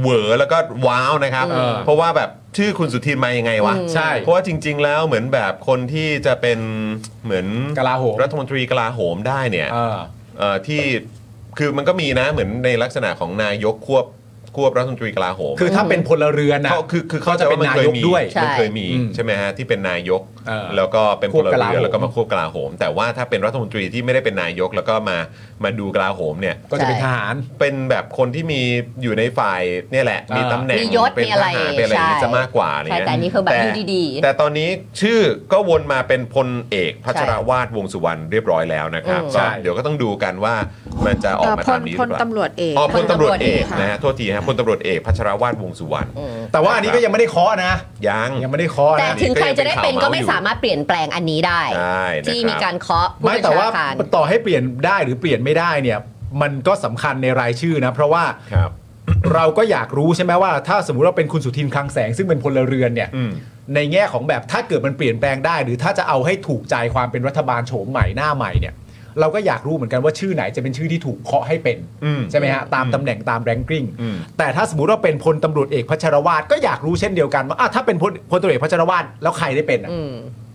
A: เหวอแล้วก็ว้าวนะครับ
B: เออ
A: เพราะว่าแบบชื่อคุณสุทินมายังไงวะ
B: อืมใช่
A: เพราะว่าจริง ๆ แล้วเหมือนแบบคนที่จะเป็นเหมือน
B: กลาโหม
A: รัฐมนตรีกลาโหมได้เนี่ย
B: เออ
A: เอ่อที่คือมันก็มีนะเหมือนในลักษณะของนายกควบควบรัฐมนตรีกลาโหม
B: คือถ้าเป็นพลเรือนนะ
A: เขาคือคือเขา
B: เขาจะเป็น
A: ใจมัคมี
B: นายกด้วย
A: มันเคย
D: ใช่
A: มี
B: อืม
A: ใช่ไหมฮะที่เป็นนายก
B: เออ
A: แล้วก็เป็นพ
B: ควบ
A: ล
B: กลา
A: เรื
B: โห
A: อ
B: ม
A: แล้วก็มาควบกลาโหม แต่ว่าถ้าเป็นรัฐมนตรีที่ไม่ได้เป็นนายกแล้วก็มามาดูกลาโหมเนี่ย
B: ก็จะเป็น
D: ใช่
B: ทหาร
A: เป็นแบบคนที่มีอยู่ในฝ่ายเนี่ยแหละ
B: อ่ามี
A: มีตำแหน่ง
D: มียศ
A: เป็น
D: มี
A: ท
D: อะไร
A: หารเป็นอะไรอย่างนี้
D: ใช่
A: จะมากกว่าอะไร
D: ใช่
A: เงี้ย
D: แต่อันนี้คือแบบอยู่ดีๆ
A: แต่ตอนนี้ชื่อก็วนมาเป็นพลเอกพัชรวาทวงศ์สุวรรณเรียบร้อยแล้วนะครับ
D: อืม
A: ก็
B: ใช่
A: เดี๋ยวก็ต้องดูกันว่ามันจะออกมา
H: พ
A: ตา
H: ล
A: มนี้ห
H: พ
A: รือ
H: ล
A: เปล่า
H: ตำรวจเอก
A: อ๋อพลตำรวจเอก
H: พลตำรวจเอกค่ะ
A: นะฮะโทษทีฮะพลตำรวจเอกพัชรวาทวงศ์สุวรรณ
B: แต่ว่าอันนี้ก็ยังไม่ได้เคาะนะ
A: ยัง
B: ยังไม่ได้เคาะ
D: แต่
B: นะ
D: ถึงใครจะได้เป็น
A: อันนี้ก็ยังเป็น
D: ก็ไม่
A: ข่าวเมาส์อยู่
D: สามารถเปลี่ยนแปลงอันนี้ได้
A: ใช่นะครับ
D: ที่มีการเคาะผู้
B: ไม่
D: บัญ
B: แต่ว่า
D: ชาการ
B: ต่อให้เปลี่ยนได้หรือเปลี่ยนไม่ได้เนี่ย มันก็สำคัญในรายชื่อนะ เพราะว่า
A: ครับ
B: เราก็อยากรู้ใช่ไหมว่า ถ้าสมมติว่าเป็นคุณสุทินคลังแสงซึ่งเป็นพลเรือนเนี่ย
A: อืม
B: ในแง่ของแบบถ้าเกิดมันเปลี่ยนแปลงได้ หรือถ้าจะเอาให้ถูกใจความเป็นรัฐบาลโฉมใหม่หน้าใหม่เนี่ย เราก็อยากรู้เหมือนกันว่าชื่อไหนจะเป็นชื่อที่ถูกเคาะให้เป็น
A: อืม
B: ใช่ไหมฮะตามตำแหน่งตามแรงกิ้ง
A: อืม
B: แต่ถ้าสมมติว่าเป็นพลตำรวจเอกพัชรวาทก็อยากรู้เช่นเดียวกันว่าอ่ะถ้าเป็นพลพลตำรวจเอกพัชรวาทแล้วใครได้เป็นอะ
D: อืม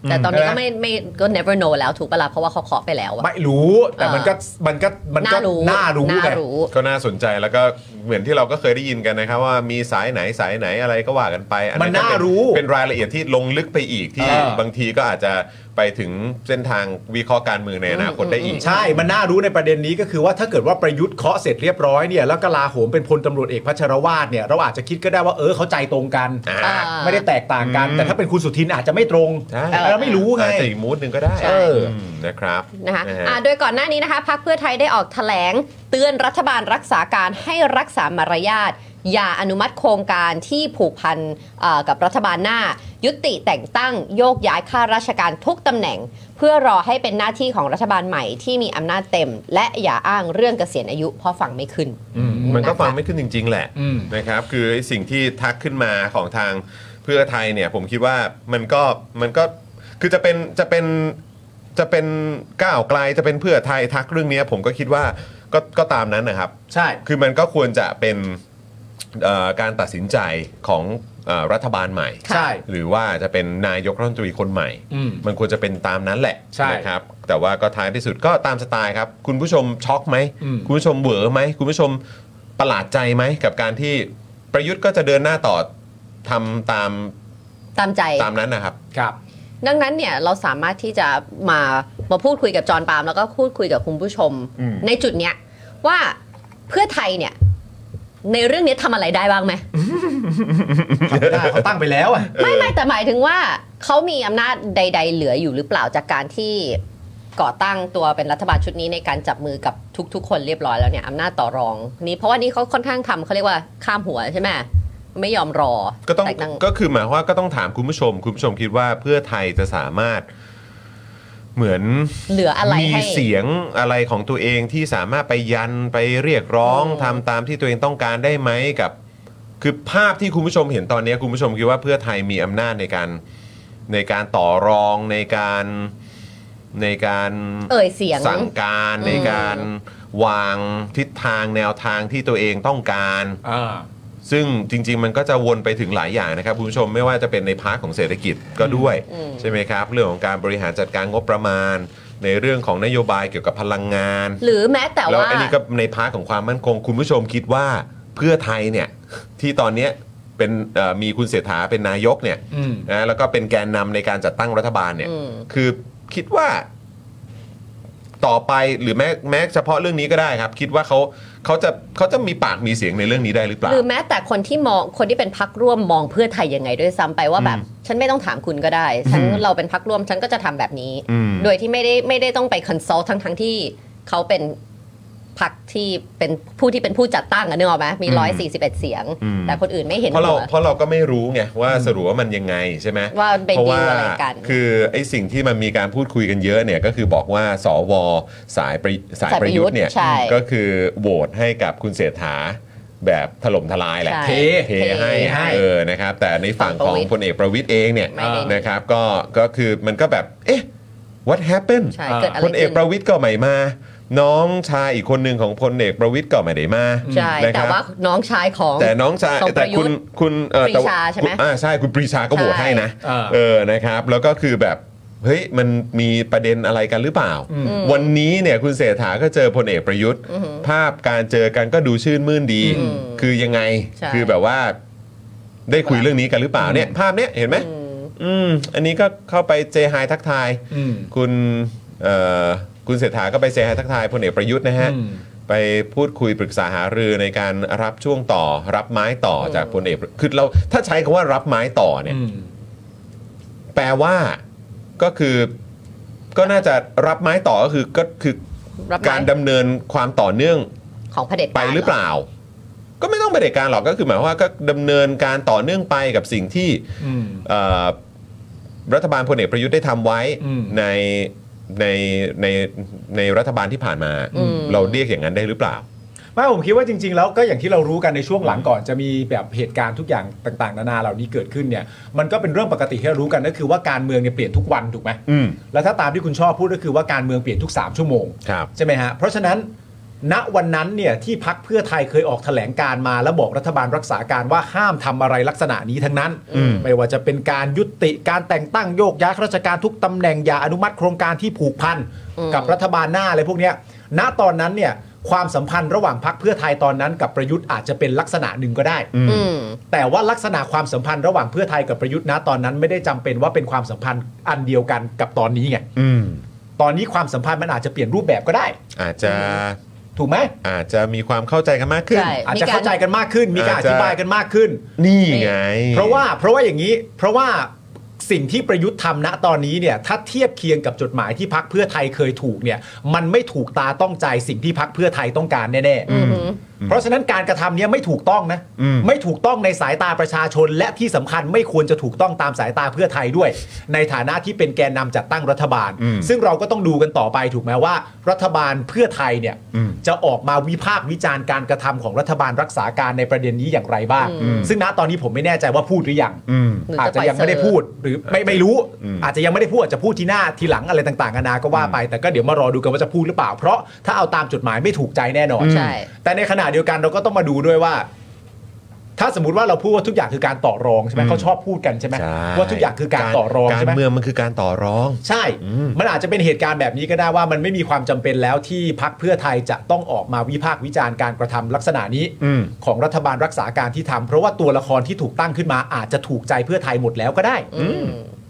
D: แต่ตอนนี้
B: ใช่
D: ก็
B: ไหม
D: ไม่ไม่ก็ never know แล้วถูกปะล่ะเพราะว่าเขาเคาะไปแล้วอะ
B: ไม่รู้แต่มันก็มันก็มันก็
D: น่ารู้
B: น่ารู้
D: น่า
B: ไง
D: รู้
A: ก็น่าสนใจแล้วก็เหมือนที่เราก็เคยได้ยินกันนะครับ ว่ามีสายไหนสายไหนอะไรก็ว่ากันไปอั
B: มันน่า
A: ก็เป็
B: รู้
A: เป็นรายละเอียดที่ลงลึกไปอีกที่
B: เออ
A: บางทีก็อาจจะไปถึงเส้นทางวิเคราะห์การเมืองในอนาคตได้อีก
B: ใช่ มันน่ารู้ในประเด็นนี้ก็คือว่าถ้าเกิดว่าประยุทธ์เคาะเสร็จเรียบร้อยเนี่ยแล้วกลาโหมเป็นพลตำรวจเอกพัชรวาทเนี่ยเราอาจจะคิดก็ได้ว่าเออเขาใจตรงกัน
A: อ่า
B: ไม่ได้แตกต่างกัน
A: อืม
B: แต่ถ้าเป็นคุณสุทินอาจจะไม่ตรง
A: ใช่
B: เราไม่รู้ไง
A: อาจจะอีกมูดหนึ่งก็ได้
B: เออ
A: มนะครับ
D: นะคะ
A: นะฮะ
D: อ่าโดยก่อนหน้านี้นะคะพักเพื่อไทยได้ออกแถลง เตือนรัฐบาลรักษาการให้รักษามารยาท อย่าอนุมัติโครงการที่ผูกพันเอ่อกับรัฐบาลหน้า ยุติแต่งตั้งโยกย้ายข้าราชการทุกตำแหน่ง เพื่อรอให้เป็นหน้าที่ของรัฐบาลใหม่ที่มีอำนาจเต็ม และอย่าอ้างเรื่องเกษียณอายุเพราะฟังไม่ขึ้น
A: มันก็
D: นะคะ
A: ฟังไม่ขึ้นจริง ๆ แหละ
B: อืม
A: นะครับ คือไอ้สิ่งที่ทักขึ้นมาของทางเพื่อไทยเนี่ย ผมคิดว่ามันก็มันก็คือจะเป็นจะเป็นจะเป็นก้าวไกลจะเป็นเพื่อไทยทักเรื่องเนี้ย ผมก็คิดว่าก็ก็ตามนั้นนะครับ
B: ใช่
A: คือมันก็ควรจะเป็น เอ่อการตัดสินใจของเอ่อรัฐบาลใหม่
B: ใช่
A: หรือว่าจะเป็นนายกรัฐมนตรีคนใหม่
B: อืม
A: มันควรจะเป็นตามนั้นแหละ
B: ใช่
A: นะครับ แต่ว่าก็ท้ายที่สุดก็ตามสไตล์ครับ คุณผู้ชมช็อกไหม
B: อืม
A: คุณผู้ชมเบื่อไหม คุณผู้ชมประหลาดใจไหม กับการที่ประยุทธ์ก็จะเดินหน้าต่อทำตาม
D: ตามใจ
A: ตามนั้นนะครับ
B: ครับ
D: ดังนั้นเนี่ยเราสามารถที่จะมามาพูดคุยกับจอห์นปาล์มแล้วก็พูดคุยกับคุณผู้ชม
A: อืม
D: ในจุดเนี้ยว่าเพื่อไทยเนี่ย ในเรื่องนี้ทำอะไรได้บ้างไหม
B: ไม่ได้ เขาตั้งไปแล้วอ่ะ
D: ไม่ไม่แต่หมายถึงว่าเขามีอำนาจใด ๆ เหลืออยู่หรือเปล่าจากการที่ก่อตั้งตัวเป็นรัฐบาลชุดนี้ในการจับมือกับทุก ๆ คนเรียบร้อยแล้วเนี่ยอำนาจต่อรองนี่เพราะว่านี่เขาค่อนข้างทำเขาเรียกว่าข้ามหัวใช่ไหมไม่ยอมรอ
A: ก็ต้อง
D: แตั้
A: ก็คือหมายความว่าก็ต้องถามคุณผู้ชม คุณผู้ชมคิดว่าเพื่อไทยจะสามารถเหมือน
D: เหลืออะไร
A: มี
D: ให้
A: เสียงอะไรของตัวเองที่สามารถไปยันไปเรียกร้อง
D: อืม
A: ทำตามที่ตัวเองต้องการได้ไหมกับ คือภาพที่คุณผู้ชมเห็นตอนนี้คุณผู้ชมคิดว่าเพื่อไทยมีอำนาจในการในการต่อรองในการในการ
D: เอ่ยเสียง
A: สั่งการในการวางทิศทางแนวทางที่ตัวเองต้องการ ซึ่งจริง ๆ มันก็จะวนไปถึงหลายอย่างนะครับคุณผู้ชมไม่ว่าจะเป็นในพาร์ทของเศรษฐกิจก็ด้วย
D: อืม
A: ใช่ไหมครับ เรื่องของการบริหารจัดการงบประมาณ ในเรื่องของนโยบายเกี่ยวกับพลังงาน
D: หรือแม้แต่
A: แล้ว
D: ว่า
A: อันนี้ก็ในพาร์ทของความมั่นคง คุณผู้ชมคิดว่าเพื่อไทยเนี่ย ที่ตอนเนี้ยเป็นเอ่อมีคุณเสถาเป็นนายกเนี่ย
B: อืม
A: นะแล้วก็เป็นแกนนำในการจัดตั้งรัฐบาลเนี่ย
D: อืม
A: คือคิดว่าต่อไปหรือแม้แม้เฉพาะเรื่องนี้ก็ได้ครับ คิดว่าเขาเขาจะเขาจะมีปากมีเสียงในเรื่องนี้ได้หรือเปล่า
D: หรือแม้แต่คนที่มองคนที่เป็นพักร่วมมองเพื่อไทยยังไงด้วยซ้ำไปว่าแบบ ฉันไม่ต้องถามคุณก็ได้ ฉัน
A: อืม
D: เราเป็นพักร่วมฉันก็จะทำแบบนี้
A: อืม
D: โดยที่ไม่ได้ไม่ได้ต้องไปคอนซัลท์ทั้งทั้งที่เขาเป็นพักที่เป็นผู้ที่เป็นผู้จัดตั้งอะนึกออกไหมมีร้อยสี่สิบเอ็ดเสียง แต่คนอื่นไม่เห็น
A: เพราะเรา
D: หัว
A: เพราะเราก็ไม่รู้ไงว่าสรุปว่ามันยังไงใช่ไหม
D: ว่าไป
A: เพราะ
D: ดี
A: ว่า
D: ลอะไรกัน
A: คือไอ้สิ่งที่มันมีการพูดคุยกันเยอะเนี่ยก็คือบอกว่าสวสายประสายประยุทธ์เนี่ย
D: ใช่
A: ก็คือโหวตให้กับคุณเศรษฐาแบบถล่มทลายแหละ
D: ใช่
B: เท
A: เทให้
D: เทให้
A: เออนะครับแต่ในฝั่งข
D: ฝั่งประ
A: อง
D: วิตร
A: พลเอกประวิตยเองเนี่ย
D: ไม่ได้
A: นะครับก็ก็คือมันก็แบบเอ๊ะ what happened
D: ใช่เกิดอะไร
A: พลเอ
D: ขึ้
A: ก
D: น
A: ประวิทย์ก็ไม่มา น้องชายอีกคนหนึ่งของพลเอกประวิทย์ก็ไม่ได้มา
D: ใช่
A: นะค
D: แต่
A: รับ
D: ว่าน้องชายของ
A: แต่น้องชาย
D: ของป
A: แต่
D: ระยุ
A: คุ
D: ท
A: ณ
D: ธ์
A: คุณเอ่อ
D: ปรีชา
A: แต่ว่
D: ใช่ไหม
A: คุณอ่าใช่คุณปรีชาก็โหวต
D: ใช่
A: ให้นะ
B: เออ
A: เออนะครับ แล้วก็คือแบบเฮ้ยมันมีประเด็นอะไรกันหรือเปล่า วันนี้เนี่ยคุณเศรษฐาก็เจอพลเอกประยุทธ์
D: อือหือ
A: ภาพการเจอกันก็ดูชื่นมื่นดี
D: อืม
A: คือยังไง
D: ใช่
A: คือแบบว่าได้คุยเรื่องนี้กันหรือเปล่าเนี่ย ภาพเนี้ยเห็นไหม
D: อืม
A: อืม อันนี้ก็เข้าไปเจไฮทักทาย
B: อืม
A: คุณเอ่อคุณเศรษฐาก็ไปเจไฮทักทายพลเอกประยุทธ์นะฮะ
B: อืม
A: ไปพูดคุยปรึกษาหารือในการรับช่วงต่อ รับไม้ต่ออ
D: ม
A: จากพลเอกประคือเราถ้าใช้คำาว่ารับไม้ต่อเนี่ย
B: อืม
A: แปลว่าก็คือก็น่าจะรับไม้ต่อก็คือก็คือ
D: รับไม้
A: การดำเนินความต่อเนื่อง
D: ของเผด็จการ
A: ไปหรือเปล่า ก็ไม่ต้องไปเผด็จการหรอกก็คือหมายความว่าก็ดำเนินการต่อเนื่องไปกับสิ่งที่
B: อืม
A: เอ่อรัฐบาลพลเอกประยุทธ์ได้ทำไว้
B: อืม
A: ในในในในรัฐบาลที่ผ่านมา
D: อืม
A: เราเรียกอย่างนั้นได้หรือเปล่า
B: ไม่ผมคิดว่าจริง ๆ แล้วก็อย่างที่เรารู้กันในช่วงหลังก่อนจะมีแบบเหตุการณ์ทุกอย่างต่างๆ นานาเหล่านี้เกิดขึ้นเนี่ยมันก็เป็นเรื่องปกติที่เรารู้กันก็คือว่าการเมืองเนี่ยเปลี่ยนทุกวันถูกไหม
A: อืม
B: แล้วถ้าตามที่คุณชอบพูดก็คือว่าการเมืองเปลี่ยนทุก 3 ชั่วโมง
A: ครับ
B: ใช่ไหมฮะ เพราะฉะนั้น ณวันนั้นเนี่ยที่พักเพื่อไทยเคยออกแถลงการมา แล้วบอกรัฐบาลรักษาการว่าห้ามทำอะไรลักษณะนี้ทั้งนั้น
A: อืม
B: ไม่ว่าจะเป็นการยุติการแต่งตั้งโยกย้ายข้าราชการทุกตำแหน่งอย่าอนุมัติโครงการที่ผูกพัน
D: อืม
B: กับรัฐบาลหน้าอะไรพวกเนี้ยณตอนนั้นเนี่ยความสัมพันธ์ระหว่างพักเพื่อไทยตอนนั้นกับประยุทธ์อาจจะเป็นลักษณะหนึ่งก็ได้
D: อืม
B: แต่ว่าลักษณะความสัมพันธ์ระหว่างเพื่อไทยกับประยุทธ์นะตอนนั้นไม่ได้จำเป็นว่าเป็นความสัมพันธ์อันเดียวกันกับตอนนี้ไง
A: อืม
B: ตอนนี้ความสัมพันธ์มันอาจจะเปลี่ยนรูปแบบก็ได้
A: อาจจะ
B: ถูกไหม
A: อาจจะมีความเข้าใจกันมากขึ้น
D: ใช่
B: อาจจะเข้าใจกันมากขึ้น มีการ
A: อา
B: อ
A: จจะ
B: ธิบายกันมากขึ้น
A: นี่ไง
B: เพราะว่าเพราะว่าอย่างนี้ เพราะว่าสิ่งที่ประยุทธ์ทำณตอนนี้เนี่ยถ้าเทียบเคียงกับจดหมายที่พักเพื่อไทยเคยถูกเนี่ยมันไม่ถูกตาต้องใจสิ่งที่พักเพื่อไทยต้องการแน่
D: อืม
B: ๆ เพราะฉะนั้นการกระทำเนี่ยไม่ถูกต้องนะไม่ถูกต้องในสายตาประชาชน และที่สำคัญไม่ควรจะถูกต้องตามสายตาเพื่อไทยด้วย ในฐานะที่เป็นแกนนำจัดตั้งรัฐบาล ซึ่งเราก็ต้องดูกันต่อไปถูกไหมว่า รัฐบาลเพื่อไทยเนี่ยจะออกมาวิพากษ์วิจารณ์การกระทำของรัฐบาลรักษาการในประเด็นนี้อย่างไรบ้าง ซึ่งณตอนนี้ผมไม่แน่ใจว่าพูดหรือยัง
A: อืม
D: หรือ
B: อา
D: อา
B: จจะยังไม่ได้พูดหรือไม่ไม่รู้ อาจจะยังไม่ได้พูดอาจจะพูดทีหน้าทีหลังอะไรต่างๆนานาก็ว่าไป แต่ก็เดี๋ยวมารอดูกันว่าจะพูดหรือเปล่า เพราะถ้าเอาตามจดหมายไม่ถูกใจแน่นอน
D: ใช่
B: แต่ในขณะเดียวกันเราก็ต้องมาดูด้วยว่า ถ้าสมมติว่าเราพูดว่าทุกอย่างคือการต่อรองใช่ไหมเขาชอบพูดกันใช่ไหม
A: ใช่
B: ว่าทุกอย่างคือการต่อรอง
A: การ
B: ใช่ไหม
A: เมืองมันคือการต่อรอง
B: ใช่ มันอาจจะเป็นเหตุการณ์แบบนี้ก็ได้ว่ามันไม่มีความจำเป็นแล้วที่พักเพื่อไทยจะต้องออกมาวิพากษ์วิจารณ์การกระทำลักษณะนี้
A: อืม
B: ของรัฐบาลรักษาการที่ทำเพราะว่าตัวละครที่ถูกตั้งขึ้นมาอาจจะถูกใจเพื่อไทยหมดแล้วก็ได้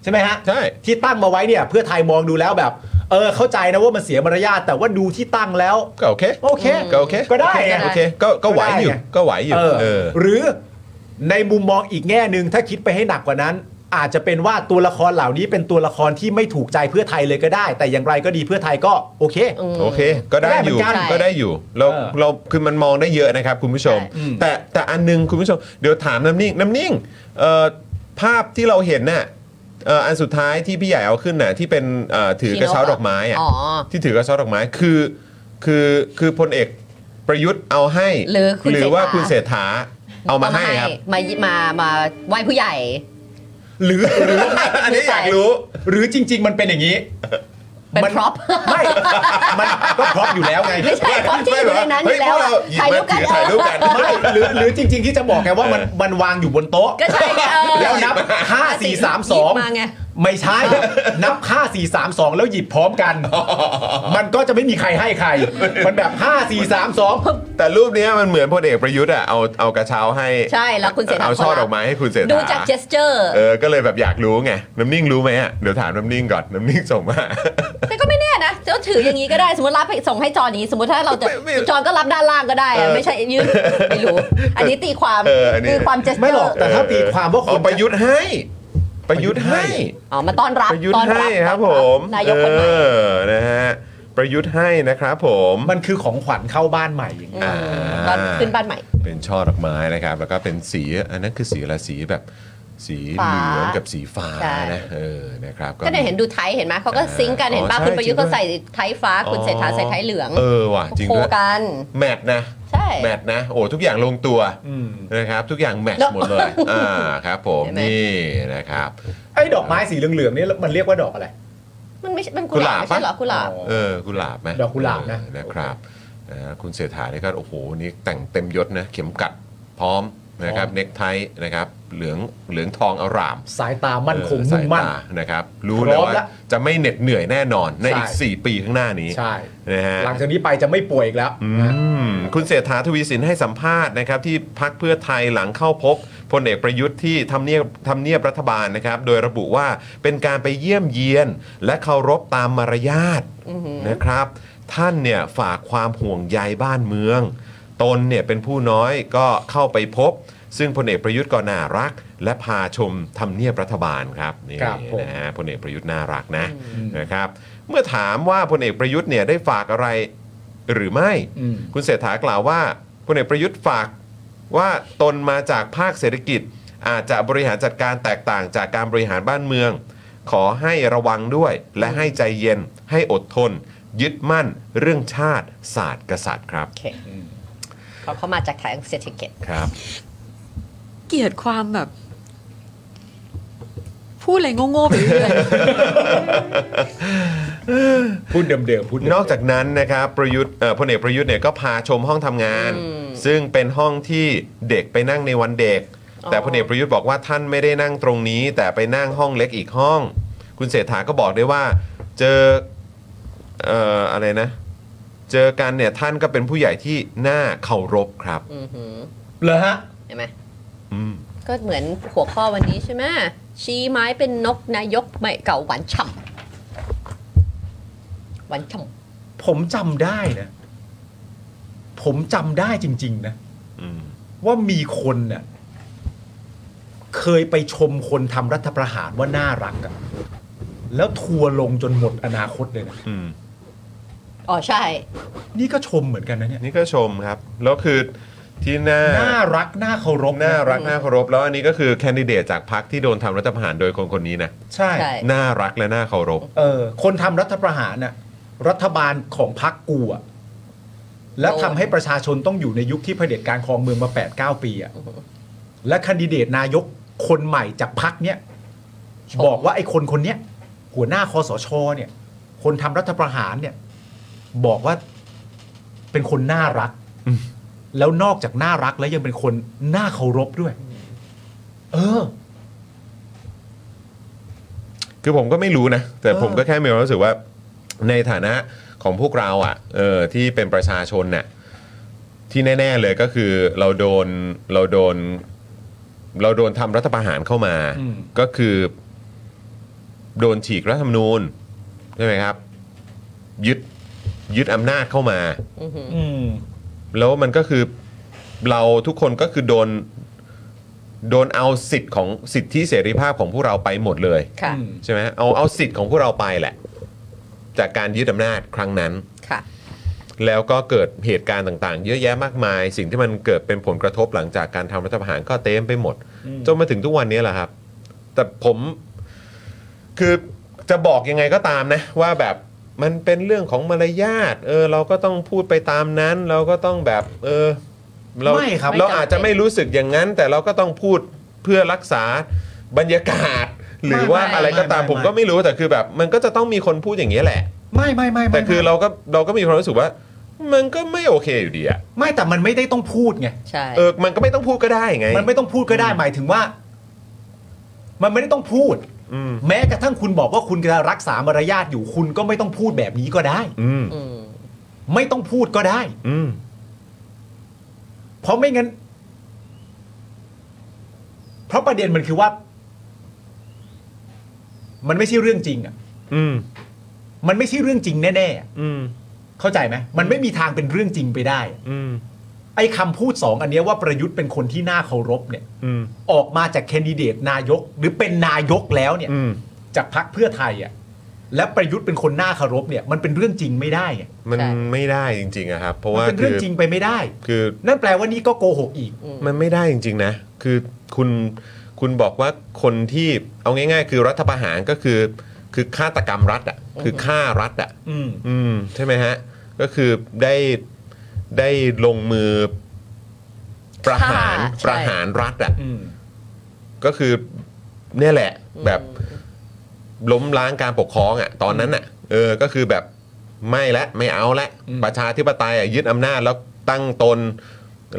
B: ใช่ไหมฮะ
A: ใช่
B: ที่ตั้งมาไว้เนี่ยเพื่อไทยมองดูแล้วแบบ เออเข้าใจนะว่ามันเสียมารยาทแต่ว่าดูที่ตั้งแล้ว
A: ก็โอเค
B: โอเค
A: ก็โอเค
B: ก็ได้ไง
A: โอเคก็ก็ไหวอยู่
B: ก็ได้ไง
A: ก็ไหวอยู่
B: เออ
A: เออ
B: หรือในมุมมองอีกแง่หนึ่งถ้าคิดไปให้หนักกว่านั้น อาจจะเป็นว่าตัวละครเหล่านี้เป็นตัวละครที่ไม่ถูกใจเพื่อไทยเลยก็ได้ แต่อย่างไรก็ดีเพื่อไทยก็โอเค
D: อืม
A: โอเค ก็ได้อยู่
B: ได้เหมือนกัน
A: ก็ได้อยู่ เรา
B: เออ
A: เรา คือมันมองได้เยอะนะครับคุณผู้ชม
D: ใช่
B: อืม
A: แต่ แต่อันนึงคุณผู้ชม เดี๋ยวถามน้ำนิ่ง น้ำนิ่งเอ่อภาพที่เราเห็นน่ะเอ่ออันสุดท้ายที่พี่ใหญ่เอาขึ้นน่ะที่เป็นเอ่อถือกระเช้าดอกไม้อะ
D: อ๋อ
A: ที่ถือกระเช้าดอกไม้ คือ คือ คือพลเอกประยุทธ์เอาให้
D: หรือคุณ
A: หรือว่า
D: เศรษฐา
A: คุณเศรษฐาเอามาให้ครับ
D: มามามาไหว้ผู้ใหญ่
A: หรือ อันนี้อยากรู้
B: หรือจริง ๆ มันเป็นอย่างนี้
D: เป็น
B: มั
D: พร็อพ
B: ไม่ มันก็พร็อพอยู่แล้วไง
D: ไม่ใช่เพราะที่อยู่ในนั้นอ
A: ไม่ไม่
D: ยู่แล้ว
A: แบบว่า
D: อะ
A: เฮ้
D: ถ่าย
A: ย
D: รูปกัน
A: พวกเราหยิบมาถือถ่ายรูปกัน
B: ไม่หรือหรือจริง ๆ ที่จะบอกไงว่ามัน
A: เออ
B: มันวางอยู่บนโต๊ะ
D: ก็ใช่ไงเออ
B: แล้วนับ 5 4 3
D: หยิบมา
B: 2
D: ไง
B: ไม่ ใช่ นับ 5 4 3 2 แล้วหยิบพร้อมกัน มันก็จะไม่มีใครให้ใคร มันแบบ 5 4 3 2ปึ๊บ
A: แต่รูปเนี้ยมันเหมือนพลเอกประยุทธ์อะเอา เอากระเช้าให้
D: ใช่แล้วคุณเสนา
A: เอาช่อ
D: คนละ
A: ดอกไม้ให้คุณเศรษฐา
D: ดูจากเจสเจอร์
A: เออ ก็เลยแบบอยากรู้ไง น้ำนิ่งรู้ไหมอ่ะ เดี๋ยวถามน้ำนิ่งก่อน น้ำนิ่งส่งมา
D: แต่ก็ไม่แน่นะจะถืออย่างนี้ก็ได้ สมมติรับให้ส่งให้จอนี้ สมมติถ้าเราจะ
A: ไม่ไม่
D: จอนก็รับด้านล่างก็ได้อะ
A: เออ
D: ไม่ใช่ยืนไม่รู้ อันนี้ตีความ
A: เอออันนี้
D: ตีความเจสเจ
B: ไม่หรอ
D: อ
B: ก
D: ร์
B: แต่ถ้าตีความว่าคน
A: เอประยุทธ์ให้ ประยุทธ์ให้
D: อ๋อมาต้อนรับ
A: ประยุท
D: ต้
A: ธ์
D: อน
A: ให้ครับ
D: ต้
A: ผ
D: อน
A: ม
D: นายกคนให
A: เอ
D: ม่
A: อ นะฮะ ประยุทธ์ให้นะครับผม
B: มันคือของขวัญเข้าบ้านใหม่อย่างเงี้ย
A: อ่า
D: ตอนขึ้นบ้านใหม่
A: เป็นช่อดอกไม้นะครับ แล้วก็เป็นสี อันนั้นคือสีอะไรสีแบบ สีเห
D: ฟ้า
A: ลืองกับสีฟ้า
D: ใช่
A: นะ เออ นะครับ
D: ก็เนี่ยเห็นดูไทยเห็นไหมเขาก็ซิงค์กันเห็นป่ะ
A: อ๋อ
D: คุณประยุทธ์ก็
A: ใช่
D: ใส่ไทยฟ้าคุณเศรษฐาใส่ไทยเหลือง
A: เออว่ะจริง
D: โค
A: ด้วย
D: กัน
A: แมทนะ
D: ใช่
A: แมทนะโอ้ทุกอย่างลงตัว
B: อืม
A: นะครับทุกอย่างแมท
D: แล้ว
A: หมดเลย อ่าครับผม
D: เห็นไหม
A: นี่นะครับ
B: ไอ้ดอกไม้สีเหลืองๆนี่มันเรียกว่าดอกอะไร
D: มันไม่ใช่มันกุหลาบ
A: กุหลาบ
D: ไม่ใช่เหรอกุหลาบ
B: อ๋อ
A: เออกุหลาบไหม
B: ดอกกุหลาบนะ
A: เออนะครับนะฮะคุณเศรษฐานี่ก็โอ้โหนี่แต่งเต็มยศนะเข็มกัดพร้อมนะครับเน็กไทนะครับเหลืองเหลืองทองอร่าม
B: สายตามั่นคง
A: เออสาย
B: มุ่งมั่น
A: ตานะครับรู้
B: พร้
A: เลย
B: อม
A: ว่า
B: ละ
A: จะไม่เหน็ดเหนื่อยแน่นอนในอีก
B: ใช่
A: 4 ปีข้างหน้านี้
B: ใช่
A: นะฮะ
B: หลังจากนี้ไปจะไม่ป่วยอีกแล้ว
A: อื
B: นะ
A: มคุณเศรษฐาทวีสินให้สัมภาษณ์นะครับที่พักเพื่อไทยหลังเข้าพบพลเอกประยุทธ์ที่ทำเนียบทำเนียบรัฐบาลนะครับ โดยระบุว่าเป็นการไปเยี่ยมเยียน และเคารพตามมารยาทนะครับ ท่านเนี่ยฝากความห่วงใยบ้านเมือง ตนเนี่ยเป็นผู้น้อยก็เข้าไปพบ ซึ่งพลเอกประยุทธ์ก็น่ารัก และพาชมทำเนียบรัฐบาลครับนี่
B: ครับผม
A: นะฮะพลเอกประยุทธ์น่ารักนะนะครับ เมื่อถามว่าพลเอกประยุทธ์เนี่ยได้ฝากอะไร หรือไม่
B: อืม
A: คุณเศรษฐากล่าวว่าพลเอกประยุทธ์ฝากว่าตนมาจากภาคเศรษฐกิจ อาจจะบริหารจัดการแตกต่างจากการบริหารบ้านเมือง ขอให้ระวังด้วย และให้ใจเย็น ให้อดทน ยึดมั่นเรื่องชาติศาสตร์กษัตริย์ครับ
D: โอเคเขาเขามาจากไทยเศรษฐกิจ
A: ครับ
H: เกลียดความแบบ พูดอะไรโง่ๆไปเรื่อย
B: พูดเดิมๆพูดเดิมๆ
A: นอกจากนั้นนะครับประยุทธ์เอ่อพลเอกประยุทธ์เนี่ยก็พาชมห้องทำงาน
D: อืม
A: ซึ่งเป็นห้องที่เด็กไปนั่งในวันเด็ก
D: อ๋อ
A: แต่พลเอกประยุทธ์บอกว่าท่านไม่ได้นั่งตรงนี้ แต่ไปนั่งห้องเล็กอีกห้อง คุณเศรษฐาก็บอกได้วยว่า เจอเอ่ออะไรนะ เจอกันเนี่ยท่านก็เป็นผู้ใหญ่ที่น่าเคารพครับ
D: อือหือ
B: เลยฮะ
D: เห็นไหม
A: อืม
D: ก็เหมือนหัวข้อวันนี้ใช่ไหมชี้ไม้เป็นนกนายกไม่เก่าหวานฉ่ำหวานฉ่
B: ผมจำได้นะ ผมจำได้จริง ๆ นะ
A: อืม
B: ว่ามีคนเน่ะเคยไปชมคนทำรัฐประหารว่าน่ารักอะแล้วทัวร์ลงจนหมดอนาคตเลยนะ
A: อืม
D: ำอ๋อใช่
B: นี่ก็ชมเหมือนกันนะเนี่ย
A: นี่ก็ชมครับ แล้วคือที่น่า
B: น่ารัก น่าเคารพะ
A: น่ารักน่าเคารพ แล้วอันนี้ก็คือแคนดิเดตจากพรรคที่โดนทำรัฐประหารโดยคนคนนี้นะ
B: ใช่
D: ใช่
A: น่ารักและน่าเคารพ
B: เออ คนทำรัฐประหารน่ะ รัฐบาลของพรรคกูอะและทำให้ประชาชนต้องอยู่ในยุคที่เผด็จการครองเมืองมา8ปดเปีอะ และแคนดิเดตนายกคนใหม่จากพักเนี้ย
D: ชม
B: บอกว่าไอ้คนคนเนี้ยหัวหน้าคอสชเนี่ย คนทำรัฐประหารเนี่ย บอกว่าเป็นคนน่ารัก แล้วนอกจากน่ารักแล้วยังเป็นคนน่าเคารพด้วย เออ
A: คือผมก็ไม่รู้นะ แต่ผมก็แค่มีความรู้สึกว่า ในฐานะของพวกเราอ่ะเออที่เป็นประชาชนน่ะที่แน่ ๆเลยก็คือเราโดนเราโดน เราโดนทำรัฐประหารเข้ามา
B: อืม
A: ก็คือ โดนฉีกรัฐธรรมนูญใช่ไหมครับ ยึดยึดอำนาจเข้ามา
D: อือหือ
B: อืม
A: แล้วมันก็คือเราทุกคนก็คือโดนโดนเอาสิทธิ์ของสิทธิเสรีภาพของพวกเราไปหมดเลย
D: ค่ะ
B: อืม
A: ใช่ไหมเอาเอาสิทธิ์ของพวกเราไปแหละ จากการยึดอำนาจครั้งนั้น
D: ค่ะ
A: แล้วก็เกิดเหตุการณ์ต่างๆ เยอะแยะมากมาย สิ่งที่มันเกิดเป็นผลกระทบหลังจากการทำรัฐประหารก็เต็มไปหมด จนมาถึงทุกวันนี้แหละครับ แต่ผมคือจะบอกยังไงก็ตามนะ ว่าแบบมันเป็นเรื่องของมารยาทเออ เราก็ต้องพูดไปตามนั้น เราก็ต้องแบบเออเรา
B: ไม่ครับ
A: เราอาจจะไม่รู้สึกอย่างนั้น แต่เราก็ต้องพูดเพื่อรักษาบรรยากาศ หรือว่าอะไรก็ตามผมก็ไม่รู้แต่คือแบบ มันก็จะต้องมีคนพูดอย่างนี้ยแหละ
B: ไม่ไม่ไม่ไม่
A: แต่คือเราก็เราก็มีความรู้สึกว่า มันก็ไม่โอเคอยู่ดีอะ
B: ไม่แต่มันไม่ได้ต้องพูดไง
D: ใช่
A: เออมันก็ไม่ต้องพูดก็ได้ไง
B: มันไม่ต้องพูดก็ได้หมายถึงว่า มันไม่ได้ต้องพูด
A: อืม
B: แม้กระทั่งคุณบอกว่าคุณจะรักษามารยาทอยู่คุณก็ไม่ต้องพูดแบบนี้ก็ได้
A: อืม
D: อืม
B: ไม่ต้องพูดก็ได้
A: อืม
B: เพราะไม่งั้น เพราะประเด็นมันคือว่า มันไม่ใช่เรื่องจริงอ่ะ
A: อืม
B: มันไม่ใช่เรื่องจริงแน่ๆอะ
A: อืม
B: เข้าใจไหมมันไม่มีทางเป็นเรื่องจริงไปได้
A: อืม
B: ไอ้คำพูดสองอันเนี้ยว่าประยุทธ์เป็นคนที่น่าเคารพเนี่ย
A: อืม
B: ออกมาจากแคนดิเดตนายก หรือเป็นนายกแล้วเนี่ย
A: อืม
B: จากพักเพื่อไทยอ่ะและประยุทธ์เป็นคนน่าเคารพเนี่ย มันเป็นเรื่องจริงไม่ได้อะ
A: มัน
D: ใช่
A: ไม่ได้จริงๆอะครับ เพราะ
B: มัน
A: ว่า
B: เป็น
A: คื
B: เรื่อง
A: อ
B: จริงไปไม่ได้
A: คือ
B: นั่นแปลว่านี่ก็โกหกอีก
A: มันไม่ได้จริงๆนะ คือคุณคุณบอกว่าคนที่เอาง่าย ๆ คือรัฐประหารก็คือ คือฆาตกรรมรัฐอะคือฆ่ารัฐอะ
B: อืม
A: อืมใช่ไหมฮะ ก็คือได้ได้ลงมือประหาร
D: ฆ่าใช่
A: ประหารรัฐอ่ะ
B: อืม
A: ก็คือเนี่ยแหละ แบบล้มล้างการปกครองอ่ะ ตอนนั้นอ่ะ เออก็คือแบบไม่ละไม่เอาละ
B: อืม
A: ประชาธิปไตยอ่ะยึดอำนาจแล้วตั้งตน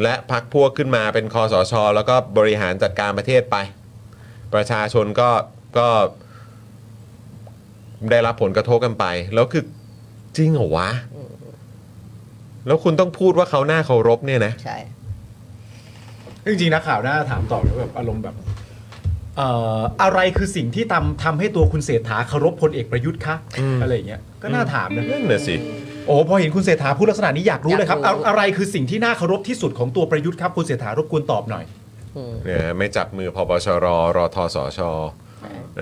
A: และพักพวกขึ้นมาเป็นคอสช แล้วก็บริหารจัดการประเทศไป ประชาชนก็ก็ได้รับผลกระทบกันไป แล้วคือจริงเหรอวะ แล้วคุณต้องพูดว่าเขาหน้าเคารพเนี่ยนะ
D: ใช่
B: จริงๆนักข่าวน่าจะถามต่อแล้วแบบอารมณ์แบบเอ่ออะไรคือสิ่งที่ทำทำให้ตัวคุณเศรษฐาเคารพพลเอกประยุทธ์คะ
A: อืม
B: อะไรอย่างเงี้ยก็น่าถามนะ
A: นั่นน่ะสิ
B: โอ้โหพอเห็นคุณเศรษฐาพูดลักษณะนี้อยากรู้เลยครับ
D: อยากรู้
B: เอาอะไรคือสิ่งที่น่าเคารพที่สุดของตัวประยุทธ์ครับ คุณเศรษฐารบกวนตอบหน่อย
D: อืม
A: เนี่ยไม่จับมือพปชรรอทสช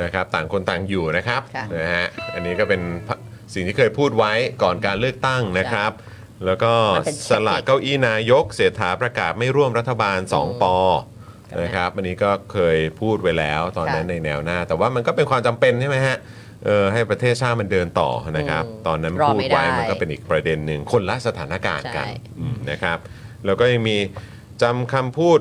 A: นะครับ ต่างคนต่างอยู่นะครับ
D: ค่ะ
A: นะฮะอันนี้ก็เป็นพะสิ่งที่เคยพูดไว้ก่อนการเลือกตั้งนะครับ แล้วก็
D: มันเป็นเทคนิค
A: สละเก้าอี้นายกเศรษฐาประกาศไม่ร่วมรัฐบาล 2 ปอนะครับอันนี้ก็เคยพูดไว้แล้วตอนนั้น
D: ค่ะ
A: ในแนวหน้า แต่ว่ามันก็เป็นความจำเป็นใช่ไหมฮะเออให้ประเทศชาติมันเดินต่อนะครับ
D: อืม
A: ตอนนั้น
D: รอ
A: พูด
D: ไม่ได้
A: ไว้มันก็เป็นอีกประเด็นหนึ่งคนละสถานการณ์กัน
D: ใช่
A: อืมนะครับ แล้วก็ยังมีจำคำพูด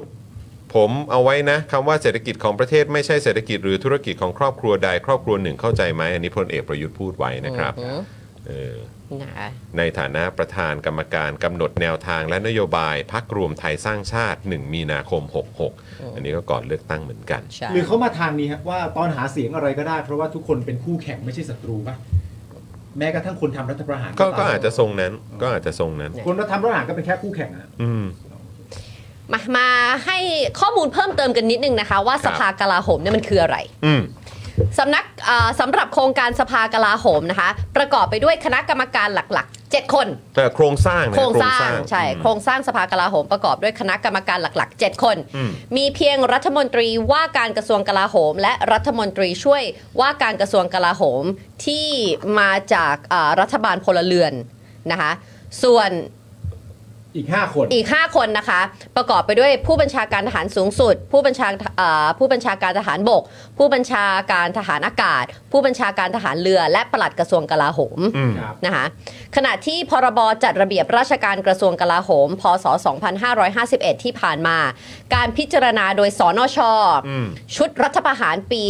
A: ผมเอาไว้นะคำว่าเศรษฐกิจของประเทศไม่ใช่เศรษฐกิจหรือธุรกิจของครอบครัวใด ครอบครัวหนึ่งเข้าใจไหมอันนี้พลเอกประยุทธ์พูดไว้นะครับ
D: อืม
A: เออ
D: หนา
A: ในฐานะประธานกรรมการกำหนดแนวทางและนโยบายพักรวมไทยสร้างชาติ 1 มีนาคม 66 อันนี้ก็ก่อนเลือกตั้งเหมือนกัน
D: ใช่
B: หรือเขามาทางนี้ครับว่าตอนหาเสียงอะไรก็ได้ เพราะว่าทุกคนเป็นคู่แข่งไม่ใช่ศัตรูป่ะแม้กระทั่งคนทำรัฐประหาร
A: ก็
B: ตม
A: ก็อาจจะทรงนั้นก็อาจจะทรงนั้น
B: คนทำรัฐประหารก็เป็นแค่คู่แข่งอะ
A: อืม
D: มามาให้ข้อมูลเพิ่มเติมกันนิดนึงนะคะ ว่า
A: ครับ
D: สภากลาโหมเนี่ยมันคืออะไร
A: อืม
D: สำนักเอ่อสำหรับโครงการสภากลาโหมนะคะ ประกอบไปด้วยคณะกรรมการหลักๆ 7 คน
A: แต่โครงสร้างนะ
D: โครงสร้างใช่
A: อืม
D: โครงสร้างสภากลาโหมประกอบด้วยคณะกรรมการหลัก ๆ 7 คน
A: อืม
D: มีเพียงรัฐมนตรีว่าการกระทรวงกลาโหม และรัฐมนตรีช่วยว่าการกระทรวงกลาโหมที่มาจากเอ่อรัฐบาลพลเรือนนะคะส่วน
B: อีก 5 คน
D: อีก 5 คนนะคะ ประกอบไปด้วยผู้บัญชาการทหารสูงสุด ผู้บัญชาเอ่อผู้บัญชาการทหารบก ผู้บัญชาการทหารอากาศ ผู้บัญชาการทหารเรือ และปลัดกระทรวงกลาโหม
A: อืม
B: ครับ
D: นะคะขณะที่พรบจัดระเบียบราชการกระทรวงกลาโหม พศ 2551 ที่ผ่านมา การพิจารณาโดยสนช
A: อืม
D: ชุดรัฐประหารปี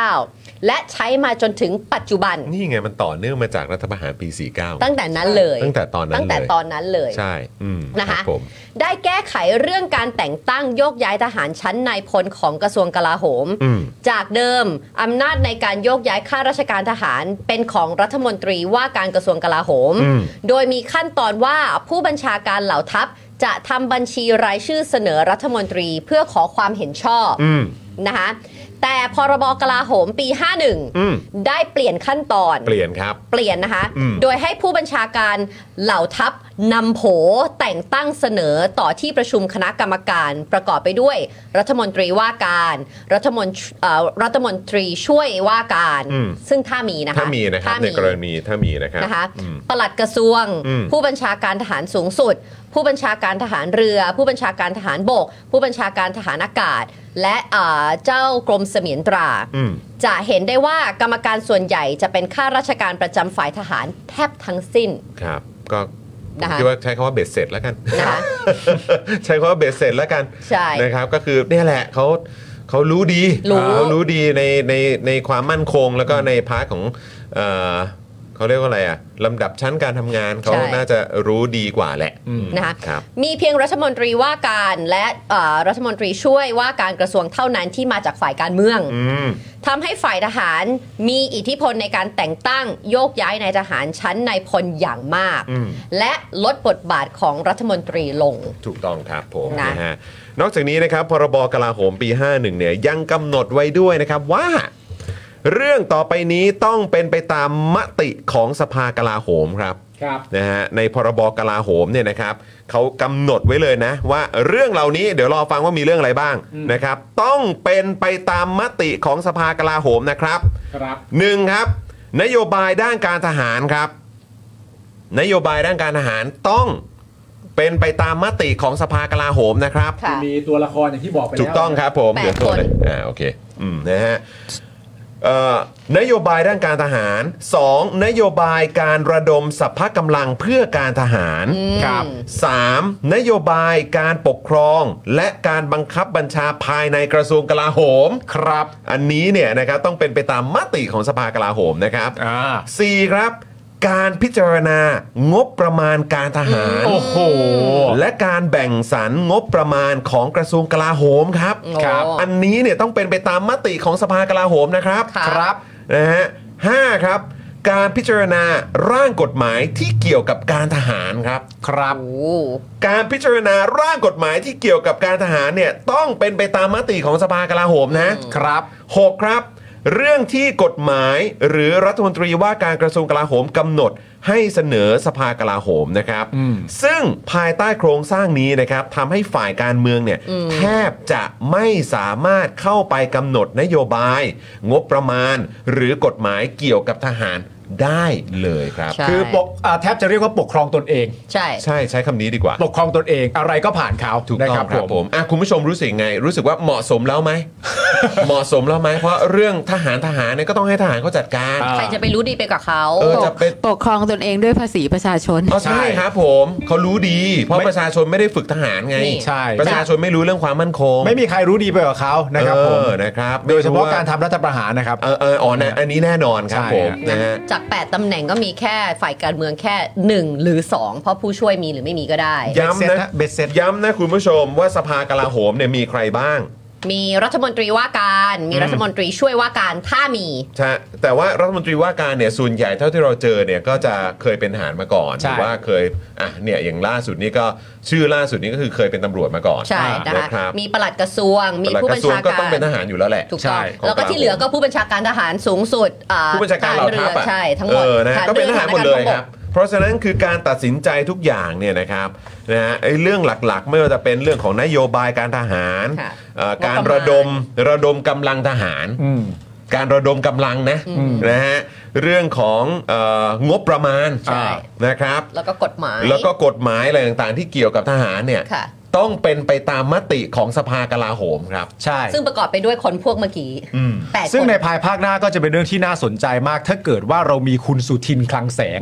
D: 2549 และใช้มาจนถึงปัจจุบัน
A: นี่ไงมันต่อเนื่องมาจากรัฐประหารปี 49
D: ตั้งแต่นั้นเลย
A: ตั้งแต่ตอนนั้น
D: ตั้งแต่
A: เลย
D: ตอนนั้นเลย
A: ใช่อืม
D: นะคะ
A: รับผม
D: ได้แก้ไขเรื่องการแต่งตั้งโยกย้ายทหารชั้นนายพลของกระทรวงกลาโหม
A: อืม
D: จากเดิม อำนาจในการโยกย้ายข้าราชการทหารเป็นของรัฐมนตรีว่าการกระทรวงกลาโหม
A: อืม
D: โดยมีขั้นตอนว่าผู้บัญชาการเหล่าทัพ จะทำบัญชีรายชื่อเสนอรัฐมนตรีเพื่อขอความเห็นชอบ
A: อืม
D: นะคะแต่พรบกลาโหมปี
A: อืม
D: 51 ได้เปลี่ยนขั้นตอน
A: เปลี่ยนครับ
D: เปลี่ยนนะคะ
A: อืม
D: โดยให้ผู้บัญชาการเหล่าทัพนำโผแต่งตั้งเสนอต่อที่ประชุมคณะกรรมการประกอบไปด้วย รัฐมนตรีว่าการ รัฐมนตรเอ่อรัฐมนตรีช่วยว่าการ
A: อืม
D: ซึ่งถ้ามีนะคะ
A: ถ้ามีนะครับ
D: ถ้า
A: ใน
D: มี
A: กรณีถ้ามีนะครับ
D: นะคะ
A: อืม
D: ปลัดกระทรวง
A: อืม
D: ผู้บัญชาการทหารสูงสุด ผู้บัญชาการทหารเรือ ผู้บัญชาการทหารบก ผู้บัญชาการทหารอากาศ และเอ่อเจ้ากรมเสมียนตรา
A: อืม
D: จะเห็นได้ว่ากรรมการส่วนใหญ่จะเป็นข้าราชการประจำฝ่ายทหารแทบทั้งสิ้น
A: ครับ ก็ผม
D: นะคะ
A: คิดว่าใช้คำว่าเบ็ดเสร็จแล้วกัน
D: นะคะ
A: ใช้คำว่าเบ็ดเสร็จแล้วกัน
D: ใช่
A: นะครับ ก็คือเนี่ยแหละเขาเขารู้ดี
D: รู้
A: เขารู้ดีในในในความมั่นคงแล้วก็ในพาร์ทของเอ่อเขาเรียกว่าอะไรอะลำดับชั้นการทำงานเขาน่าจะรู้ดีกว่าแหละ
D: นะคะ
A: ครับ
D: มีเพียงรัฐมนตรีว่าการและเอ่อรัฐมนตรีช่วยว่าการกระทรวงเท่านั้นที่มาจากฝ่ายการเมือง
A: อืม
D: ทำให้ฝ่ายทหารมีอิทธิพลในการแต่งตั้งโยกย้ายนายทหารชั้นนายพลอย่างมาก
A: อืม
D: และลดบทบาทของรัฐมนตรีลง
A: ถูกต้องครับผม
D: นะ
A: นะฮะนอกจากนี้นะครับพรบกลาโหมปี 51เนี่ยยังกำหนดไว้ด้วยนะครับว่า เรื่องต่อไปนี้ต้องเป็นไปตามมติของสภากลาโหมครับ
B: ครับ
A: นะฮะในพรบกลาโหมเนี่ยนะครับเขากำหนดไว้เลยนะว่าเรื่องเหล่านี้เดี๋ยวรอฟังว่ามีเรื่องอะไรบ้าง
B: อืม
A: นะครับ ต้องเป็นไปตามมติของสภากลาโหมนะครับ
B: ครับ
A: หนึ่งครับ นโยบายด้านการทหารครับ นโยบายด้านการทหารต้องเป็นไปตามมติของสภากลาโหมนะครับ
D: ค่ะ
B: มีตัวละครอย่างที่บอกไปแล้ว
A: ถูกต้องครับผม
D: แปด
A: เดี๋ยวโทษ
D: คน
A: นะอ่าโอเคอืมนะฮะเอ่อนโยบายด้านการทหาร 2. นโยบายการระดมสรรพกำลังเพื่อการทหาร
B: ครับ
A: สามนโยบายการปกครอง และการบังคับบัญชาภายในกระทรวงกลาโหม
B: ครับ
A: อันนี้เนี่ยนะครับต้องเป็นไปตามมติของสภากลาโหมนะครับ
B: อ่า
A: 4. ครับ การพิจารณางบประมาณการทหาร
B: โอ้โห
A: และการแบ่งสรรงบประมาณของกระทรวงกลาโหมครับ
B: ครับ
A: อันนี้เนี่ยต้องเป็นไปตามมติของสภากลาโหมนะครับ
D: ค่ะ
B: ครับ
A: นะฮะห้าครับ การพิจารณาร่างกฎหมายที่เกี่ยวกับการทหารครับ
B: ครับ
D: โอ้
A: การพิจารณาร่างกฎหมายที่เกี่ยวกับการทหารเนี่ยต้องเป็นไปตามมติของสภากลาโหมนะ
B: ครับ
A: หกครับ เรื่องที่กฎหมายหรือรัฐมนตรีว่าการกระทรวงกลาโหมกำหนดให้เสนอสภากลาโหมนะครับ
B: อืม
A: ซึ่งภายใต้โครงสร้างนี้นะครับทำให้ฝ่ายการเมืองเนี่ยแทบจะไม่สามารถเข้าไปกำหนดนโยบาย งบประมาณ หรือกฎหมายเกี่ยวกับทหารได้เลยครับ
D: ใช่
B: คือปกอ่าแทบจะเรียกว่าปกครองตนเอง
D: ใช่
A: ใช่ใช้คำนี้ดีกว่า
B: ปกครองตนเองอะไรก็ผ่านเขา
A: ถูกต้อง
B: นะครับ
A: ผมอ่ะคุณผู้ชมรู้สึกไง รู้สึกว่าเหมาะสมแล้วไหม เหมาะสมแล้วไหมเพราะเรื่องทหารทหารเนี่ยก็ต้องให้ทหารเขาจัดการ
B: อ่า
D: ใครจะไปรู้ดีไปกว่าเขา
A: เออ จะเป็น
H: ปกครองตนเองด้วยภาษีประชาชน
A: อ๋อใช่
B: ใช่
A: ครับผมเขารู้ดี เพราะ
B: ไม่
A: ประชาชนไม่ได้ฝึกทหารไง
B: นี่ใช่
A: ประชาชนไม่รู้เรื่องความมั่นคง
B: ไม่มีใครรู้ดีไปกว่าเขานะครับผม
A: เออนะครับ
B: โดยเฉพาะ
A: ไม่ว่
B: การทำรัฐประหารนะครับ
A: เออเอออ๋อนะอันนี้แน่นอนครับ
B: ใช่
A: ผมนะฮะ
D: จาก 8ตำแหน่งก็มีแค่ฝ่ายการเมืองแค่ 1 หรือ 2 เพราะผู้ช่วยมีหรือไม่มีก็ได้
A: ย้ำนะ
B: เบ็ดเสร็จฮะเบ็ดเสร็จ
A: ย้ำนะคุณผู้ชมว่าสภากลาโหมเนี่ยมีใครบ้าง
D: มีรัฐมนตรีว่าการ มีรัฐมนตรีช่วยว่าการถ้ามี
A: ใช่แต่ว่ารัฐมนตรีว่าการเนี่ยส่วนใหญ่เท่าที่เราเจอเนี่ยก็จะเคยเป็นทหารมาก่อนห
B: ใช่
A: รืว่าเคยอ่ะเนี่ยอย่างล่าสุดนี่ก็ชื่อล่าสุดนี่ก็คือเคยเป็นตำรวจมาก่อน
D: ใช่นะ
A: นะคะ ครับ
D: มีปลัดกระทรวง มี
A: แต่ละ
D: ผู้
A: ก
D: บัญ
A: ระทรวง
D: ชา
A: ก็
D: กา
A: ต้อง
D: ร
A: เป็นทหารอยู่แล้วแหละ
D: ถูกต้อง
B: ใช่
D: แล้วก็ที่เหลือก็ผู้บัญชาการทหารสูงสุดอ่า
A: ผู้บัญชาการเหล่าทัพอ่ะ
D: ใช่ทั้งหมด
A: เออนะก็เป็นทหารหมดเลย
D: ท
A: ค
D: หา
A: รับ เพราะฉะนั้นคือการตัดสินใจทุกอย่างเนี่ยนะครับนะฮะไอ้เรื่องหลักๆ ไม่ว่าจะเป็นเรื่องของนโยบายการทหาร
D: ค่ะ
A: เอ่อการระดมระดมกำลังทหาร
B: อืม
A: การระดมกำลังนะ
B: อืม
A: นะฮะเรื่องของเอ่องบประมาณ
D: ใช่
A: นะครับ
D: แล้วก็กฎหมาย
A: แล้วก็กฎหมายอะไรต่างๆ ที่เกี่ยวกับทหารเนี่ย
D: ค่ะ
A: ต้องเป็นไปตามมติของสภากลาโหมครับ
B: ใช่
D: ซึ่งประกอบไปด้วยคนพวกเมื่อกี้
A: อืม
D: แปดค
B: ซึ่ง
D: น
B: ในภายภาคหน้าก็จะเป็นเรื่องที่น่าสนใจมาก ถ้าเกิดว่าเรามีคุณสุทินคลังแสง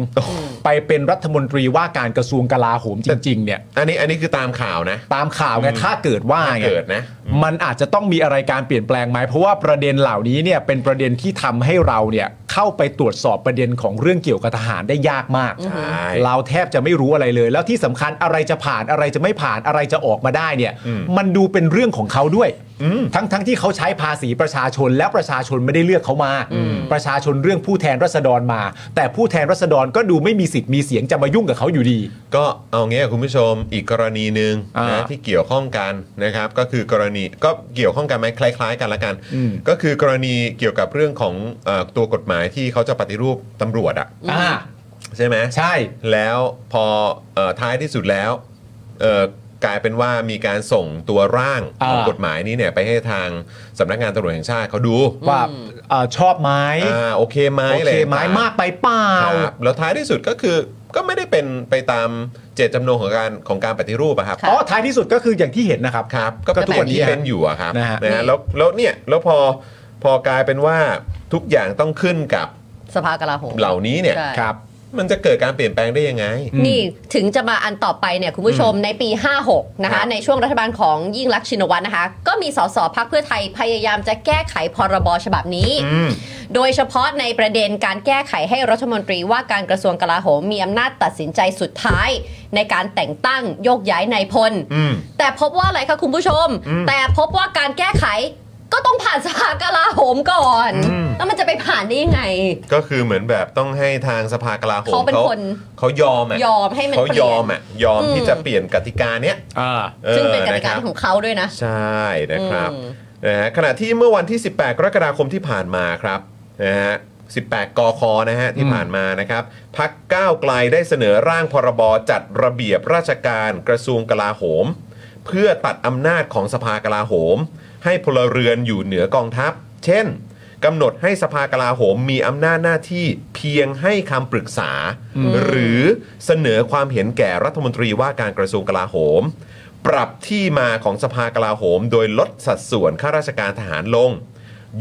B: ไปเป็นรัฐมนตรีว่าการกระทรวงกลาโหมจริง ๆ เนี่ย
A: อันนี้อันนี้คือตามข่าวนะ
B: ตามข่าวไงถ้าเกิดว่าไง
A: ถ้าเกิดนะอืม
B: มันอาจจะต้องมีอะไรการเปลี่ยนแปลงไหมเพราะว่าประเด็นเหล่านี้เนี่ยเป็นประเด็นที่ทำให้เราเนี่ยเข้าไปตรวจสอบประเด็นของเรื่องเกี่ยวกับทหารได้ยากมาก
A: ใช่
B: เราแทบจะไม่รู้อะไรเลย แล้วที่สำคัญอะไรจะผ่านอะไรจะไม่ผ่านอะไรจะออกมาได้เนี่ย
A: อืม
B: มันดูเป็นเรื่องของเขาด้วย
A: อืม
B: ทั้งทั้งที่เขาใช้ภาษีประชาชน แล้วประชาชนไม่ได้เลือกเขามา ประชาชนเรื่องผู้แทนรัษฎรมา แต่ผู้แทนรัษฎรก็ดูไม่มีสิทธิ์มีเสียงจะมายุ่งกับเขาอยู่ดี
A: ก็เอางี้คุณผู้ชมอีกกรณีหนึ่ง
B: อ่า
A: นะที่เกี่ยวข้องกันนะครับ ก็คือกรณีก็เกี่ยวข้องกันไหมคล้าย ๆ กันละกัน
B: อืม
A: ก็คือกรณีเกี่ยวกับเรื่องของเออตัวกฎหมายที่เขาจะปฏิรูปตำรวจอะ
B: อ่า
A: ใช่ไหม
B: ใช่
A: แล้วพอเออท้ายที่สุดแล้วเอ่อกลายเป็นว่ามีการส่งตัวร่างของ
B: อ่าก
A: กฎหมายนี้เนี่ยไปให้ทางสำนักงานตำรวจแห่งชาติเขาดู
B: ว่าเอ่อชอบไหม
A: อ่าโอเคไหม
B: โอ
A: อะไร
B: เค
A: ต่งๆ
B: ไหมมากไปเปล่า
A: ครับแล้วท้ายที่สุดก็คือก็ไม่ได้เป็นไปตามเจตจำนงของการของการปฏิรูปอะครับ
B: อ๋อท้ายที่สุดก็คืออย่างที่เห็นนะครับ
A: ครับ ก็เป็น
B: ก็
A: ทุก
B: แบบ
A: วันนี้
B: นี้ฮะ
A: เป็นอยู่อะครับ
B: นะฮะ
A: นะฮะแล้วแล้วเนี่ยแล้วพอพอกลายเป็นว่าทุกอย่างต้องขึ้นกับ
D: สภากลาโหม
A: เหล่านี้เนี่ย
D: ใช่
B: ครับ
A: มันจะเกิดการเปลี่ยนแปลงได้ยังไง
D: นี่ถึงจะมาอันต่อไปเนี่ยคุณผู้ชมในปี 56 นะ
A: ครั
D: คะ
A: บ
D: ในช่วงรัฐบาลของยิ่งลักษณ์ชินวัตรนะคะ ก็มีสสพักเพื่อไทยพยายามจะแก้ไขพรบฉบับนี้
A: อืม
D: โดยเฉพาะในประเด็นการแก้ไขให้รัฐมนตรีว่าการกระทรวงกลาโหมมีอำนาจตัดสินใจสุดท้าย ในการแต่งตั้งโยกย้ายนายพล
A: อืม
D: แต่พบว่าอะไรคะคุณผู้ชม
A: อืม
D: แต่พบว่าการแก้ไขก็ต้องผ่านสภากลาโหมก่อน
A: อืม
D: แล้วมันจะไปผ่านได้ยังไง
A: ก็คือเหมือนแบบต้องให้ทางสภากลาโหม
D: เขาเป็นคน
A: เขายอมอะ
D: ยอมให้มัน
A: เขา
D: เปลี่
A: ย
D: ย
A: อน มอะยอม
D: อืม
A: ที่จะเปลี่ยนกติกาเนี้ยออ
D: ซึ่งเป็นกติ
A: ะ
D: กา
A: ครับ
D: ของเขาด้วยนะ
A: ใช่นะครับ
D: อืม
A: นะฮะขณะที่เมื่อวันที่ 18 กรกฎาคมที่ผ่านมาครับนะฮะ18 กคนะฮะที่ผ่านมานะครับพักก้าวไกลได้เสนอร่างพรบจัดระเบียบราชการกระทรวงกลาโหม เพื่อตัดอำนาจของสภากลาโหม ให้พลเรือนอยู่เหนือกองทัพ เช่นกำหนดให้สภากลาโหมมีอำนาจหน้าที่เพียงให้คำปรึกษา หรือเสนอความเห็นแก่รัฐมนตรีว่าการกระทรวงกลาโหม ปรับที่มาของสภากลาโหม โดยลดสัดส่วนข้าราชการทหารลง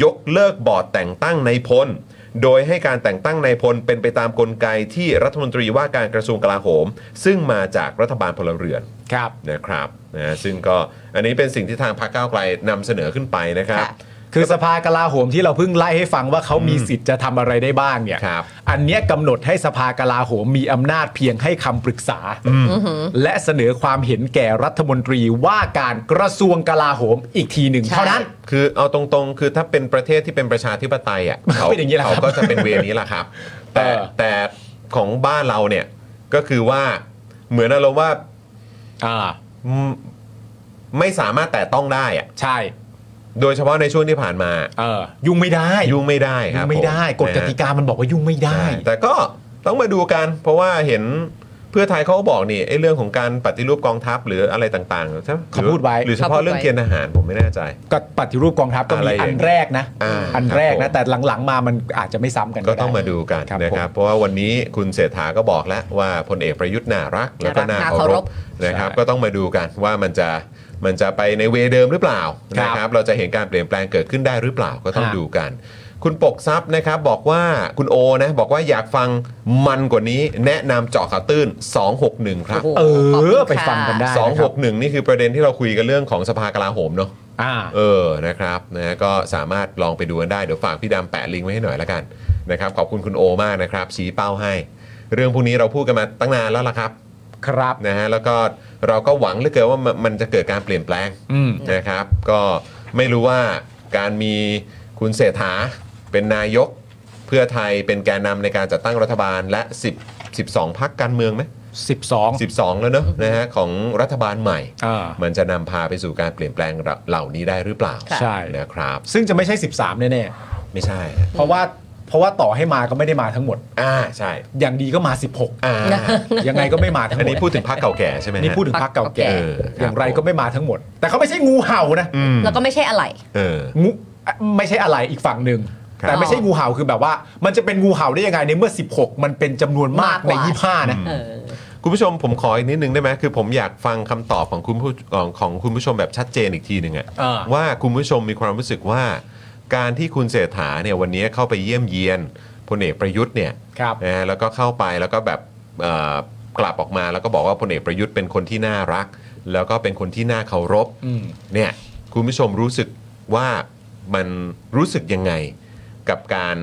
A: ยกเลิกบอร์ดแต่งตั้งในายพล โดยให้การแต่งตั้งในายพลเป็นไปตามกลไกที่รัฐมนตรีว่าการกระทรวงกลาโหม ซึ่งมาจากรัฐบาลพลเรือน
B: ครับ
A: นะครับนะซึ่งก็อันนี้เป็นสิ่งที่ทางพรรคก้าวไกลนำเสนอขึ้นไปนะครับ
D: ค่ะ
B: คือสภากลาโหมที่เราเพิ่งไล่ให้ฟังว่าเขามีสิทธิ์จะทำอะไรได้บ้างเนี่ย
A: ครับ
B: อันเนี้ยกำหนดให้สภากลาโหมมีอำนาจเพียงให้คำปรึกษา และเสนอความเห็นแก่รัฐมนตรีว่าการกระทรวงกลาโหมอีกทีหนึ่ง
D: ใช่
B: เท่านั้น
A: คือเอาตรงๆ คือถ้าเป็นประเทศที่เป็นประชาธิปไตยอ่ะเขา
B: เป็นอย่างนี้แหละครั
A: เขา
B: บ
A: ก็จะเป็นเวนี้แหละครับ แต่
B: เออ
A: แต่ของบ้านเราเนี่ยก็คือว่าเหมือนอารมณ์ว่า
B: อ่า
A: อืมไม่สามารถแต่ต้องได้อะ
B: ใช่
A: โดยเฉพาะในช่วงที่ผ่านมา
B: เออยุ่งไม่ได้
A: ยุ่งไม่ได้ครับ
B: ยุ่งไม่ได้
A: ผ
B: กฎกติกามันบอกว่ายุ่งไม่
A: นะ
B: ได้
A: ฮะแต่ก็ต้องมาดูกัน เพราะว่าเห็นเพื่อไทยเขาก็บอกนี่ไอ้เรื่องของการปฏิรูปกองทัพหรืออะไรต่างๆใช่ไหม
B: เขาพูดไว้
A: หรือเฉพาะเรื่องเกณฑ์ทหารผมไม่แน่ใจ
B: ก็ปฏิรูปกองทัพก็
A: อะไร
B: มี
A: อย่าง
B: อันแรกนะ
A: อ่า
B: อันแรก
A: ครั
B: นะ
A: บผม
B: แต่หลังๆมามันอาจจะไม่ซ้ำกัน
A: ก็
B: ได้
A: ต้องมาดูกัน
B: ครับ
A: นะครับ เพราะว่าวันนี้คุณเศรษฐาก็บอกแล้วว่าพลเอกประยุทธ์น่ารัก แล้วก็น่า
D: น่ารัก
A: เคารพ
D: น่าเคารพ
A: นะครับ
B: ใช่
A: ก็ต้องมาดูกันว่ามันจะมันจะไปในเวเดิมหรือเปล่า
B: ครับ
A: นะครับ เราจะเห็นการเปลี่ยนแปลงเกิดขึ้นได้หรือเปล่าก็ต้องดูกัน คุณปกทรัพย์นะครับบอกว่าคุณโอนะบอกว่าอยากฟังมันกว่านี้ แนะนำเจาะข่าวตื้น 261 ครับ
D: โโห
B: เออ
D: ขบคุณค่ะ
B: ไปฟังกันได้นะครับ
A: 261 นี่คือประเด็นที่เราคุยกันเรื่องของสภากลาโหมเนาะ
B: อ่า
A: เออ นะครับนะก็สามารถลองไปดูกันได้ เดี๋ยวฝากพี่ดำแปะลิงก์ไว้ให้หน่อยละกันนะครับ ขอบคุณคุณโอมากนะครับ ชี้เป้าให้ เรื่องพวกนี้เราพูดกันมาตั้งนานแล้วล่ะครับ
B: ครับ
A: นะฮะ แล้วก็เราก็หวังเหลือเกินว่ามันมันจะเกิดการเปลี่ยนแปลง
B: อืม
A: นะครับ ก็ไม่รู้ว่าการมีคุณเศรษฐาเป็นนายก เพื่อไทยเป็นแกนนำในการจัดตั้งรัฐบาลและ 10 12พักการเมืองไหม
B: 12
A: 12 แล้วเนอะนะฮะของรัฐบาลใหม่
B: อ่า
A: มันจะนำพาไปสู่การเปลี่ยนแปลงเหล่านี้ได้หรือเปล่า
B: ค่ะ
A: นะครับ
B: ซึ่งจะไม่ใช่ 13 แน่
A: ไม่ใช่
B: ๆ เพราะว่าเพราะว่าต่อให้มาก็ไม่ได้มาทั้งหมด
A: อ่าใช่
B: อย่างดีก็มา
A: อ่า
B: 16 ยังไงก็ไม่มาทั้งหม
A: อั
B: ด
A: นนี้พูดถึงพักเก่าแก่ใช่ไหมฮะ
B: นี่พูดถึงพักเก่าแก่
A: เออครับ
B: อย่างไรก็ไม่มาทั้งหมด แต่เขาไม่ใช่งูเห่านะ
A: อืม
D: แล้วก็ไม่ใช่อะไร
A: เออ
B: งูอ่ะไม่ใช่อะไรอีกฝั่งหนึ่ง
A: ครับ
B: แต่ไม่ใช่งูเห่าคือแบบว่า มันจะเป็นงูเห่าได้ยังไงในเมื่อ 16 มันเป็นจำนวนมาก
D: มากก
B: ใน
D: ว่า
B: 25นะ
D: เออ
A: คุณผู้ชมผมขออีกนิดนึงได้ไหมคือผมอยากฟังคำตอบของคุณผู้ของของคุณผู้ชมแบบชัดเจนอีกทีหนึ่งอะ
B: เออ
A: ว่าคุณผู้ชมมีความรู้สึกว่า การที่คุณเศรษฐาเนี่ยวันนี้เข้าไปเยี่ยมเยียนพลเอกประยุทธ์เนี่ย
B: ครับ
A: นะฮะแล้วก็เข้าไปแล้วก็แบบเอ่อกลับออกมาแล้วก็บอกว่าพลเอกประยุทธ์เป็นคนที่น่ารัก แล้วก็เป็นคนที่น่าเคารพ
B: อืม
A: เนี่ยคุณผู้ชมรู้สึกว่ามันรู้สึกยังไงกับการ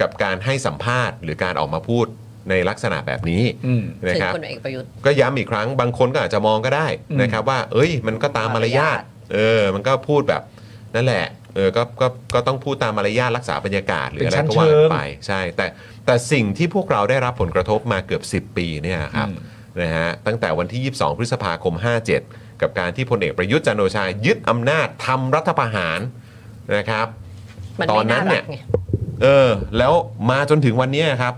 A: กับการให้สัมภาษณ์ หรือการออกมาพูดในลักษณะแบบนี้
B: อืม
A: นะ
D: ถึง
A: ครับ
D: พลเอกประยุทธ์
A: ก็ย้ำอีกครั้งบางคนก็อาจจะมองก็ได้
B: อืม
A: นะครับว่า เอ้ย มันก็ตามมารยาทเออ มันก็พูดแบบนั่นแหละเออก็ก็ก็ต้องพูดตามมารยาทรักษาบรรยากาศหรืออะไรก็ว่ากันไปใช่ แต่แต่สิ่งที่พวกเราได้รับผลกระทบมาเกือบ 10 ปีเนี่ยครับนะฮะตั้งแต่วันที่ 22 พฤษภาคม 57 กับการที่พลเอกประยุทธ์จันทร์โอชายึดอำนาจทำรัฐประหารนะครับ
D: มัน
A: ตอ
D: ไม่
A: นนั้
D: น่าน
A: เนี่ย
D: รักไง
A: เออแล้วมาจนถึงวันเนี้ยครับ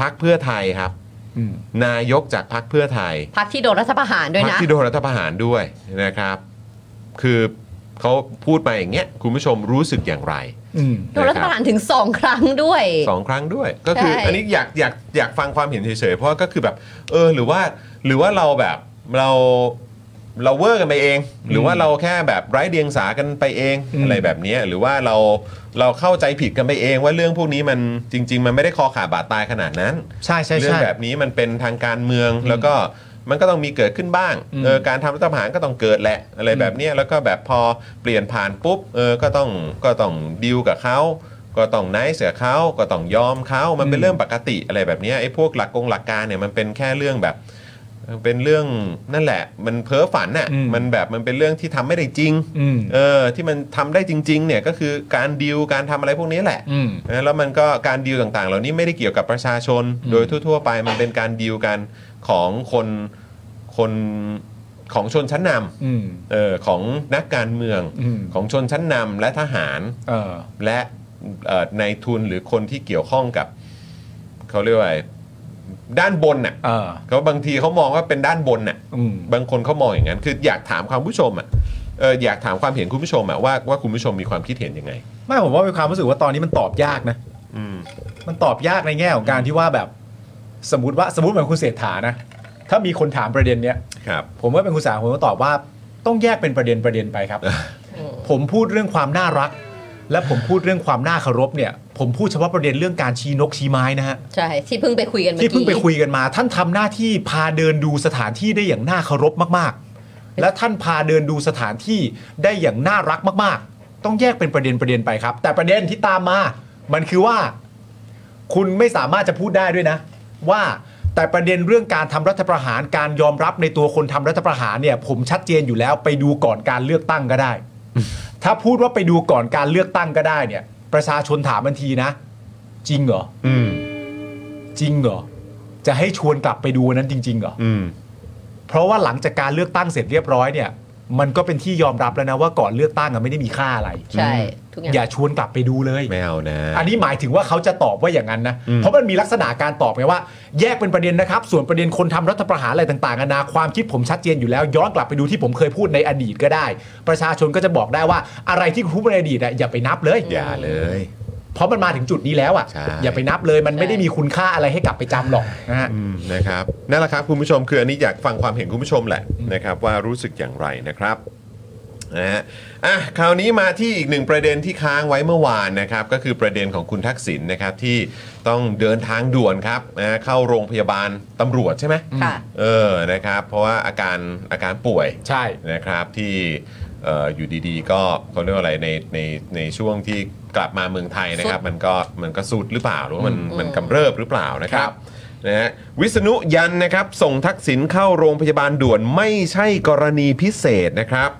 A: พักเพื่อไทยครับ
B: อืม
A: นายกจากพักเพื่อไทย
D: พักที่โดนรัฐประหารด้วย
A: พร
D: นะ
A: รคที่โดนรัฐประหารด้วยนะครับ คือเขาพูดมาอย่างเงี้ยคุณผู้ชมรู้สึกอย่างไร
B: อืม
D: โดนรัฐประหารถึงสองครั้งด้วย
A: สองครั้งด้วย ก็คือ
D: ใช่
A: อันนี้อยากอยากอยากฟังความเห็นเฉยๆเพราะว่าก็คือแบบเออหรือว่าหรือว่าเราแบบเราเราเวอร์กันไปเอง หรือว่าเราแค่แบบไร้เดียงสากันไปเอง
B: อืม
A: อะไรแบบเนี้ยหรือว่าเราเราเข้าใจผิดกันไปเองว่าเรื่องพวกนี้มันจริง ๆ มันไม่ได้คอขาดบาดตายขนาดนั้น
B: ใช่ใช่
A: เรื่อง
B: ใช่
A: แบบนี้มันเป็นทางการเมืองแล้วก็มันก็ต้องมีเกิดขึ้นบ้าง
B: อืม
A: เออการทำรัฐประหารก็ต้องเกิดแหละอะไร
B: อืม
A: แบบเนี้ยแล้วก็แบบพอเปลี่ยนผ่านปุ๊บเออก็ต้องก็ต้องดีลกับเขาก็ต้องไนเสียเขาก็ต้องยอมเขามันเป็
B: อื
A: น
B: ม
A: เรื่องปกติอะไรแบบเนี้ยไอ้พวกหลักกงหลักการเนี่ยมันเป็นแค่เรื่องแบบเออเป็นเรื่องนั่นแหละ มันเพ้อฝันน่ะมันแบบมันเป็นเรื่องที่ทำไม่ได้จริง
B: อืม
A: เออที่มันทำได้จริงๆเนี่ยก็คือการดีลการทำอะไรพวกนี้แหละ
B: อืม
A: นะแล้วมันก็การดีลต่างๆ เหล่านี้ไม่ได้เกี่ยวกับประชาชน
B: อืม
A: โดยทั่วๆไปมันเป็นการดีลกันของคนคนของชนชั้นน
B: อืม
A: ำเออของนักการเมือง
B: อืม
A: ของชนชั้นนำและทหาร
B: เออ
A: และเอ่อในทุนหรือคนที่เกี่ยวข้องกับเขาเรียกว่าอะไรด้านบนน่ะ
B: เออ
A: เขาบางทีเขามองว่าเป็นด้านบนน่ะ
B: อืม
A: บางคนเขามองอย่างนั้นคืออยากถามความผู้ชมอ่ะเอออยากถามความเห็นคุณผู้ชมอ่ะว่าว่าคุณผู้ชมมีความคิดเห็นยังไง
B: ไม่ผมว่ามีความรู้สึกว่าตอนนี้มันตอบยากนะ
A: อืม
B: มันตอบยากในแง่ของการที่ว่าแบบ สมมติว่าสมมติเหมือนคุณเศรษฐานะ ถ้ามีคนถามประเด็นเนี้ย
A: ครับ
B: ผมว่าเป็นคุณสาผมก็ตอบว่าต้องแยกเป็นประเด็นประเด็นไปครับ ผมพูดเรื่องความน่ารัก และผมพูดเรื่องความน่าเคารพเนี่ย ผมพูดเฉพาะประเด็นเรื่องการชี้นกชี้ไม้นะฮะ
D: ใช่ ที่เพิ่งไปคุยกันเมื่อ
B: ที่
D: กี้
B: เพิ่งไปคุยกันมา ท่านทำหน้าที่พาเดินดูสถานที่ได้อย่างน่าเคารพมากๆ และท่านพาเดินดูสถานที่ได้อย่างน่ารักมาก ๆ ต้องแยกเป็นประเด็นประเด็นไปครับ แต่ประเด็นที่ตามมา มันคือว่า คุณไม่สามารถจะพูดได้ด้วยนะ ว่าแต่ประเด็นเรื่องการทำรัฐประหารการยอมรับในตัวคนทำรัฐประหารเนี่ย ผมชัดเจนอยู่แล้วไปดูก่อนการเลือกตั้งก็ได้ ถ้าพูดว่าไปดูก่อนการเลือกตั้งก็ได้เนี่ย ประชาชนถามบันทีนะ จริงเหรอ
A: อืม
B: จริงเหรอ จะให้ชวนกลับไปดูอันนั้นจริง ๆ เหรอ
A: อืม
B: เพราะว่าหลังจากการเลือกตั้งเสร็จเรียบร้อยเนี่ย มันก็เป็นที่ยอมรับแล้วนะว่าก่อนเลือกตั้งอะไม่ได้มีค่าอะไร
D: ใช่ ทุกอย่าง
B: อย่าชวนกลับไปดูเลย
A: ไม่เอานะ
B: อันนี้หมายถึงว่าเขาจะตอบว่าอย่างนั้นนะ เพราะมันมีลักษณะการตอบไงว่า แยกเป็นประเด็นนะครับ ส่วนประเด็นคนทำรัฐประหารอะไรต่างๆนานาความคิดผมชัดเจนอยู่แล้ว ย้อนกลับไปดูที่ผมเคยพูดในอดีตก็ได้ ประชาชนก็จะบอกได้ว่าอะไรที่คุณพูดในอดีตอะอย่าไปนับเลย
A: อย่าเลย
B: เพราะมันมาถึงจุดนี้แล้วอะ
A: ใช่
B: อย่าไปนับเลย มันไม่ได้มีคุณค่าอะไรให้กลับไปจำหรอกนะฮะ
A: อืมนะครับนั่นแหละครับคุณผู้ชมคืออันนี้อยากฟังความเห็นคุณผู้ชมแหละนะครับว่ารู้สึกอย่างไรนะครับนะฮะอ่ะคราวนี้มาที่อีกหนึ่งประเด็นที่ค้างไว้เมื่อวานนะครับก็คือประเด็นของคุณทักษิณนะครับที่ต้องเดินทางด่วนครับนะฮะเข้าโรงพยาบาลตำรวจใช่ไหม
D: ค่ะ
A: เออนะครับเพราะว่าอาการอาการป่วย
B: ใช่
A: นะครับที่เอ่ออยู่ดีๆ ก็เขาเรียกว่าอะไรในในในช่วงที่กลับมาเมืองไทยนะครับ มันก็มันก็สุดหรือเปล่าหรือว่ามันมันกำเริบหรือเปล่านะครับนะฮะวิษณุยันนะครับ ส่งทักษิณเข้าโรงพยาบาลด่วนไม่ใช่กรณีพิเศษนะครับ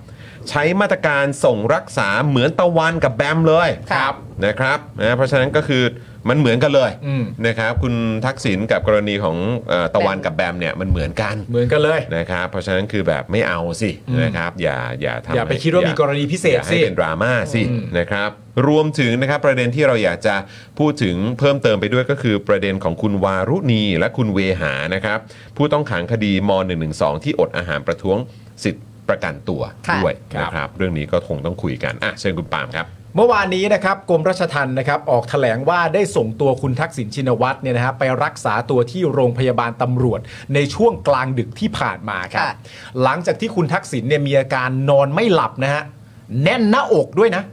A: ใช้มาตรการส่งรักษาเหมือนตะวันกับแบมเลย
D: ครับ
A: นะครับนะเพราะฉะนั้นก็คือมันเหมือนกันเลย
B: อืม
A: นะครับคุณทักษิณกับกรณีของเอ่อตะวันกับแบมเนี่ยมันเหมือนกัน
B: เหมือนกันเลย
A: นะครับเพราะฉะนั้นคือแบบไม่เอาสินะครับอย่าอย่าทำ
B: อย่าไป
A: ให้
B: คิดว่ามี
A: อก
B: รณีพิเศษ
A: อย่าให้
B: สิ
A: เป็นดราม่าสิ
B: อืม
A: นะครับรวมถึงนะครับประเด็นที่เราอยากจะพูดถึงเพิ่มเติมไปด้วยก็คือประเด็นของคุณวารุณีและคุณเวหานะครับผู้ต้องขังคดีม .112 ที่อดอาหารประท้วงสิทธิประกันตัว
D: ค่ะ
A: ด้วยนะครับเรื่องนี้ก็คงต้องคุยกันอ่ะเชิญคุณปาล์มครับ
B: เมื่อวานนี้นะครับกรมราชทัณฑ์นะครับออกแถลงว่าได้ส่งตัวคุณทักษิณชินวัตรเนี่ยนะครับไปรักษาตัวที่โรงพยาบาลตำรวจ ในช่วงกลางดึกที่ผ่านมาครับ
D: ค่ะ
B: หลังจากที่คุณทักษิณเนี่ยมีอาการนอนไม่หลับนะฮะแน่นหน้าอกด้วยนะ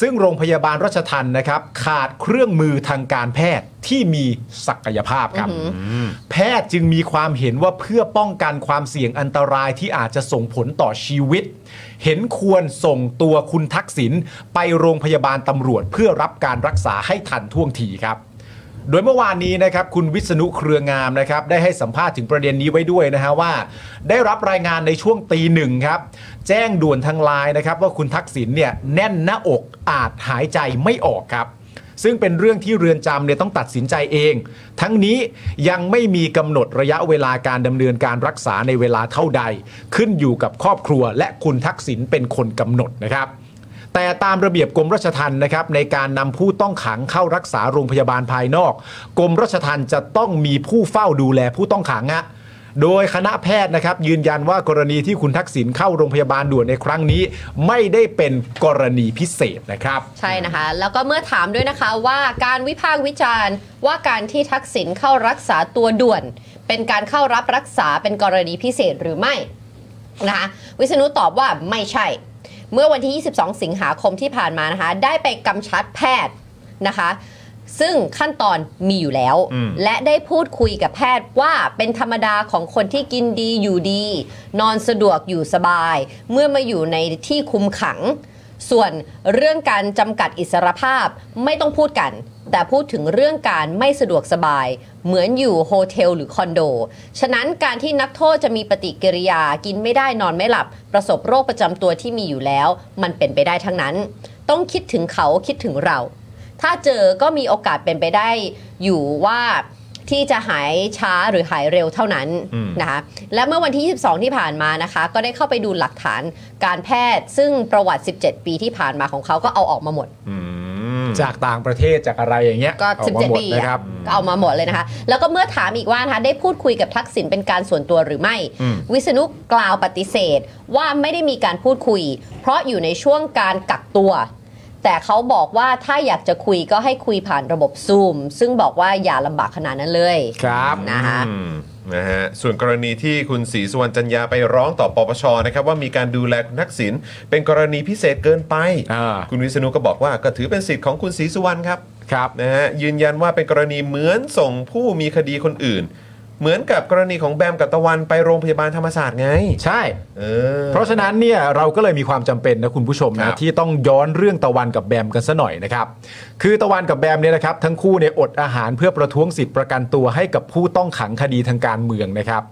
B: ซึ่งโรงพยาบาลราชทันนะครับ ขาดเครื่องมือทางการแพทย์ที่มีศักยภาพครับ แพทย์จึงมีความเห็นว่าเพื่อป้องกันความเสี่ยงอันตรายที่อาจจะส่งผลต่อชีวิต เห็นควรส่งตัวคุณทักษิณไปโรงพยาบาลตำรวจเพื่อรับการรักษาให้ทันท่วงทีครับ โดยเมื่อวานนี้นะครับคุณวิษณุเครืองามนะครับได้ให้สัมภาษณ์ถึงประเด็นนี้ไว้ด้วยนะฮะว่า ได้รับรายงานในช่วงตีหนึ่งครับ แจ้งด่วนทางไลน์นะครับว่าคุณทักษิณเนี่ยแน่นหน้าอกอาจหายใจไม่ออกครับ ซึ่งเป็นเรื่องที่เรือนจำเนี่ยต้องตัดสินใจเอง ทั้งนี้ยังไม่มีกำหนดระยะเวลาการดำเนินการรักษาในเวลาเท่าใด ขึ้นอยู่กับครอบครัว และคุณทักษิณเป็นคนกำหนดนะครับ แต่ตามระเบียบกรมราชทัณฑ์นะครับในการนำผู้ต้องขังเข้ารักษาโรงพยาบาลภายนอก กรมราชทัณฑ์จะต้องมีผู้เฝ้าดูแลผู้ต้องขังอะโดยคณะแพทย์นะครับ ยืนยันว่ากรณีที่คุณทักษิณเข้าโรงพยาบาลด่วนในครั้งนี้ ไม่ได้เป็นกรณีพิเศษนะครับ
D: ใช่นะคะ แล้วก็เมื่อถามด้วยนะคะว่าการวิพากษ์วิจารณ์ ว่าการที่ทักษิณเข้ารักษาตัวด่วน เป็นการเข้ารับรักษาเป็นกรณีพิเศษหรือไม่นะคะวิษณุตอบว่าไม่ใช่ เมื่อวันที่ 22 สิงหาคมที่ผ่านมานะคะ ได้ไปกำชับแพทย์นะคะ ซึ่งขั้นตอนมีอยู่แล้ว และได้พูดคุยกับแพทย์ว่าเป็นธรรมดาของคนที่กินดีอยู่ดี นอนสะดวกอยู่สบาย เมื่อมาอยู่ในที่คุมขัง ส่วนเรื่องการจำกัดอิสรภาพไม่ต้องพูดกัน แต่พูดถึงเรื่องการไม่สะดวกสบาย เหมือนอยู่โฮเทลหรือคอนโด ฉะนั้นการที่นักโทษจะมีปฏิกิริยากินไม่ได้นอนไม่หลับ ประสบโรคประจำตัวที่มีอยู่แล้ว มันเป็นไปได้ทั้งนั้น ต้องคิดถึงเขาคิดถึงเรา ถ้าเจอก็มีโอกาสเป็นไปได้อยู่ว่าที่จะหายช้าหรือหายเร็วเท่านั้นนะคะและเมื่อวันที่ 22 ที่ผ่านมานะคะ ก็ได้เข้าไปดูหลักฐานการแพทย์ ซึ่งประวัติ 17 ปีที่ผ่านมาของเขาก็เอาออกมาหมด
A: อืม
B: จากต่างประเทศจากอะไรอย่างเงี้ย
D: ก็
B: ออกมาหม
D: 17
B: ด
D: ปี
B: นะครับ
D: อะก็เอามาหมดเลยนะคะ แล้วก็เมื่อถามอีกว่านะคะได้พูดคุยกับทักษิณเป็นการส่วนตัวหรือไม่
A: อืม
D: วิษณุกล่าวปฏิเสธว่าไม่ได้มีการพูดคุย เพราะอยู่ในช่วงการกักตัว แต่เขาบอกว่าถ้าอยากจะคุยก็ให้คุยผ่านระบบซูม ซึ่งบอกว่าอย่าลำบากขนาดนั้นเลย
B: ครับ
D: นะคะ
A: อืมนะฮะส่วนกรณีที่คุณศรีสุวรรณจันยาไปร้องต่อปปชนะครับว่ามีการดูแลคุณทักษิณเป็นกรณีพิเศษเกินไป
B: อ่า
A: คุณวิษณุก็บอกว่าก็ถือเป็นสิทธิ์ของคุณศรีสุวรรณครับ
B: ครับ
A: นะฮะยืนยันว่าเป็นกรณีเหมือนส่งผู้มีคดีคนอื่น เหมือนกับกรณีของแบมกับตะวันไปโรงพยาบาลธรรมศาสตร์ไง
B: ใช่
A: เออ
B: เพราะฉะนั้นเนี่ยเราก็เลยมีความจำเป็นนะคุณผู้ชม
A: ครั
B: นะ
A: บ
B: ที่ต้องย้อนเรื่องตะวันกับแบมกันซะหน่อยนะครับ คือตะวันกับแบมเนี่ยนะครับทั้งคู่เนี่ยอดอาหารเพื่อประท้วงสิทธิ์ประกันตัวให้กับผู้ต้องขังคดีทางการเมืองนะครับ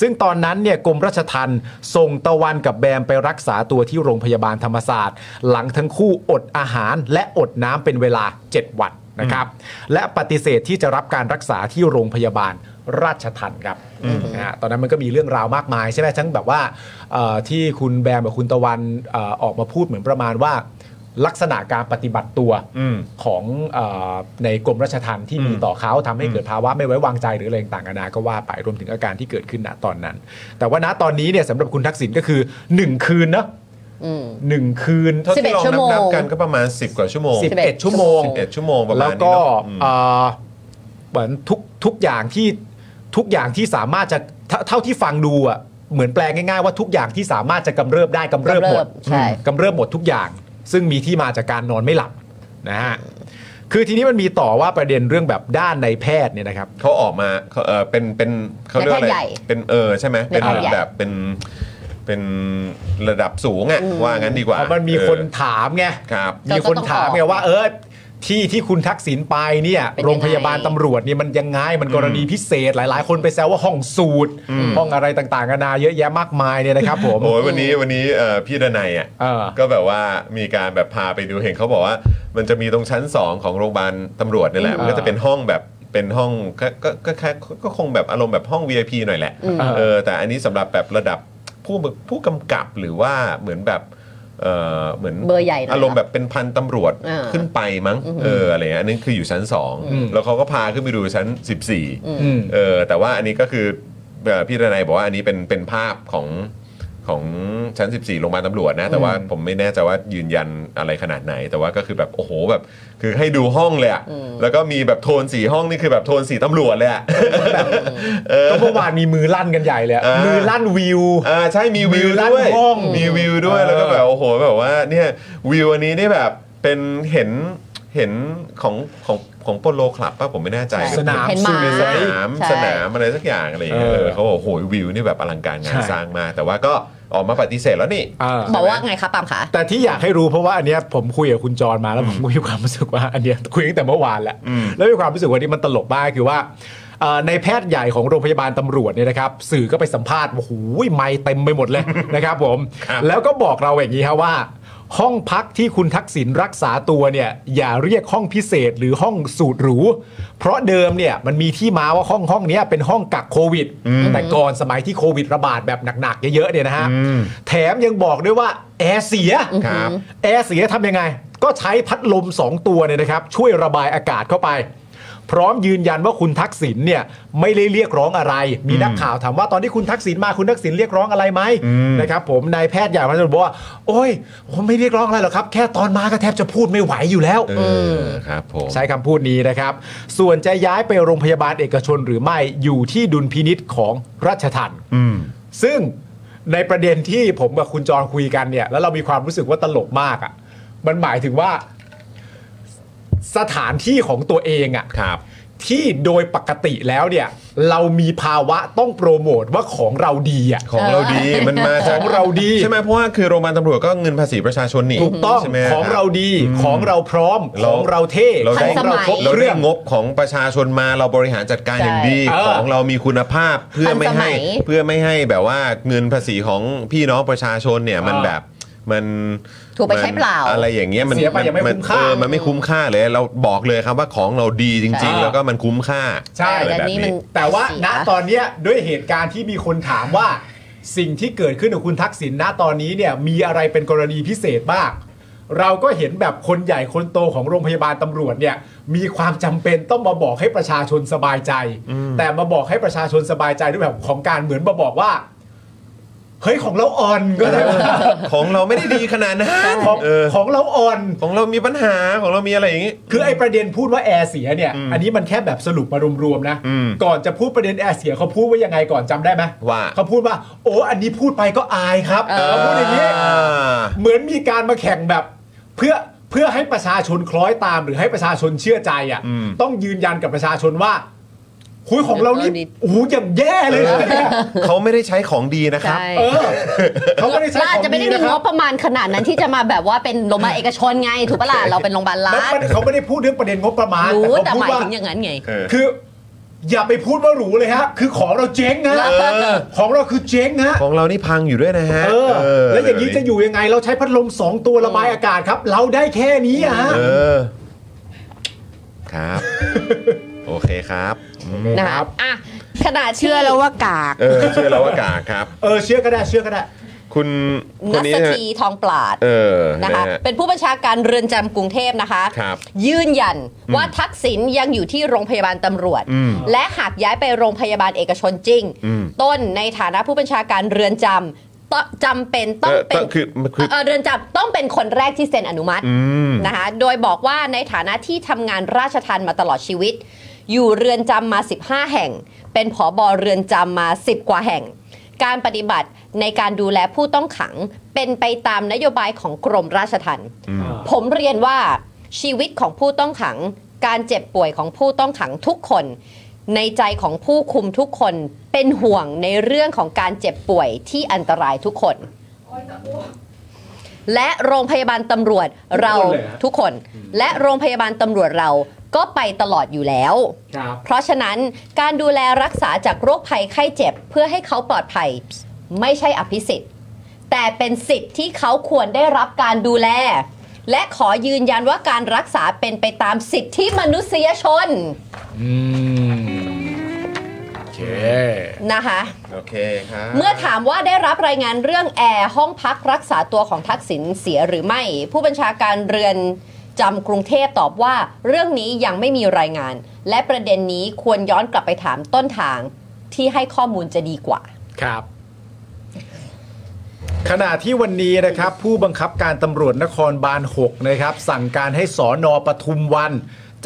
B: ซึ่งตอนนั้นเนี่ยกรมราชทัณฑ์ส่งตะวันกับแบมไปรักษาตัวที่โรงพยาบาลธรรมศาสตร์ หลังทั้งคู่อดอาหารและอดน้ำเป็นเวลา 7 วันนะครับ และปฏิเสธที่จะรับการรักษาที่โรงพยาบาลราชทัณฑ์ครับนะฮะตอนนั้นมันก็มีเรื่องราวมากมายใช่ไหมทั้งแบบว่าเอ่อที่คุณแบมกับคุณตะวันเอ่อออกมาพูดเหมือนประมาณว่า ลักษณะการปฏิบัติตัว
A: อืม
B: ของเออในกรมราชทัณฑ์ที่มีต่อเขาทำให้เกิดภาวะไม่ไว้วางใจหรืออะไรต่างๆนานาก็ว่าไปรวมถึงอาการที่เกิดขึ้นณตอนนั้น แต่ว่าณตอนนี้เนี่ยสำหรับคุณทักษิณก็คือ 1 คืนเนอะ
D: อืม
B: หนึ่งคืน
A: เท่าที่ลอง
D: 11ชั่วโมง
A: นับๆกันก็ประมาณ 10 กว่าชั่วโมง
B: สิบเอ็ดชั่วโมง
A: 11 ชั่วโมงประมา
B: แล้
A: ณ
B: ว
A: นี้
B: ก็
A: เนาะอืม
B: เอ่อเหมือนทุกทุกอย่างที่ทุกอย่างที่สามารถจะเท่าเท่าที่ฟังดูอ่ะเหมือนแปลง่ายๆว่าทุกอย่างที่สามารถจะกำเริบได้กำเริบหมด
D: กำเริบใช่
B: อืมกำเริบหมดทุกอย่าง ซึ่งมีที่มาจากการนอนไม่หลับนะฮะคือทีนี้มันมีต่อว่าประเด็นเรื่องแบบด้านในแพทย์เนี่ยนะครับ
A: เขาออกมาเขาเออเป็นเป็นเขาเรียกว่าอะ
D: ในแพท
A: ไร
D: ย์ใหญ่
A: เป็นเออใช่ไหม
D: ใน
A: เป็น
D: แพทย์ใหญ่
A: แบบเป็นเป็นระดับสูงอ่ะว่างั้นดีกว่า
B: เพราะมันมีคนถามไง
A: ครับ
B: มีคนถามไงว่าเออที่ที่คุณทักษิณไปเนี่ย
D: เป็นยังไง
B: โรงพยาบาลตำรวจเนี่ยมันยังไงมันกรณีพิเศษหลาย ๆ คนไปแซวว่าห้องสูตร ห้องอะไรต่างๆนานาเยอะแยะมากมายเนี่ยนะครับผม
A: โอ้ยวันนี้วันนี้เอ่อพี่ดนัยอ่ะ
B: เออ
A: ก็แบบว่ามีการแบบพาไปดูเห็นเขาบอกว่า มันจะมีตรงชั้น 2 ของโรงพยาบาลตำรวจนี่แหละ
B: อืม
A: มันก็จะเป็นห้องแบบเป็นห้องก็ก็ก็แค่ก็คงแบบอารมณ์แบบห้อง VIP หน่อยแหละ
D: อืม
A: เออแต่อันนี้สำหรับแบบระดับผู้ผู้กำกับหรือว่าเหมือนแบบเออเหมือน
D: เบอร์ใหญ่หน่อย
A: อารมณ์แบบเป็นพันตำรวจ
D: อ่า
A: ขึ้นไปมั้งเอออะไรเงี้ยอันนี้คืออยู่ชั้น
B: อืม
A: 2 แล้วเขาก็พาขึ้นไปดูชั้น 14
B: อืม
A: เออแต่ว่าอันนี้ก็คือเอ่อพี่ดนายบอกว่าอันนี้เป็นเป็นภาพของข ของชั้น 14 ลงมาลตำรวจนะ แต่ว่าผมไม่แน่ใจว่ายืนยันอะไรขนาดไหน แต่ว่าก็คือแบบโอ้โหแบบคือให้ดูห้องเลยอะแล้วก็มีแบบโทนสีห้องนี่คือแบบโทนสีตำรวจเลยอะ
B: ก็เมื่อวานมีมือลั่นกันใหญ่เลยอะ
A: เออ
B: มือลั่นวิว
A: อ่าใช่มีวิว
B: มีร้าน
A: ด้วย
B: ห้อง
A: มีวิวด้วย
B: เออ
A: แล้วก็แบบโอ้โหแบบว่าเนี่ยวิวอันนี้นี่แบบเป็นเห็นเห็นของของของโปโลคลับป่ะผมไม่แน่ใจ
D: ใช่
B: สนาม
D: เห็นมา
B: สวย
A: สนาม
D: ใช่
A: สนามอะไรสักอย่างอะไรอย่างเงี้ย
B: เออ
A: เออเขาบอกโอ้โหวิวนี่แบบอลังการงาน
B: ใช่
A: สร้างมากแต่ว่าก็ออกมาปฏิเสธแล้วนี่
B: อ่า
D: บอกว่าไงครับปาล์มคะ
B: แต่ที่อยากให้รู้เพราะว่าอันเนี้ยผมคุยกับคุณจรมาแล้วผมก็มีความรู้สึกว่าอันเนี้ย คุยตั้งแต่เมื่อวานแล้ว
A: อืม
B: แล้วมีความรู้สึกว่านี่มันตลกมากคือว่าเอ่อในแพทย์ใหญ่ของโรงพยาบาลตำรวจเนี่ยนะครับสื่อก็ไปสัมภาษณ์โอ้โหไม่เต็มไปหมดเลย นะครับผม แล้วก็บอกเราอย่างนี้ฮะว่า ห้องพักที่คุณทักษิณรักษาตัวเนี่ยอย่าเรียกห้องพิเศษหรือห้องสูตรหรูเพราะเดิมเนี่ยมันมีที่มาว่าห้องห้องเนี้ยเป็นห้องกักโควิด แต่ก่อนสมัยที่โควิดระบาดแบบหนักๆเยอะๆเนี่ยนะฮะแถมยังบอกด้วยว่าแอร์เสีย
A: ครับ
B: แอร์เสียทำยังไง ก็ใช้พัดลม 2 ตัวเนี่ยนะครับ ช่วยระบายอากาศเข้าไป พร้อมยืนยันว่าคุณทักษิณเนี่ยไม่ได้เรียกร้องอะไร มีนักข่าวถามว่าตอนที่คุณทักษิณมาคุณทักษิณเรียกร้องอะไรไหมนะครับผมนายแพทย์ใหญ่พันธุ์บอกว่า โอ้ยผมไม่เรียกร้องอะไรหรอกครับ แค่ตอนมาก็แทบจะพูดไม่ไหวอยู่แล้ว
A: เออครับผม
B: ใช้คำพูดนี้นะครับ ส่วนจะย้ายไปโรงพยาบาลเอกชนหรือไม่อยู่ที่ดุลพินิษของราชทัณฑ์ซึ่งในประเด็นที่ผมกับคุณจรคุยกันเนี่ย แล้วเรามีความรู้สึกว่าตลกมากอะ่ะ มันหมายถึงว่า สถานที่ของตัวเองอ่ะ
A: ครับ
B: ที่โดยปกติแล้วเนี่ย เรามีภาวะต้องโปรโมทว่าของเราดีอ่ะ
A: ของเราดีมันมาจาก
B: ของเราดี
A: ใช่ไหมเพราะว่าคือโรงพยาบาลตำรวจก็เงินภาษีประชาชนนี่
B: ถูกต้อง
A: ใช่ไหม
B: ของ
A: คบ
B: เราดี ของเราพร้อม
A: เรา
B: ของเราเท่
A: เราได้
B: ของ
D: ทันสมั
B: เรา
D: ย
B: ครบ
A: เรา
B: เค
A: ได้
B: รื่อง
A: งบของประชาชนมาเราบริหารจัดการ
D: ใช่
A: อย่างดี
B: เออ
A: ของเรามีคุณภาพเพื่อไม่ให้
D: ทันสมัย
A: เพื่อไม่ให้แบบว่าเงินภาษีของพี่น้องประชาชนเนี่ยมันแบบมัน
D: ถูกไปใช้เปล่า
A: มันอะไรอย่างเงี้ยมัน
B: เสียไปยังไม่
A: น
B: คุ้มค่า
A: เออมันไม่คุ้มค่าเลยเราบอกเลยครับว่าของเราดีจริง ๆ แล้วก็มันคุ้มค่า
B: ใช่
A: อะไร
D: แต่
A: แบบ
D: นี้
A: นี้
D: มัน
B: แต่ว่า
D: เสี
B: ณ
D: ย
B: ตอนเนี้ยด้วยเหตุการณ์ที่มีคนถามว่า สิ่งที่เกิดขึ้นกับคุณทักษิณณตอนนี้เนี่ยมีอะไรเป็นกรณีพิเศษบ้าง เราก็เห็นแบบคนใหญ่คนโตของโรงพยาบาลตำรวจเนี่ยมีความจำเป็นต้องมาบอกให้ประชาชนสบายใจ แต่มาบอกให้ประชาชนสบายใจด้วยแบบของการเหมือนมาบอกว่าเฮ้ยของเราอ่อนก็ได้ว่า
A: ของเราไม่ได้ดีขนาดนั้น
B: ของ
A: เออ
B: ของเราอ่อน
A: ของเรามีปัญหาของเรามีอะไรอย่างงี้
B: คือไอ้ประเด็นพูดว่าแอร์เสียเนี่ย อันนี้มันแค่แบบสรุปมารวมๆนะ
A: อืม
B: ก่อนจะพูดประเด็นแอร์เสียเขาพูดว่ายังไงก่อนจำได้ไหม
A: ว่า
B: เขาพูดว่า โอ้อันนี้พูดไปก็อายครับเขาพูดอย่างนี้
A: อ่า
B: เหมือนมีการมาแข่งแบบ เพื่อเพื่อให้ประชาชนคล้อยตามหรือให้ประชาชนเชื่อใจอ่ะ
A: อืม
B: ต้องยืนยันกับประชาชนว่าคุยของเรานี่โอ้โหอย่างแย่เลยนะเนี่ย
A: เขาไม่ได้ใช้ของดีนะครับ
D: ใช่
B: เออเขาไม่ได้ใช้ข
D: เราอาจ
B: อง
D: จะไม่ได้
B: ดี
D: มี
B: นะค
D: ง
B: รั
D: บบ ประมาณขนาดนั้นที่จะมาแบบว่าเป็นโรงพยาบาลเอกชนไง ถูกปะล่ะเราเป็นโรงพยาบาลรัฐ
B: มันเขาไม่ได้พูดเรื่องประเด็นงบประมาณ
D: รู้แต่
B: เขาพูด
D: หมาย
B: ว่า
D: ถึงอย่างนั้นไง
A: เออ
B: คืออย่าไปพูดว่าหรูเลยฮะ คือของเราเจ๊งนะ
A: อ
B: ของเราคือเจ๊งฮะ
A: ของเรานี่พังอยู่ด้วยนะฮะ
B: เออ
A: เ
B: แล้วอย่างนี้จะอยู่ยังไง เราใช้พัดลม 2 ตัวระบายอากาศครับ เราได้แค่นี้อะฮะ
A: เออ ครับ โอเคครับอืม
D: นะคะอ่ะขนาดที่
H: เชื่อแล้วว่ากาก
A: เออเชื่อแล้วว่ากากครับ
B: เออเชื่อก็ได้เชื่อก็ได้
A: คุณค
D: นั
A: น
D: ส
A: นี้ใช่ไหม
D: ทีทองปลาด
A: เออ
D: นะ
A: นะคะ ฮะ
D: เป็นผู้บัญชาการเรือนจำกรุงเทพนะคะ
A: ครับ
D: ยืนยันว่าทักษิณยังอยู่ที่โรงพยาบาลตำรวจ
A: อืม
D: และหากย้ายไปโรงพยาบาลเอกชนจริง
A: อืม
D: ต้นในฐานะผู้บัญชาการเรือนจำต้องจำเป็นต้องเป็
A: เต้
D: น
A: คือคือ
D: เอ่อเรือนจำต้องเป็นคนแรกที่เซ็นอนุมัติ
A: อืม
D: นะคะ โดยบอกว่าในฐานะที่ทำงานราชทันมาตลอดชีวิต อยู่เรือนจำมา 15 แห่ง เป็นผอบอเรือนจำมา 10 กว่าแห่ง การปฏิบัติในการดูแลผู้ต้องขัง เป็นไปตามนโยบายของกรมราชทัณฑ์ผมเรียนว่าชีวิตของผู้ต้องขัง การเจ็บป่วยของผู้ต้องขังทุกคน ในใจของผู้คุมทุกคนเป็นห่วงในเรื่องของการเจ็บป่วยที่อันตรายทุกคน และโรงพยาบาลตำรวจเรา
B: ทุกคนเลยฮะ
D: ทุกคน และโรงพยาบาลตำรวจเราก็ไปตลอดอยู่แล้ว
B: ครับ
D: เพราะฉะนั้นการดูแลรักษาจากโรคภัยไข้เจ็บเพื่อให้เขาปลอดภัย ไม่ใช่อภิสิทธิ์ แต่เป็นสิทธิ์ที่เขาควรได้รับการดูแล และขอยืนยันว่าการรักษาเป็นไปตามสิทธิมนุษยชน
B: อืมโอเค
D: นะคะ
A: โอเคครับ
D: เมื่อถามว่าได้รับรายงานเรื่องแอร์ห้องพักรักษาตัวของทักษิณเสียหรือไม่ ผู้บัญชาการเรือนจำกรุงเทพตอบว่า เรื่องนี้ยังไม่มีรายงาน และประเด็นนี้ควรย้อนกลับไปถามต้นทางที่ให้ข้อมูลจะดีกว่า
B: ครับ ขณะที่วันนี้นะครับผู้บังคับการตำรวจนครบาล6นะครับสั่งการให้สอนอปทุมวัน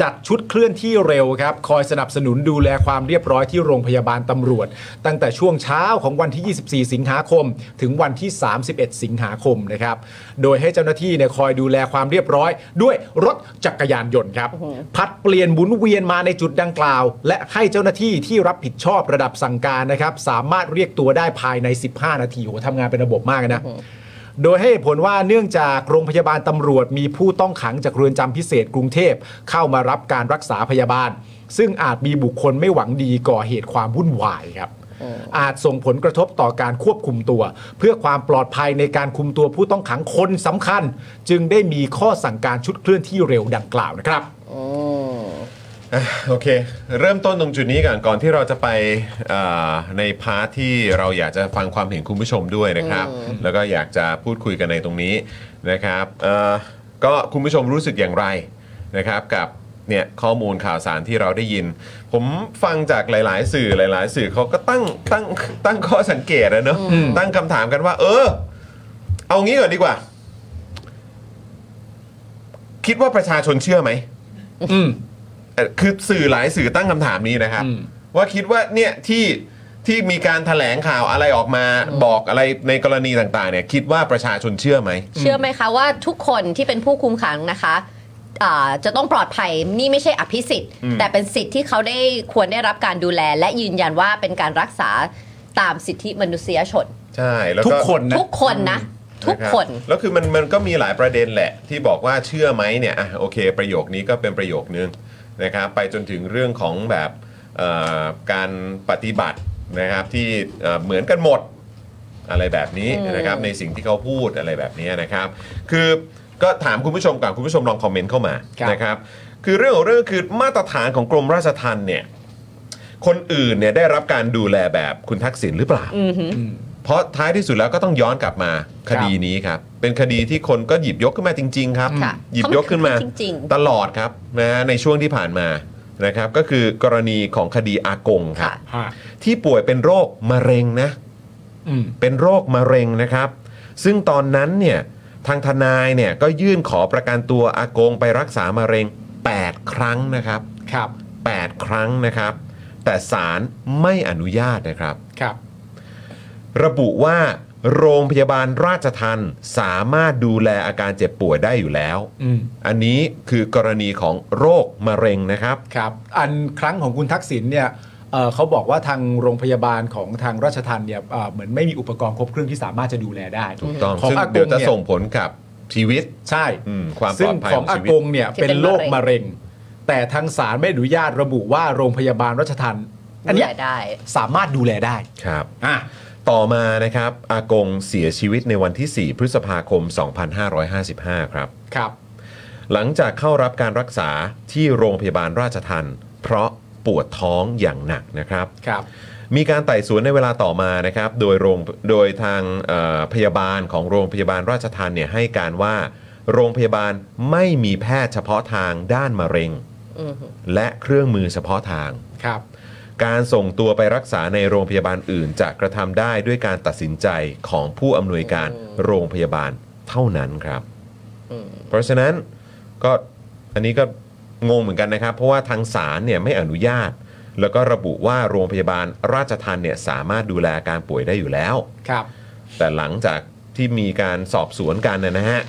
B: จัดชุดเคลื่อนที่เร็วครับ คอยสนับสนุนดูแลความเรียบร้อยที่โรงพยาบาลตำรวจ ตั้งแต่ช่วงเช้าของวันที่ 24 สิงหาคม ถึงวันที่ 31 สิงหาคมนะครับ โดยให้เจ้าหน้าที่เนี่ยคอยดูแลความเรียบร้อย ด้วยรถจักรยานยนต์ครับ ผลัดเปลี่ยนหมุนเวียนมาในจุดดังกล่าว และให้เจ้าหน้าที่ที่รับผิดชอบระดับสั่งการนะครับ สามารถเรียกตัวได้ภายใน 15 นาทีโหทำงานเป็นระบบมากนะ โดยให้เหตุผลว่าเนื่องจากโรงพยาบาลตำรวจมีผู้ต้องขังจากเรือนจำพิเศษกรุงเทพเข้ามารับการรักษาพยาบาล ซึ่งอาจมีบุคคลไม่หวังดีก่อเหตุความวุ่นวายครับ อาจส่งผลกระทบต่อการควบคุมตัว เพื่อความปลอดภัยในการคุมตัวผู้ต้องขังคนสำคัญ จึงได้มีข้อสั่งการชุดเคลื่อนที่เร็วดังกล่าวนะครับ
A: อ่ะโอเค เริ่มต้นตรงจุดนี้ก่อนก่อนที่เราจะไปเอ่อในพาร์ทที่เราอยากจะฟังความเห็นคุณผู้ชมด้วยนะครับ แล้วก็อยากจะพูดคุยกันในตรงนี้นะครับเอ่อก็คุณผู้ชมรู้สึกอย่างไรนะครับกับเนี่ยข้อมูลข่าวสารที่เราได้ยิน ผมฟังจากหลาย ๆ สื่อหลาย ๆ สื่อเขาก็ตั้งตั้งตั้งข้อสังเกตนะเนอะตั้งคำถามกันว่า เออ เอางี้ก่อนดีกว่า คิดว่าประชาชนเชื่อไหม
B: อืม
A: เอ่อคือสื่อหลายสื่อตั้งคำถามนี้นะครับ
B: อืม
A: ว่าคิดว่าเนี่ยที่ที่มีการแถลงข่าวอะไรออกมาบอกอะไรในกรณีต่างๆเนี่ยคิดว่าประชาชนเชื่อไหม
D: เชื่อไหมคะว่าทุกคนที่เป็นผู้คุมขังนะคะอ่าจะต้องปลอดภัยนี่ไม่ใช่อภิสิทธิ์
A: อืม
D: แต่เป็นสิทธิ์ที่เขาได้ควรได้รับการดูแล และยืนยันว่าเป็นการรักษาตามสิทธิมนุษยชน
A: ใช่แล้ว
B: ทุก
A: ก็
B: คนนะ
D: ทุกคนนะ ทุก
A: ะรับ
D: คน
A: แล้วคือมันมันก็มีหลายประเด็นแหละ ที่บอกว่าเชื่อไหมเนี่ยอ่ะโอเค ประโยคนี้ก็เป็นประโยคนึงนะครับไปจนถึงเรื่องของแบบเอ่อการปฏิบัตินะครับที่เอ่อเหมือนกันหมดอะไรแบบนี้นะครับในสิ่งที่เขาพูดอะไรแบบนี้นะครับ คือก็ถามคุณผู้ชมก่อนคุณผู้ชมลองคอมเมนต์เข้ามา
B: ครับ
A: นะครับคือเรื่องของเรื่องคือมาตรฐานของกรมราชทัณฑ์เนี่ยคนอื่นเนี่ยได้รับการดูแลแบบคุณทักษิณหรือเปล่า เพราะท้ายที่สุดแล้วก็ต้องย้อนกลับมาคดีนี้ครับ เป็นคดีที่คนก็หยิบยกขึ้นมาจริง ๆ ครับ
D: ค่ะ
A: หยิบยกขึ้นมา
D: เขจริง
A: ตลอดครับนะฮะในช่วงที่ผ่านมานะครับ ก็คือกรณีของคดีอากงครับ
D: ค่ะ
B: ฮะ
A: ที่ป่วยเป็นโรคมะเร็งนะ
B: อืม
A: เป็นโรคมะเร็งนะครับ ซึ่งตอนนั้นเนี่ยทางทนายเนี่ยก็ยื่นขอประกันตัวอากงไปรักษามะเร็ง 8 ครั้งนะครับ
B: ครับ
A: 8 ครั้งนะครับ แต่ศาลไม่อนุญาตนะครับ
B: ครับ
A: ระบุว่าโรงพยาบาลราชทันสามารถดูแลอาการเจ็บป่วยได้อยู่แล้ว
B: อืม
A: อันนี้คือกรณีของโรคมะเร็งนะครับ
B: ครับ อันครั้งของคุณทักษิณเนี่ยเอ่อเขาบอกว่าทางโรงพยาบาลของทางราชทันเนี่ยเอ่อเหมือนไม่มีอุปกรณ์ครบเครื่องที่สามารถจะดูแลได้
A: ถูกต้อง
B: ของ
A: ซึ่ง
B: อาก
A: เดี๋ยว
B: ง
A: จะ
B: เนี่ย
A: ส่งผลกับชีวิต
B: ใช่
A: อืมความป
B: ซึ่
A: ลอด
B: ง
A: ภัย
B: ข
A: ข
B: อ
A: อง ง
B: อา
A: ชีวิต
B: กงเนี่ย
D: ที่เป็
B: เป็น นโรคมะ
D: มะเร็
B: เร็ง
D: ง
B: แต่ทางศาลไม่อนุญาตระบุว่าโรงพยาบาลรัชทัน
D: ๆ
B: อัน
D: ดู
B: เนี้
D: แล
B: ย
D: ได้
B: สามารถดูแลได้
A: ครับ
B: อ่ะ
A: ต่อมานะครับ อากงเสียชีวิตในวันที่ 4 พฤษภาคม 2555 ครับ
B: ครับ
A: หลังจากเข้ารับการรักษาที่โรงพยาบาลราชทันเพราะปวดท้องอย่างหนักนะครับ
B: ครับ
A: มีการไต่สวนในเวลาต่อมานะครับ โดยโรงโดยทางเอ่อพยาบาลของโรงพยาบาลราชทันเนี่ยให้การว่า โรงพยาบาลไม่มีแพทย์เฉพาะทางด้านมะเร็ง
D: อือหือ
A: และเครื่องมือเฉพาะทาง
B: ครับ
A: การส่งตัวไปรักษาในโรงพยาบาลอื่น จะกระทำได้ด้วยการตัดสินใจของผู้อำนวยการโรงพยาบาลเท่านั้นครับ
D: อืม
A: เพราะฉะนั้นก็อันนี้ก็งงเหมือนกันนะครับ เพราะว่าทางศาลเนี่ยไม่อนุญาต แล้วก็ระบุว่าโรงพยาบาลราชทันเนี่ยสามารถดูแลอาการป่วยได้อยู่แล้ว
B: ครับ
A: แต่หลังจากที่มีการสอบสวนกันนะนะฮะ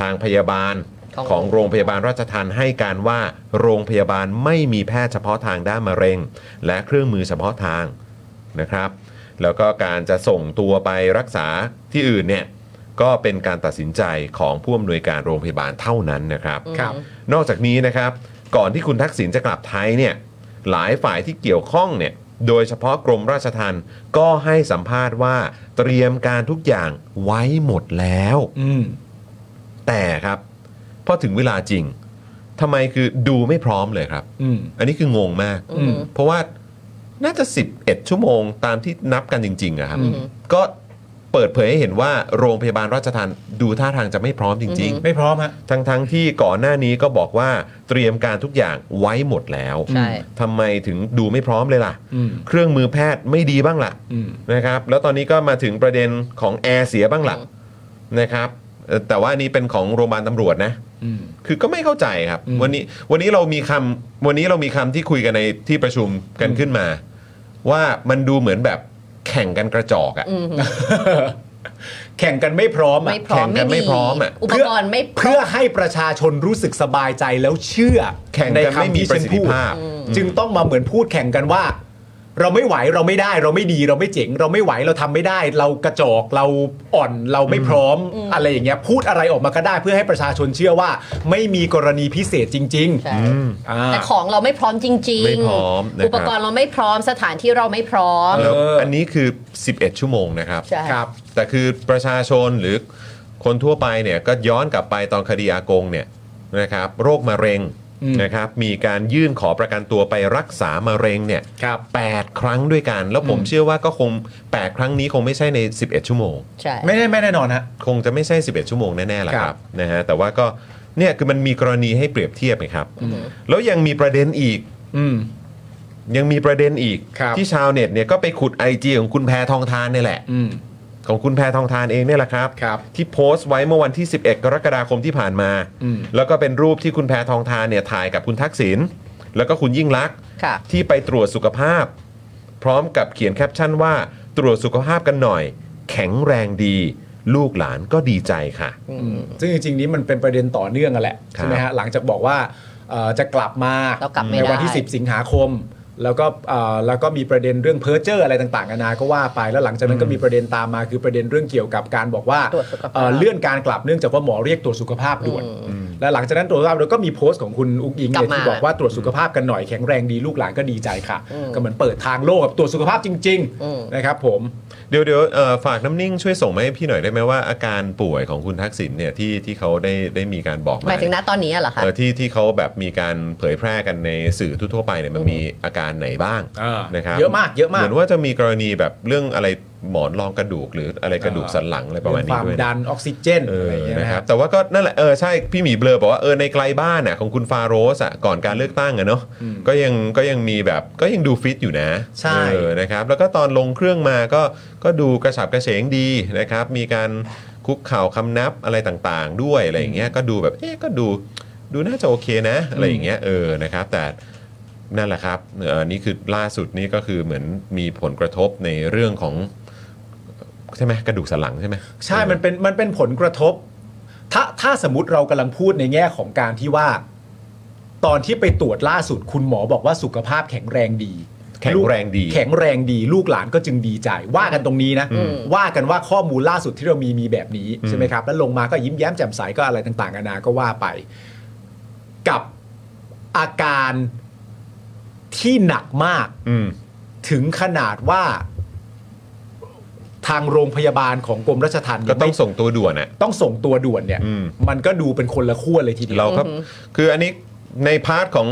A: ทางพยาบาล
D: ของ
A: ของโรงพยาบาลราชทันให้การว่าโรงพยาบาลไม่มีแพทย์เฉพาะทางด้านมะเร็ง และเครื่องมือเฉพาะทางนะครับ แล้วก็การจะส่งตัวไปรักษาที่อื่นเนี่ยก็เป็นการตัดสินใจของผู้อำนวยการโรงพยาบาลเท่านั้นนะครับ
B: ครับ
A: นอกจากนี้นะครับ ก่อนที่คุณทักษิณจะกลับไทยเนี่ยหลายฝ่ายที่เกี่ยวข้องเนี่ยโดยเฉพาะกรมราชทัณฑ์ก็ให้สัมภาษณ์ว่าเตรียมการทุกอย่างไว้หมดแล้ว
B: อืม
A: แต่ครับพอถึงเวลาจริงทำไมคือดูไม่พร้อมเลยครับ
B: อืม
A: อันนี้คืองงมาก
B: อืม
A: เพราะว่าน่าจะ 11 ชั่วโมงตามที่นับกันจริงๆอะครับ
B: อืม
A: ก็ เปิดเผยให้เห็นว่าโรงพยาบาลราชทันดูท่าทางจะไม่พร้อมจริง ๆ
B: ไม่พร้อมฮะ
A: ทั้งทั้งๆที่ก่อนหน้านี้ก็บอกว่าเตรียมการทุกอย่างไว้หมดแล้ว
D: ใช่
A: ทำไมถึงดูไม่พร้อมเลยล่ะ
B: อืม
A: เครื่องมือแพทย์ไม่ดีบ้างล่ะ
B: อืม
A: นะครับ แล้วตอนนี้ก็มาถึงประเด็นของแอร์เสียบ้างล่ะนะครับเอ่อแต่ว่าอันนี้เป็นของโรงพยาบาลตำรวจนะ
B: อืม
A: คือก็ไม่เข้าใจครับ
B: อืม
A: วันนี้วันนี้เรามีคำวันนี้เรามีคำที่คุยกันในที่ประชุมกันขึ้นมา ว่ามันดูเหมือนแบบแข่งกันกระจอกอะ
D: อืม
B: แข่งกันไม่พร้อมอะ
D: ไม่พร้อม
A: แข่งกันไม่
D: ดี
A: พร้อมอะ
D: อุปกรณ์ไม่
B: เพื่อให้ประชาชนรู้สึกสบายใจแล้วเชื่อ
A: แข่งกันไม่มีประสิทธิภาพ
B: จึงต้องมาเหมือนพูดแข่งกันว่า เราไม่ไหวเราไม่ได้เราไม่ดีเราไม่เจ๋ง เราไม่ไหวเราทำไม่ได้ เรากระจอกเราอ่อนเราไม่พร้อมอะไรอย่างเงี้ยพูดอะไรออกมาก็ได้ เพื่อให้ประชาชนเชื่อว่า ไม่มีกรณีพิเศษจริง
D: ใช่
B: ๆอ่า
D: แต่ของเราไม่พร้อมจริงๆ
A: ไม่พร้อมนะครับ
D: อุปกรณ์เราไม่พร้อมสถานที่เราไม่พร้อม
A: แล้ว
B: เอออั
A: อันนี้คือ 11 ชั่วโมงนะครับ
D: ใช่
B: ครับ
A: แต่คือประชาชนหรือคนทั่วไปเนี่ยก็ย้อนกลับไปตอนคดีอากงเนี่ยนะครับโรคมะเร็ง
B: อืม
A: นะครับมีการยื่นขอประกันตัวไปรักษามะเร็งเนี่ย
B: ครับ
A: แปดครั้งด้วยกัน แล้วผมเชื่อว่าก็คง 8 ครั้งนี้คงไม่ใช่ใน 11 ชั่วโมง
D: ใช่
B: ไม่ได้ไม่แน่นอนฮะ
A: คงจะไม่ใช่ 11 ชั่วโมงแน่ๆแหละค
B: ครั
A: รับบ นะฮะแต่ว่าก็เนี่ยคือมันมีกรณีให้เปรียบเทียบไงครับ แล้วยังมีประเด็นอีก
B: อืม
A: ยังมีประเด็นอีก
B: ครับ
A: ที่ชาวเน็ตเนี่ยก็ไปขุด IG ของคุณแพทองทานเนี่ยแหละ
B: อืม
A: ของคุณแพทองทานเองเนี่ยแหละครับ
B: ครับ
A: ที่โพสต์ไว้เมื่อวันที่ 11 กรกฎาคมที่ผ่านมา
B: อืม
A: แล้วก็เป็นรูปที่คุณแพทองทานเนี่ยถ่ายกับคุณทักษิณแล้วก็คุณยิ่งลักษณ์
D: ค่ะ
A: ที่ไปตรวจสุขภาพ พร้อมกับเขียนแคปชั่นว่าตรวจสุขภาพกันหน่อย แข็งแรงดี ลูกหลานก็ดีใจค่ะ
B: ซึ่งจริงๆนี้มันเป็นประเด็นต่อเนื่องกันแหละ
A: ครับ
B: ใช่ไหมฮะหลังจากบอกว่าเอ่อจะกลับมา
D: เรากลับไม่
B: ในวันที่
D: ได้
B: 10 สิงหาคม แล้วก็เอ่อแล้วก็มีประเด็นเรื่องเพ้อเจอร์อะไรต่างๆนานาก็ว่าไปแล้วหลังจากนั้นก็มีประเด็นตามมาคือประเด็นเรื่องเกี่ยวกับการบอกว่า
D: ตรวจสุขภาพ
B: เอ่อเลื่อนการกลับเนื่องจากว่าหมอเรียกตรวจสุขภาพด่วนและหลังจากนั้นตรวจสุขภาพแล้วก็มีโพสต์ของคุณอุ้งอิงเนี่ยที่บอกว่าตรวจสุขภาพกันหน่อยแข็งแรงดีลูกหลานก็ดีใจค่ะ ก็เหมือนเปิดทางโลกกับตรวจสุขภาพจริง ๆ นะครับ ผม
A: เดี๋ยวเดี๋ยวเอ่อฝากน้ำนิ่งช่วยส่งมาให้พี่หน่อยได้ไหมว่าอาการป่วยของคุณทักษิณเนี่ยที่ที่เขาได้ได้มีการบอกมา
D: หมายถึงณ
A: เนี่ย
D: ตอนนี้เหรอคะ
A: เออที่ที่เขาแบบมีการเผยแพร่กันในสื่อทั่วๆไปเนี่ยมันมีอาการไหนบ้าง
B: อ่าน
A: นะครับ
B: เยอะมากเยอะมาก
A: เหมือนว่าจะมีกรณีแบบเรื่องอะไรหมอนรองกระดูกหรืออะไรกระดูกสันหลังอะไรประมาณ
B: ค
A: นี้
B: วาม
A: ด้วย
B: ดันออกซิเจน
A: เอ
B: อะ
A: อ
B: ไรอย่างเงี้ย
A: นะ
B: นะ
A: ค
B: ค
A: รั
B: รั
A: บบ แต่ว่าก็นั่นแหละเออใช่พี่หมีเบลอบอกว่าเออในไกลบ้านน่ะของคุณฟาโรสอ่ะก่อนการเลือกตั้งอะเนาะก็ยังก็ยังมีแบบก็ยังดูฟิตอยู่นะ
B: ใช่
A: เออ นะครับแล้วก็ตอนลงเครื่องมาก็ก็ดูกระฉับกระเฉงดีนะครับ มีการคุกเข่าวคำนับอะไรต่างๆ ด้วยอะไรอย่างเงี้ยก็ดูแบบเอ๊ะก็ดูดูน่าจะโอเคนะอะไรอย่างเงี้ยเออนะครับ แต่นั่นแหละครับเออนี่คือล่าสุดนี่ก็คือเหมือนมีผลกระทบในเรื่องของใช่ไหมกระดูกสันหลังใช่ไหม
B: ใช่ มันเป็น มันเป็นผลกระทบ ถ้า ถ้าสมมติเรากำลังพูดในแง่ของการที่ว่า ตอนที่ไปตรวจล่าสุดคุณหมอบอกว่าสุขภาพแข็งแรงดี
A: แข็ง
B: ลูก
A: แรงดี
B: แข็งแรงดี ลูกหลานก็จึงดีใจ ว่ากันตรงนี้นะ ว่ากันว่าข้อมูลล่าสุดที่เรามีมีแบบนี้ใช่ไหมครับ แล้วลงมาก็ยิ้มแย้มแจ่มใสก็อะไรต่างๆนานาก็ว่าไป กับอาการที่หนักมาก
A: อืม
B: ถึงขนาดว่าทางโรงพยาบาลของกรมราชทัณฑ์
A: ก็
B: เนี่ย
A: ต้อง
B: ไม่
A: ส่งตัวด่วนอ่ะ
B: ต้องส่งตัวด่วนเนี่ย
A: อืม
B: มันก็ดูเป็นคนละขั้วเลยทีเดีย
A: เรา
B: ว
A: ก็คืออันนี้ในพาร์ทของ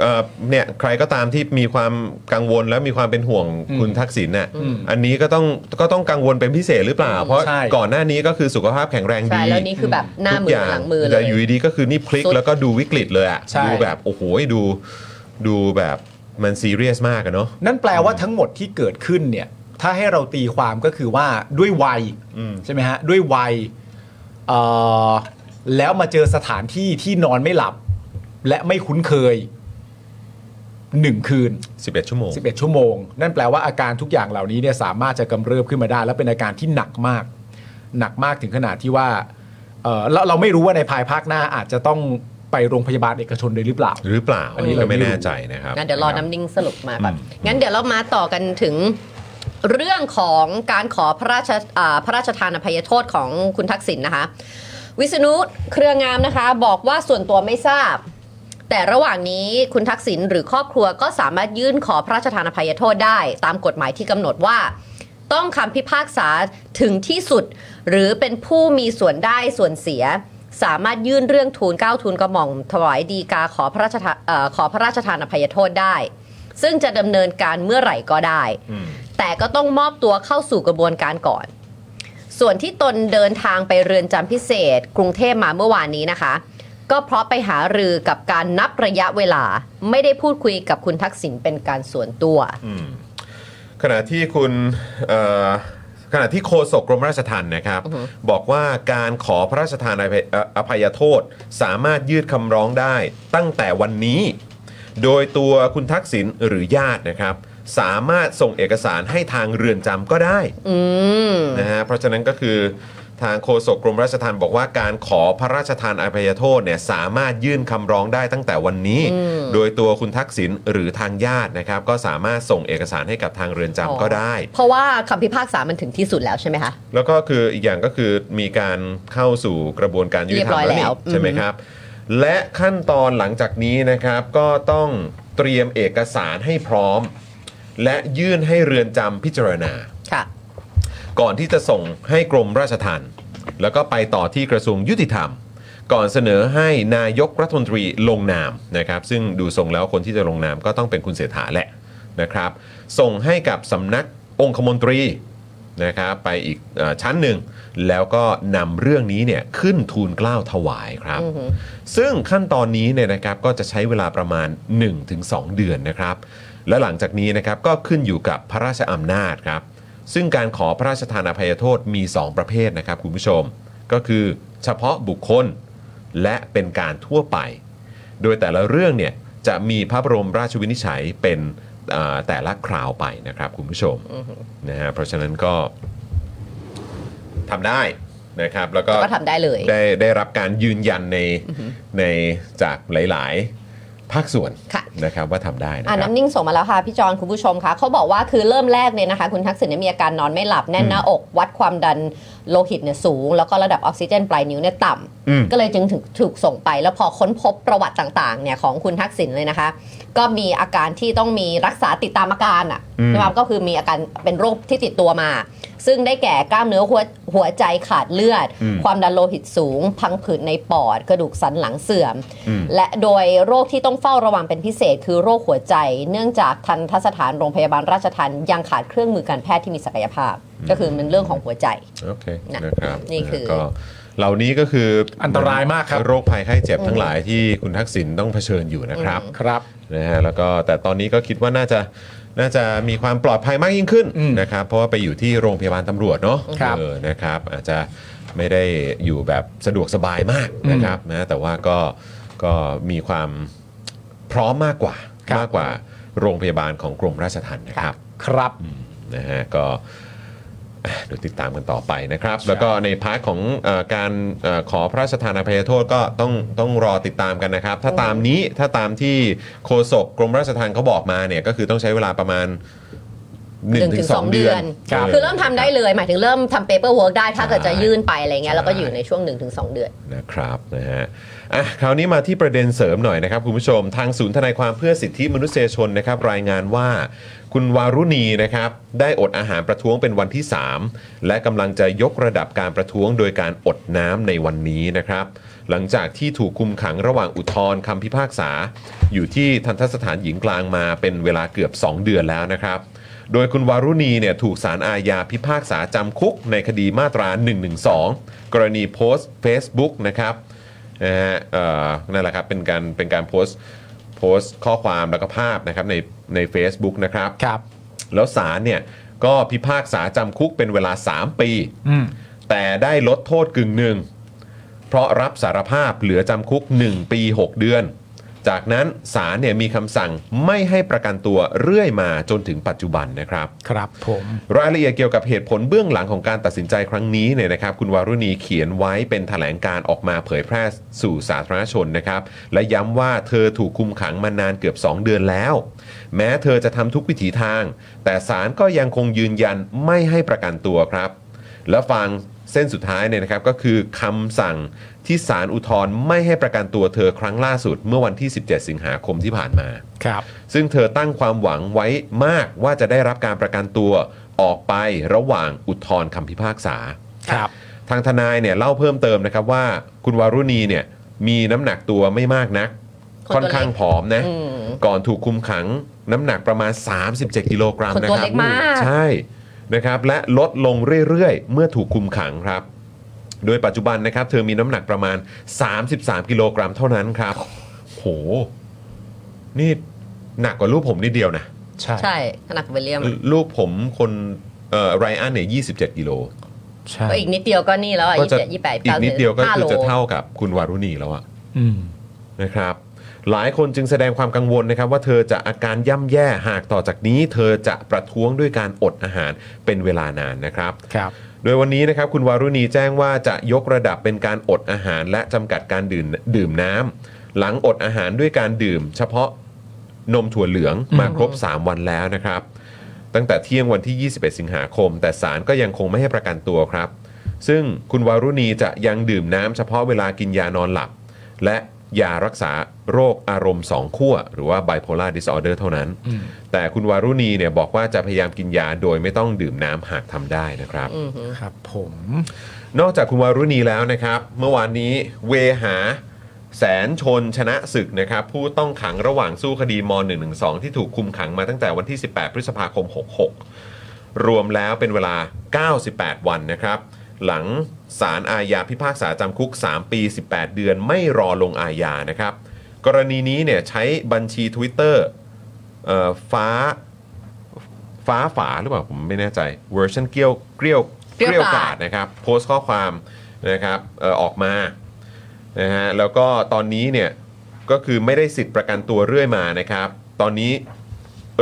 A: เอ่อเนี่ยใครก็ตามที่มีความกังวลและมีความเป็นห่วงคุณทักษิณน่ะ
B: อืม
A: อันนี้ก็ต้องก็ต้องกังวลเป็นพิเศษหรือเปล่า เพราะ
B: ใช่
A: ก่อนหน้านี้ก็คือสุขภาพแข็งแรงดี
D: ใช่ แล้วนี่คือแบบหน้า
A: ทุก
D: มื
A: อ
D: อย่าง หลังมือเล
A: แต่
D: ย
A: อยู่ดีๆก็คือนี่พลิก
D: สุด
A: แล้วก็ดูวิกฤตเลยอะ
B: ใช่
A: ดูแบบโอ้โหดูดูแบบมันซีเรียสมากอะเนาะ
B: นั่นแปลว่าทั้งหมดที่เกิดขึ้นเนี่ย ถ้าให้เราตีความก็คือว่าด้วยวัย
A: อืม
B: ใช่ไหมฮะ ด้วยวัยเอ่อแล้วมาเจอสถานที่ที่นอนไม่หลับ และไม่คุ้นเคยหนึ่งคืน
A: 11 ชั่วโมง
B: 11 ชั่วโมง นั่นแปลว่าอาการทุกอย่างเหล่านี้เนี่ยสามารถจะกำเริบขึ้นมาได้ และเป็นอาการที่หนักมาก หนักมากถึงขนาดที่ว่าเอ่อเราเราไม่รู้ว่าในภายภาคหน้าอาจจะต้องไปโรงพยาบาลเอกชนเลยหรือเปล่า
A: หรือเปล่า
B: อั
A: อั
B: น
A: น
B: นี้
A: นี้
B: เรา
A: ก็
B: ไม่
A: ไม่
B: รู้
A: แน่ใจนะครับ
D: งั้นเดี๋ยวรอ
A: คบ
D: น้ำนิ่งสรุปมาก่อน
A: อืม
D: งั้นเดี๋ยวเรามาต่อกันถึงเรื่องของการขอพระราชอ่าพระราชทานอภัยโทษของคุณทักษิณนะคะ วิษณุเครืองามนะคะ บอกว่าส่วนตัวไม่ทราบ แต่ระหว่างนี้คุณทักษิณหรือครอบครัวก็สามารถยื่นขอพระราชทานอภัยโทษได้ ตามกฎหมายที่กำหนดว่า ต้องคำพิพากษาถึงที่สุด หรือเป็นผู้มีส่วนได้ส่วนเสีย สามารถยื่นเรื่องทูลเกล้าทูลกระหม่อมถวายดีกาขอพระราชทานเอ่อขอพระราชทานอภัยโทษได้ ซึ่งจะดำเนินการเมื่อไหร่ก็ได้
A: อืม
D: แ แต่ก็ต้องมอบตัวเข้าสู่กระบวนการก่อน ส่วนที่ตนเดินทางไปเรือนจำพิเศษ กรุงเทพมาเมื่อวานนี้นะคะ ก็เพราะไปหารือกับการนับระยะเวลา ไม่ได้พูดคุยกับคุณทักษิณเป็นการส่วนตัว
A: ขณะที่คุณเอ่อขณะที่โฆษกกรมราชทัณฑ์นะครับ
D: อือฮึ
A: บอกว่าการขอพระราชทานอภัยเอ่ออภัยโทษสามารถยืดคำร้องได้ตั้งแต่วันนี้ โดยตัวคุณทักษิณหรือญาตินะครับ สามารถส่งเอกสารให้ทางเรือนจำก็ได้
D: อืม
A: นะฮะเพราะฉะนั้นก็คือทางโฆษกกรมราชทัณฑ์บอกว่าการขอพระราชทานอภัยโทษเนี่ยสามารถยื่นคำร้องได้ตั้งแต่วันนี้
D: อืม
A: โดยตัวคุณทักษิณหรือทางญาตินะครับ ก็สามารถส่งเอกสารให้กับทางเรือน
D: อ๋อ
A: จำก็ได้
D: เพราะว่าคำพิพากษามันถึงที่สุดแล้วใช่ไหมคะ
A: แล้วก็คืออีกอย่างก็คือมีการเข้าสู่กระบวนการยุติธรรม
D: เรียบร้อย
A: แล้วน
D: แล้
A: ี่
D: ว
A: ใช่ไหม
D: อืม
A: ครับ และขั้นตอนหลังจากนี้นะครับก็ต้องเตรียมเอกสารให้พร้อม และยื่นให้เรือนจำพิจารณา
D: ค่ะ
A: ก่อนที่จะส่งให้กรมราชทัณฑ์แล้วก็ไปต่อที่กระทรวงยุติธรรม ก่อนเสนอให้นายกรัฐมนตรีลงนามนะครับ ซึ่งดูทรงแล้วคนที่จะลงนามก็ต้องเป็นคุณเสถาแหละนะครับ ส่งให้กับสำนักองคมนตรีนะครับไปอีกเออชั้นหนึ่ง แล้วก็นำเรื่องนี้เนี่ยขึ้นทูลเกล้าวถวายครับ
D: อือฮึ
A: ซึ่งขั้นตอนนี้เนี่ยนะครับก็จะใช้เวลาประมาณ 1-2 เดือนนะครับ และหลังจากนี้นะครับก็ขึ้นอยู่กับพระราชอำนาจครับ ซึ่งการขอพระราชทานอภัยโทษมี 2 ประเภทนะครับคุณผู้ชม ก็คือเฉพาะบุคคลและเป็นการทั่วไป โดยแต่ละเรื่องเนี่ยจะมีพระบรมราชวินิจฉัยเป็นเอ่อแต่ละคราวไปนะครับคุณผู้ชมนะฮะเพราะฉะนั้นก็ทำได้นะครับแล้วก็
D: ก็ทำได้เลย
A: ได้ได้รับการยืนยันในในจากหลาย ๆ ภาคส่วน
D: ค่ะ
A: นะครับว่าทำได้นะ
D: อ่า
A: ครับ
D: น้ำนิ่งส่งมาแล้วค่ะพี่จอนคุณผู้ชมค่ะเขาบอกว่าคือเริ่มแรกเลยนะคะ คุณทักษิณเนี่ยมีอาการนอนไม่หลับแน่นหน้าอก วัดความดันโลหิตเนี่ยสูง แล้วก็ระดับออกซิเจนปลายนิ้วเนี่ยต่
A: อืม
D: ำก็เลยจึงถึงถูกส่งไป แล้วพอค้นพบประวัติต่างๆเนี่ยของคุณทักษิณเลยนะคะ ก็มีอาการที่ต้องมีรักษาติดตามอาการอ่ะนะครับก็คือมีอาการเป็นโรคที่ติดตัวมา ซึ่งได้แก่กล้ามเนื้อหัวหัวใจขาดเลือด ความดันโลหิตสูง พังผืดในปอด กระดูกสันหลังเสื่อม และโดยโรคที่ต้องเฝ้าระวังเป็นพิเศษ คือโรคหัวใจ เนื่องจากทันทสถานโรงพยาบาลราชทันยังขาดเครื่องมือการแพทย์ที่มีศักยภาพ ก็คือมันเรื่องของหัวใจ
A: โอเค
D: นะ
A: นะครับ
D: นี่คือ
A: ก็เหล่านี้ก็คืออั
B: นตรายมากครับ
A: โรคภัยไข้เจ็บทั้งหลายที่คุณทักษิณต้องเผชิญอยู่นะครับ
B: ครับ
A: นะฮะแล้วก็แต่ตอนนี้ก็คิดว่าน่าจะน่าจะมีความปลอดภัยมากยิ่งขึ้น
B: อืม
A: นะครับเพราะว่าไปอยู่ที่โรงพยาบาลตำรวจเนาะ
B: ครับ
A: เออนะครับ อาจจะไม่ได้อยู่แบบสะดวกสบายมากนะครับนะแต่ว่าก็ก็มีความ พร้อมมากกว่า มากกว่าโรงพยาบาลของกรมราชทัณฑ์นะครับ
B: ครับ
A: นะฮะก็ อ่ะเดี๋ยวติดตามกันต่อไปนะครับ แล้วก็ในพาร์ทของเออการเออขอพระราชทานอภัยโทษก็ต้องต้องรอติดตามกันนะครับ ถ้าตามนี้ถ้าตามที่โฆษกกรมราชทัณฑ์เขาบอกมาเนี่ยก็คือต้องใช้เวลาประมาณ 1-2 เดือน
D: ครับคือเริ่มทำได้เลย หมายถึงเริ่มทำเปเปอร์เวิร์กได้ถ้าเกิดจะยื่นไปอะไรเงี้ยแล้วก็อยู่ในช่วง 1-2 เดือน
A: นะครับนะฮะอ่ะคราวนี้มาที่ประเด็นเสริมหน่อยนะครับคุณผู้ชมทางศูนย์ทนายความเพื่อสิทธิมนุษยชนนะครับรายงานว่า คุณวารุณีนะครับได้อดอาหารประท้วงเป็นวันที่ 3 และกำลังจะยกระดับการประท้วงโดยการอดน้ำในวันนี้นะครับ หลังจากที่ถูกคุมขังระหว่างอุทธรณ์คำพิพากษา อยู่ที่ทันทสถานหญิงกลางมาเป็นเวลาเกือบ 2 เดือนแล้วนะครับ โดยคุณวารุณีเนี่ยถูกสารอาญาพิพากษาจำคุกในคดีมาตรา 112 กรณีโพสต์ Facebook นะครับนะฮะเอ่อนั่นแหละครับเป็นการเป็นการโพสต์โพสต์ข้อความแล้วก็ภาพนะครับในใน Facebook นะครับ
B: ครับ
A: แล้วศาลเนี่ยก็พิพากษาจำคุกเป็นเวลา 3 ปี
B: อืม
A: แต่ได้ลดโทษกึ่งหนึ่ง เพราะรับสารภาพเหลือจำคุก 1 ปี 6 เดือน จากนั้นศาลเนี่ยมีคำสั่งไม่ให้ประกันตัวเรื่อยมาจนถึงปัจจุบันนะครับ
B: ครับผม
A: รายละเอียดเกี่ยวกับเหตุผลเบื้องหลังของการตัดสินใจครั้งนี้เนี่ยนะครับ คุณวารุณีเขียนไว้เป็นแถลงการออกมาเผยแพร่สู่สาธารณชนนะครับ และย้ำว่าเธอถูกคุมขังมานานเกือบ 2 เดือนแล้ว แม้เธอจะทำทุกวิถีทาง แต่ศาลก็ยังคงยืนยันไม่ให้ประกันตัวครับ และฟังเส้นสุดท้ายเนี่ยนะครับก็คือคำสั่งที่ศาลอุทธรณ์ไม่ให้ประกันตัวเธอครั้งล่าสุด เมื่อวันที่ 17 สิงหาคมที่ผ่านมา
B: ครับ
A: ซึ่งเธอตั้งความหวังไว้มากว่าจะได้รับการประกันตัวออกไประหว่างอุทธรณ์คำพิพากษา
B: ครับ
A: ทางทนายเนี่ยเล่าเพิ่มเติมนะครับว่าคุณวารุณีเนี่ยมีน้ำหนักตัวไม่มากนัก
D: คน
A: ค่อน
D: ตัวเล็ก
A: ข้างผอมนะ
D: อืม
A: ก่อนถูกคุมขังน้ำหนักประมาณ 37 กิโลกรัม
D: คน
A: นะ
D: ตัว
A: ครับ
D: เล็กมาก
A: ใช่นะครับ และลดลงเรื่อยๆ เมื่อถูกคุมขังครับ โดยปัจจุบันนะครับ เธอมีน้ำหนักประมาณ 33 กิโลกรัมเท่านั้นครับโห นี่หนักกว่ารูปผมนิดเดียวนะ
B: ใช่
D: ใช่ขนาดของวิลเลียม
A: ลูกผมคนเอ่อไรอันเนี่ย27 กิโล
B: ใช่
D: ก็อีกนิดเดียวก็นี่แล้วอ่ะ
A: ก็
D: ยี่
A: จะ
D: สิบเจ็ดยี่สิบแปด
A: อี
D: เก้าก
A: นิดเดียวก็
D: ห้า
A: คือ
D: โล
A: จะเท่ากับคุณวารุณีแล้วอะ
B: อืม
A: นะครับ หลายคนจึงแสดงความกังวลนะครับ ว่าเธอจะอาการย่ำแย่หากต่อจากนี้ เธอจะประท้วงด้วยการอดอาหารเป็นเวลานานนะครับ
B: ครับ
A: โดยวันนี้นะครับคุณวารุณีแจ้งว่าจะยกระดับเป็นการอดอาหารและจำกัดการดื่มดื่มน้ำหลังอดอาหารด้วยการดื่ม เฉพาะนมถั่วเหลืองมาครบ 3 วันแล้วนะครับ ตั้งแต่เที่ยงวันที่ 21 สิงหาคม แต่ศาลก็ยังคงไม่ให้ประกันตัวครับ ซึ่งคุณวารุณีจะยังดื่มน้ำเฉพาะเวลากินยานอนหลับ และยารักษาโรคอารมณ์สองขั้วหรือว่า bipolar disorder เท่านั้น แต่คุณวารุณีเนี่ยบอกว่าจะพยายามกินยาโดยไม่ต้องดื่มน้ำหากทำได้นะครับ
B: ครับผม
A: นอกจากคุณวารุณีแล้วนะครับ เมื่อวานนี้เวหาแสนชนชนะศึกนะครับ ผู้ต้องขังระหว่างสู้คดีม .112 ที่ถูกคุมขังมาตั้งแต่วันที่ 18 พฤษภาคม 66 รวมแล้วเป็นเวลา 98 วันนะครับ หลังศาลอาญาพิพากษาจำคุก 3 ปี 18 เดือนไม่รอลงอาญานะครับ กรณีนี้เนี่ยใช้บัญชี Twitter เอ่อฟ้าฟ้าฝาหรือเปล่าผมไม่แน่ใจเวอร์ชันเกลียวเกลียว
D: เกรี้ยวก
A: ก
D: ราด
A: ราดนะครับโพสต์ข้อความนะครับเอ่อออกมานะฮะแล้วก็ตอนนี้เนี่ยก็คือไม่ได้สิทธิ์ประกันตัวเรื่อยมานะครับ ตอนนี้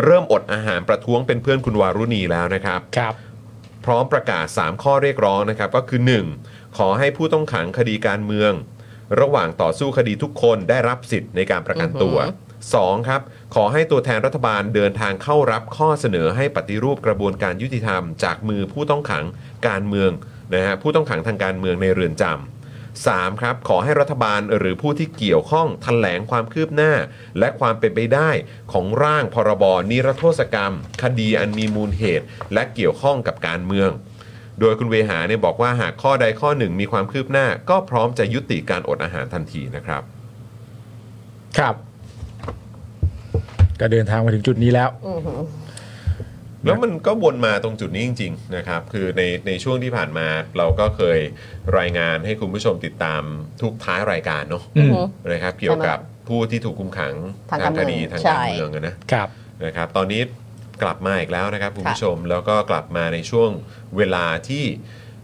A: เริ่มอดอาหารประท้วงเป็นเพื่อนคุณวารุณีแล้วนะครับ
B: ครับ
A: พร้อมประกาศ 3 ข้อเรียกร้องนะครับ ก็คือ 1. ขอให้ผู้ต้องขังคดีการเมือง ระหว่างต่อสู้คดีทุกคนได้รับสิทธิ์ในการประกันตัว 2. ครับ ขอให้ตัวแทนรัฐบาลเดินทางเข้ารับข้อเสนอให้ปฏิรูปกระบวนการยุติธรรม จากมือผู้ต้องขังการเมืองนะฮะผู้ต้องขังทางการเมืองในเรือนจำ 3ครับขอให้รัฐบาลหรือผู้ที่เกี่ยวข้องแถลงความคืบหน้า และความเป็นไปได้ของร่างพรบนิรโทษกรรม คดีอันมีมูลเหตุ และเกี่ยวข้องกับการเมือง โดยคุณเวหาเนี่ยบอกว่าหากข้อใดข้อหนึ่งมีความคืบหน้า ก็พร้อมจะยุติการอดอาหารทันทีนะครับ
B: ครับ ก็เดินทางมาถึงจุดนี้แล้ว
A: แล้วมันก็วนมาตรงจุดนี้จริง ๆ นะครับ คือในในช่วงที่ผ่านมาเราก็เคยรายงานให้คุณผู้ชมติดตามทุกท้ายรายการเนาะ
B: อืม
A: นะครับเกี่ยวกับผู้ที่ถูกคุมขัง
D: ทางการ
A: คดี
D: เมือง
A: ทาง
D: ใช่
A: การเมืองอะนะ
B: ครับ
A: นะครับตอนนี้กลับมาอีกแล้วนะครับคุณผู้ชมแล้วก็กลับมาในช่วงเวลาที่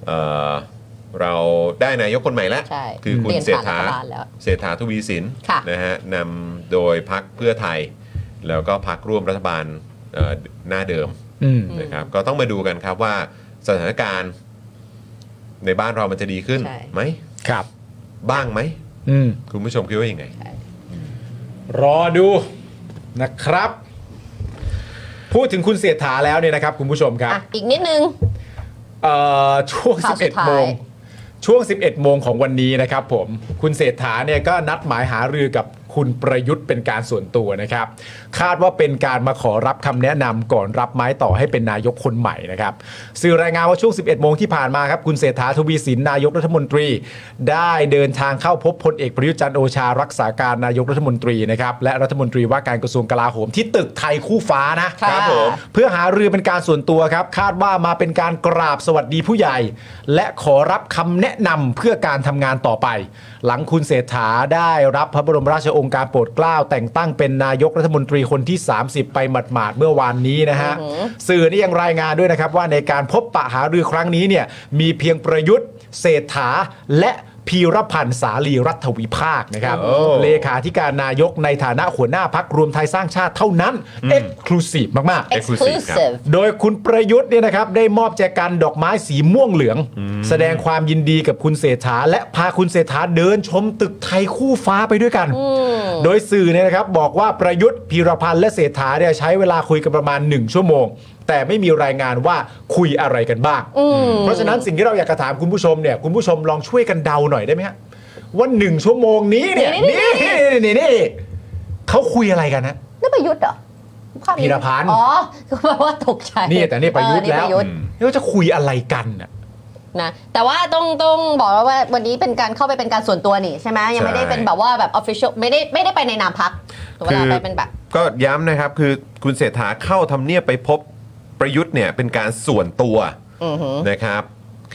A: เอ่อเราได้นายกคนใหม่แล้ว
D: ใช่
A: คือคุณ
D: เปลี่ยน
A: เศรษ
D: ผ่า
A: ฐาน
D: รัฐบาลแล้ว
A: เศรษฐาทวีสิน
D: ค่ะ
A: นะฮะนำโดยพักเพื่อไทย แล้วก็พักร่วมรัฐบาลเอ่อหน้าเดิม
B: อืม
A: นะครับก็ต้องมาดูกันครับว่าสถานการณ์ในบ้านเรามันจะดีขึ้น
D: ใช่
A: ไหม
B: ครับ
A: บ้างไหม
B: อืม
A: คุณผู้ชมคิดว่ายังไง
B: รอดูนะครับ พูดถึงคุณเสียถาแล้วเนี่ยนะครับ คุณผู้ชมครับ
D: อ่ะอีกนิดนึง
B: เอ่อช่วง
D: ข่าวสุด
B: 11 โม
D: ท้าง ย
B: ช่วง 11 โมงของวันนี้นะครับผมคุณเศรษฐาเนี่ยก็นัดหมายหารือกับคุณประยุทธ์เป็นการส่วนตัวนะครับ คาดว่าเป็นการมาขอรับคำแนะนำก่อนรับไม้ต่อให้เป็นนายกคนใหม่นะครับ สื่อรายงานว่าช่วง 11 โมงที่ผ่านมาครับ คุณเศรษฐาทวีสินนายกรัฐมนตรี ได้เดินทางเข้าพบพลเอกประยุทธ์จันทร์โอชารักษาการนายกรัฐมนตรีนะครับและรัฐมนตรีว่าการกระทรวงกลาโหมที่ตึกไทยคู่ฟ้านะ
D: ค่ะ
B: ผม เพื่อหารือเป็นการส่วนตัวครับ คาดว่ามาเป็นการกราบสวัสดีผู้ใหญ่ และขอรับคำแนะนำเพื่อการทำงานต่อไป หลังคุณเศรษฐาได้รับพระบรมราชโองการโปรดเกล้า แต่งตั้งเป็นนายกรัฐมนตรีคนที่ 30 ไปหมาดๆเมื่อวานนี้นะฮะ สื่อนี่ยังรายงานด้วยนะครับว่าในการพบปะหารือครั้งนี้เนี่ยมีเพียงประยุทธ์ เศรษฐาและพีรพันธ์สาลีรัฐวิภาคนะครับ
A: โอ้
B: เลขาธิการนายกในฐานะหัวหน้าพักรวมไทยสร้างชาติเท่านั้นเอ็กซ์คลูซีฟมากๆ
A: Exclusive ครับ
D: exclusive
B: โดยคุณประยุทธ์เนี่ยนะครับได้มอบแจกันดอกไม้สีม่วงเหลือง แสดงความยินดีกับคุณเศรษฐา และพาคุณเศรษฐาเดินชมตึกไทยคู่ฟ้าไปด้วยกัน โดยสื่อเนี่ยนะครับบอกว่าประยุทธ์พีรพันธ์และเศรษฐาเนี่ยใช้เวลาคุยกันประมาณ 1 ชั่วโมง แต่ไม่มีรายงานว่าคุยอะไรกันบ้าง เพราะฉะนั้นสิ่งที่เราอยากจะถามคุณผู้ชมเนี่ยคุณผู้ชมลองช่วยกันเดาหน่อยได้ไหมฮะว่าหนึ่งชั่วโมงนี้เนี่ยนี่นี่นี่เขาคุยอะไรกันฮะ
D: นี่ประยุทธ์เหรอภาพ
B: พีรพันธ์
D: อ๋อคือแปลว่าตกใจ
B: นี่แต่นี่ประยุทธ์
D: เออ
B: แล้ว
D: นี่ประยุทธ์
B: แล้วจะคุยอะไรกันน่ะ
D: นะแต่ว่าต้องต้องบอกว่าวันนี้เป็นการเข้าไปเป็นการส่วนตัวนี่ใช่ไหมยังไม่ได้เป็นแบบว่าแบบ official ไม่ได้ไม่ได้ไปในนามพักเวลาไปเป็นแบบ
A: ก็ย้ำนะครับคือคุณเศรษฐาเข้าทำเนียบไปพบประยุทธ์เนี่ยเป็นการส่วนตัว
D: อือหือ
A: นะครับ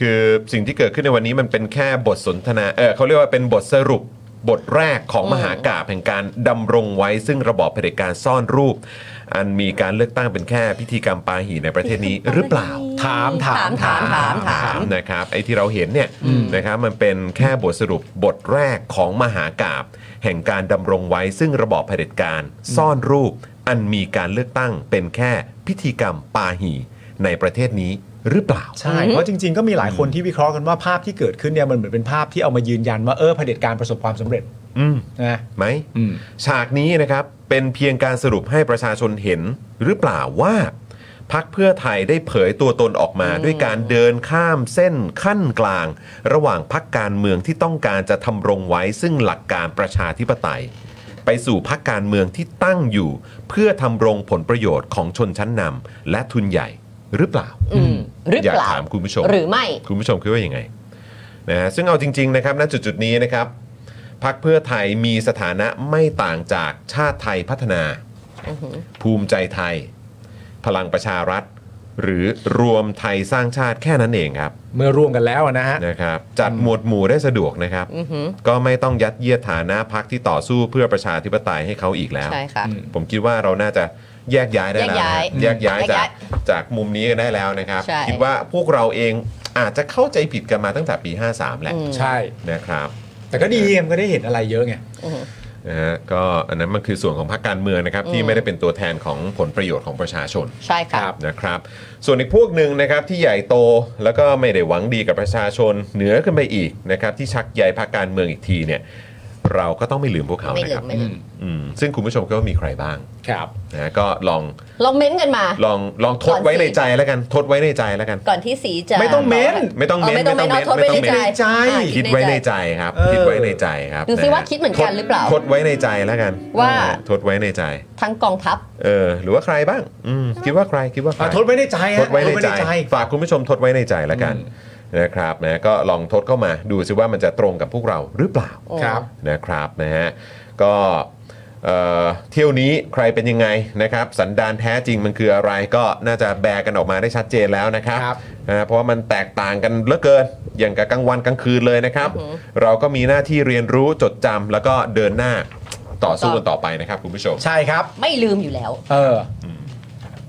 A: คือสิ่งที่เกิดขึ้นในวันนี้มันเป็นแค่บทสนทนาเออเขาเรียกว่าเป็นบทสรุปบทแรกของมหากาพย์แห่งการดำรงไว้ ซึ่งระบอบเผด็จการซ่อนรูป อันมีการเลือกตั้งเป็นแค่พิธีกรรมปาหีในประเทศนี้หรือเปล่า
B: ถามถาม
D: ถามถามถาม
A: นะครับไอ้ที่เราเห็นเนี่ยนะครับมันเป็นแค่บทสรุปบทแรกของมหากาบแห่งการดำรงไว้ซึ่งระบอบเผด็จการ ซ่อนรูป อันมีการเลือกตั้งเป็นแค่พิธีกรรมปาหีในประเทศนี้หรือเปล่า
B: ใช่ เพราะจริง ๆ ก็มีหลายคนที่วิเคราะห์กันว่าภาพที่เกิดขึ้นเนี่ยมันเหมือนเป็นภาพที่เอามายืนยันว่าเออเผด็จการประสบความสำเร็จ
A: อืม
B: นะ
A: ไหม
B: อืม
A: ฉากนี้นะครับเป็นเพียงการสรุปให้ประชาชนเห็นหรือเปล่าว่าพักเพื่อไทยได้เผยตัวตนออกมา ด้วยการเดินข้ามเส้นขั้นกลาง ระหว่างพักการเมืองที่ต้องการจะทำรงไว้ซึ่งหลักการประชาธิปไตย ไปสู่พักการเมืองที่ตั้งอยู่ เพื่อทำรงผลประโยชน์ของชนชั้นนำและทุนใหญ่หรือเปล่า
D: อืมหรือ
A: อยาก
D: เปล่า
A: ถามคุณผู้ชม
D: หรือไม่
A: คุณผู้ชมคิดว่ายังไงนะฮะซึ่งเอาจริง ๆ นะครับณจุดๆนี้นะครับพักเพื่อไทยมีสถานะไม่ต่างจากชาติไทยพัฒนา ภูมิใจไทย พลังประชารัฐ หรือรวมไทยสร้างชาติแค่นั้นเองครับ
B: เมื่อร่วมกันแล้วนะฮะ
A: นะครับ จัดหมวดหมู่ได้สะดวกนะครับ ก็ไม่ต้องยัดเยียดฐานะพักที่ต่อสู้เพื่อประชาธิปไตยให้เขาอีกแล้ว
D: ใช่ค่ะ
A: ผมคิดว่าเราน่าจะแยกย้ายได้แล้วนะฮะแย
D: แย
A: ก
D: ก
A: ย้า
D: ย้าย ย
A: จากจากมุมนี้กันได้แล้วนะครับ
D: ใช่
A: คิดว่าพวกเราเองอาจจะเข้าใจผิดกันมาตั้งแต่ปี 53 แหละ
B: ใช่
A: นะครับ
B: แต่ก็ดีมันก็ได้เห็นอะไรเยอะไง
A: นะฮะก็อันนั้นมันคือส่วนของพรรคการเมืองนะครับ ที่ไม่ได้เป็นตัวแทนของผลประโยชน์ของประชาชน
D: ใช่ค่ะ
A: นะครับส่วนอีกพวกหนึ่งนะครับที่ใหญ่โตแล้วก็ไม่ได้หวังดีกับประชาชนเหนือขึ้นไปอีกนะครับที่ชักใยพรรคการเมืองอีกทีเนี่ยเราก็ต้องไม่ลืมพวกเขา
D: ไม่
A: นะ
D: ลื
A: ครั
D: ม
A: บ
D: ไม่ลืม
A: อืมซึ่งคุณผู้ชมก็มีใครบ้าง
B: ครับ
A: นะก็ลอง
D: ลองเม้นต์กันมา
A: ลองลองทดไว้ในใจแล้วกัน ทดไว้ในใจแล้วกัน
D: ก่อนที่สีจะ
B: ไม่ต้องเม้นต์
A: ไม่ต้องเม้นต์
D: ไม่ต้องเม้นต์
A: ไม่
D: เอา
A: ต้
D: ท
A: อง
D: ด
A: เม้
D: ไว้
A: นต์
D: ในใจ
B: ไม่ต้องเม้นต์ใจ
D: อ่า
A: คิดไว้ในใจครับ
B: เออ
A: คิดไว้ในใจครับ
D: ดูสิ
A: ะ
D: ว่าคิดเหมือนกัน
A: ท
D: หรือเปล่า
A: ทดไว้ในใจแล้วกัน
D: ว่า
A: เออทดไว้ในใจ
D: ทั้งกองทัพ
A: เออ หรือว่าใครบ้าง อืมคิดว่าใครคิดว่าใคร
B: อ่ะทดไว้ในใจฮะ
A: ทดไว้ในใจ
B: ทดไว้ในใจ
A: ฝากคุณผู้ชมทดไว้ในใจแล้วกันนะครับนะก็ลองทดเข้ามาดูสิว่ามันจะตรงกับพวกเราหรือเปล่า
B: ครับ
A: นะครับนะฮะก็เอ่อเที่ยวนี้ใครเป็นยังไงนะครับ สันดานแท้จริงมันคืออะไรก็น่าจะแบกันออกมาได้ชัดเจนแล้วนะครับ
B: ครับ
A: นะฮะเพราะว่ามันแตกต่างกันเหลือเกิน อย่างกับกลางวันกลางคืนเลยนะครับ เราก็มีหน้าที่เรียนรู้จดจำแล้วก็เดินหน้าต่อสู้กันต่อไปนะครับคุณผู้ชม
B: ใช่ครับ
D: ไม่ลืมอยู่แล้ว
B: เอออ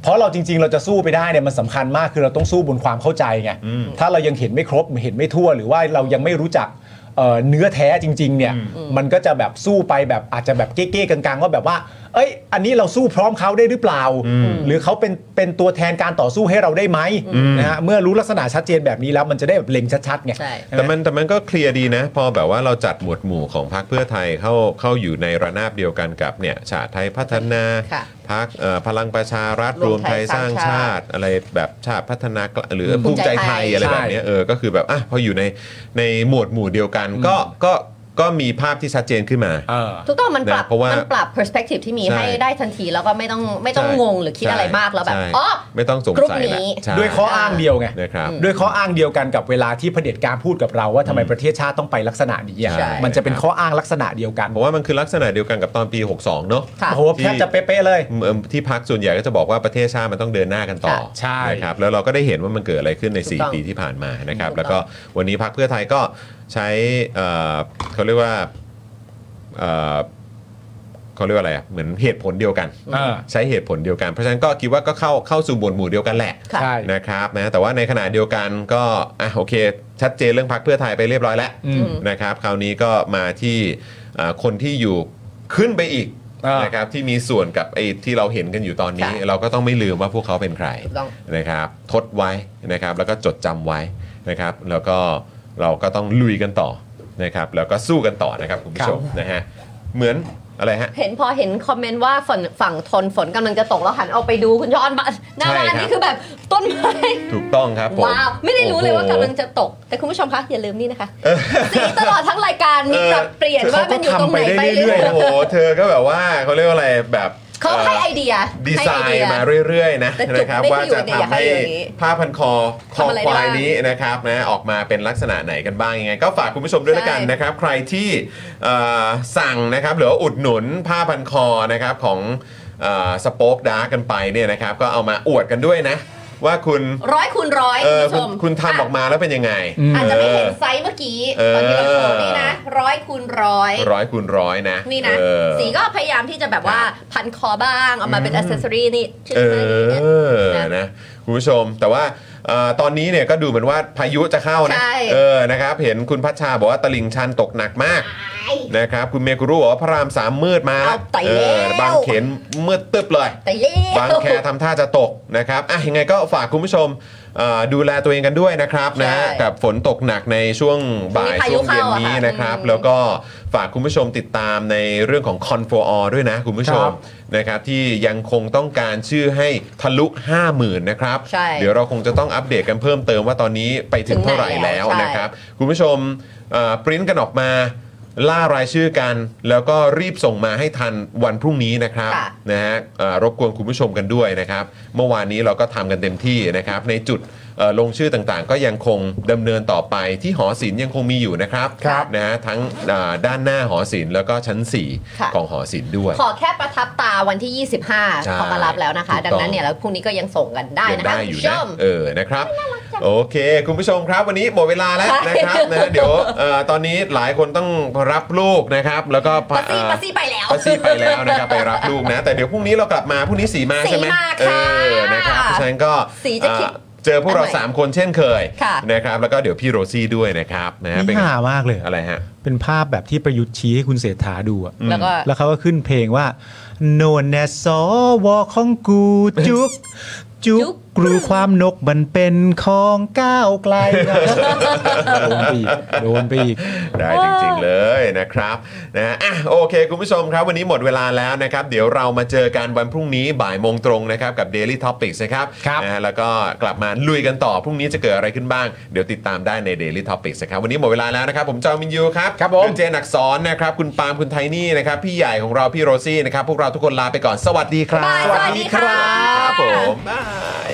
B: เพราะเราจริง ๆ เราจะสู้ไปได้เนี่ยมันสำคัญมากคือเราต้องสู้บนความเข้าใจไงถ้าเรายังเห็นไม่ครบเห็นไม่ทั่ว หรือว่าเรายังไม่รู้จักเอ่อเนื้อแท้จริง ๆ เนี่ย มันก็จะแบบสู้ไปแบบอาจจะแบบเก้ๆกังๆว่าแบบว่า เอ้ย อันนี้เราสู้พร้อมเขาได้หรือเปล่า หรือเขาเป็นเป็นตัวแทนการต่อสู้ให้เราได้ไหมนะฮะเมื่อรู้ลักษณะชัดเจนแบบนี้แล้วมันจะได้แบบเล็งชัดๆไง
D: ใช่
A: แต่มันแต่มันก็เคลียร์ดีนะ พอแบบว่าเราจัดหมวดหมู่ของพรรคเพื่อไทยเข้าเข้าอยู่ในระนาบเดียวกันกับเนี่ยชาติไทยพัฒนา
D: ค่ะ
A: พรรคเอ่อพลังประชารัฐร
D: ร
A: ว
D: ว
A: ม
D: ม
A: ไท
D: ไท
A: ย
D: ย
A: ส
D: ส
A: ร้า
D: ร้างง
A: ชา
D: ชาติ
A: ติ อะไรแบบชาติพัฒนาหรือ
D: อืม
A: ภูมิใจ
D: ภูมิใจ
A: ไท
D: ไท
A: ย
D: ย
A: อะไรแบบเนี้ยเออก็คือแบบอ่ะพออยู่ในในหมวดหมู่เดียวกัน ก็ก็ก็มีภาพที่ชัดเจนขึ้นมา
D: ทุกต้องมันปรับ
A: นะเพราะว่ามั
D: มันปรับ perspective ที่มี
A: ใช่
D: ให้ได้ทันทีแล้วก็ไม่ต้องไม่ต้อง
A: ใช่
D: งงหรือคิดอะไรมากแล้วแบบ
A: ใช่
D: อ๋อ
A: ไม่ต้องสง
D: กรุ๊ป
A: สัยละ
D: นี้
A: ใช่
B: ด้วยข้ออ้างเดียวไง
A: นะครับ
B: ด้วยข้ออ้างเดียวกันกับเวลาที่เผด็จการพูดกับเราว่าทำไมประเทศชาติต้องไปลักษณะนี้อ่ะ
A: ใช่
B: มันจะเป็นข้ออ้างลักษณะเดียวกัน
A: ผมว่ามันคือลักษณะเดียวกันกับตอนปี 62 เนอะ
D: ค่ะ
B: โอ้โหแทบจะเป๊ะๆเลย
A: เอ่อที่พักส่วนใหญ่ก็จะบอกว่าประเทศชาติมันต้องเดินหน้ากันต่อ
B: ใช่
A: นะครับแล้วเราก็ได้เห็นว่ามันเกิดอะไรขึ้นใน
D: ถูกต้อง
A: 4 ปีที่ผ่านมานะครับ
D: ถูกต้อง
A: แล้วก็วันนี้พักเพื่อไทยก็ใช้เอ่อเขาเรียกว่าเอ่อเขาเรียกว่าอะไรอะเหมือนเหตุผลเดียวกัน
B: เออ
A: ใช้เหตุผลเดียวกัน เพราะฉะนั้นก็คิดว่าก็เข้าเข้าสู่หมวดหมู่เดียวกันแหละ
D: ค่ะ
B: ใช่
A: นะครับนะแต่ว่าในขณะเดียวกันก็อ่ะโอเค ชัดเจนเรื่องพักเพื่อไทยไปเรียบร้อยแล้ว
B: อืม
A: นะครับคราวนี้ก็มาที่เอ่อคนที่อยู่ขึ้นไปอีก
B: อ่าน
A: นะครับที่มีส่วนกับไอ้ที่เราเห็นกันอยู่ตอนนี้
D: ใช่
A: เราก็ต้องไม่ลืมว่าพวกเขาเป็นใคร
D: ถูกต้อง
A: นะครับทดไว้นะครับแล้วก็จดจำไว้นะครับ แล้วก็เราก็ต้องลุยกันต่อนะครับแล้วก็สู้กันต่อนะครับคุณผู้ชมนะฮะเหมือนอะไรฮะ
D: เห็นพอเห็นคอมเมนต์ว่าฝนฝั่งทนฝนกำลังจะตกแล้วหันเอาไปดูคุณย้อนบ้าน หน้า
A: ใช่
D: บ้าน
A: ครับ
D: นี่คือแบบต้นไม้
A: ถูกต้องครับผม
D: ว้าวไม่ได้รู้เลยว่า
A: โอ้โห
D: กำลังจะตก แต่คุณผู้ชมคะอย่าลืมนี่ นะคะสีตลอดทั้งรายการมีปรับเปลี่ยนว่ามันอยู่ตรงไหนไป
A: โอ้
D: เรื่อย
A: โห เธอก็แบบว่าเขาเรียกว่าอะไรแบบ
D: ๆ เขาให้ไอเดีย
A: ดี
D: ให้
A: ไซ
D: ไอเดีย
A: น์มาเรื่อยๆนะ
D: แต่จุก
A: นะครับ
D: ไม่
A: ว่า
D: อยู่
A: จะ
D: เนี่ยอยาก
A: ทำ
D: ให้
A: ให้
D: อยู่อย่างนี้
A: ผ้าพันคอคอ
D: ทำอะไร
A: ควาย
D: ได้บ้าง
A: นี้นะครับนะออกมาเป็นลักษณะไหนกันบ้างยังไง ก็ฝากคุณผู้ชมด้วย
D: ใช่
A: ละกันนะครับ ใครที่เอ่อสั่งนะครับหรือว่าอุดหนุนผ้าพันคอนะครับของสป็อกดาร์กันไปเนี่ยนะครับก็เอามาอวดกันด้วยนะ ว่าคุณ
D: ร้อยคูณร้อย
A: เอ
D: คุณ
A: อ
D: ผู้ช
A: คุณ
D: ม
A: คุณทำออกมาแล้วเป็นยังไง
D: อาจจะไม่เห็นไซส์เมื่อกี้
A: เออ
D: ตอนที่เราโชว์นี่นะร้อยคูณร้อย
A: ร้อยคูณร้อยนะ
D: นี่นะ
A: เออ
D: สีก็พยายามที่จะแบบว่าพันคอบ้างเอามาเป็น
A: อืม
D: อัซเซอรี่นี่ชื่อ
A: เอ
D: เนี่ย
A: อ นะ คุณผู้ชม แต่ว่าเอ่อตอนนี้เนี่ยก็ดูเหมือนว่าพายุจะเข้านะ
D: ใช่
A: เออ นะครับ เห็นคุณพัชชาบอกว่าตลิ่งชันตกหนักมาก นะครับ คุณเมกุรุบอกว่าพระรามสามมืดมา
D: เอาไป
A: เอ
D: แล้
A: อ
D: ว
A: บางเขนมืดตึ๊บเลย
D: ไปแล้ว
A: บางแคทำท่าจะตกนะครับ อ่ะ ยังไงก็ฝากคุณผู้ชมเอ่อดูแลตัวเองกันด้วยนะครับนะ
D: ใช่
A: กับฝนตกหนักในช่วงบ่าย
D: พายุ
A: ช่วงเย็น
D: เข้าอะค่ะ
A: นี้นะครับ
D: อืม
A: แล้วก็ฝากคุณผู้ชมติดตามในเรื่องของคอนโฟอด้วยนะคุณผู้ชม
I: ครับ
A: นะครับที่ยังคงต้องการชื่อให้ทะลุ 50,000นะครับ
D: ใช่
A: เดี๋ยวเราคงจะต้องอัปเดตกันเพิ่มเติมว่าตอนนี้ไปถึงเท่าไหร่
D: ถึงไหนแล้
A: แล้ว
D: วใช่
A: นะครับ คุณผู้ชมปริ้นกันออกมาล่ารายชื่อกัน แล้วก็รีบส่งมาให้ทันวันพรุ่งนี้นะครับ
D: ค่ะ
A: นะฮะเอ่อรบกวนคุณผู้ชมกันด้วยนะครับ เมื่อวานนี้เราก็ทำกันเต็มที่นะครับ ในจุดเอ่อลงชื่อต่างๆ ก็ยังคงดำเนินต่อไปที่หอศิลป์ยังคงมีอยู่นะครับ
D: ครับ
A: นะฮะทั้งอ่าด้านหน้าหอศิลป์แล้วก็ชั้น
D: ค่ะ
A: 4 ของหอศิลป์ด้วย
D: ขอแค่ประทับตาวันที่
A: ใช่
D: 25 ขอมารับแล้วนะคะ
A: ถูกต้อ
D: ดั
A: ง
D: งนั้นเนี่ยแล้วพรุ่งนี้ก็ยังส่งกันได้
A: ยัง
D: นะ
A: ได้
D: คะ
A: อยู่
D: คุณผู้ช
A: นะ
D: ม
A: เออนะครับ โอเค คุณผู้ชมครับ วันนี้หมดเวลาแล้วนะครับนะฮะเดี๋ยวเอ่อตอนนี้หลายคนต้องรับลูกนะครับ แล้วก็
D: ปัสซี่
A: เอ่อ
D: ปัสซี่ไปแล้ว
A: ป้าซี่ไปแล้วนะครับ ไปรับลูกนะ แต่เดี๋ยวพรุ่งนี้เรากลับมาพรุ่งนี้สีมาใช่ไหม
D: สีมา
A: เอ
D: ค่ะ
A: อนะครับเพราะฉะนั้นก็
D: สีจะคิด
A: เอ่อเจอพวกเรา
D: อันใหม่
A: 3 คนเช่นเคย
D: ค่ะ
A: นะครับแล้วก็เดี๋ยวพี่โรซี่ด้วยนะครับนะฮะเป็น
J: นี่ห่ามากเลย
A: อะไรฮะ
J: เป็นภาพแบบที่ประยุทธ์ชี้ให้คุณเศรษฐาดูอะ
D: แล้วก็
J: แล้วเขาก็ขึ้นเพลงว่า โนนแนสอวอของกูจุก จุ
D: จุ๊
J: ก
D: ก
J: กรูความนกมันเป็นของก้าวไกล นะโดนไปอีกโดนไปอีก
A: ได้จริงๆเลยนะครับนะอ่ะโอเค คุณผู้ชมครับวันนี้หมดเวลาแล้วนะครับ เดี๋ยวเรามาเจอกันวันพรุ่งนี้บ่ายโมงตรงนะครับกับ Daily Topics นะครับ
J: ครับ
A: นะฮะแล้วก็กลับมาลุยกันต่อพรุ่งนี้จะเกิดอะไรขึ้นบ้าง เดี๋ยวติดตามได้ใน Daily Topics นะครับวันนี้หมดเวลาแล้วนะครับ ผมจอมินยูครับครับผมเจนอักสอนนะครับคุณปาล์มคุณไทนี่นะครับพี่ใหญ่ของเราพี่โรซี่นะครับพวกเราทุกคนลาไปก่อนสวัสดีครับ
D: บ๊ายบายสวัสดีครับ
A: ครับผมบาย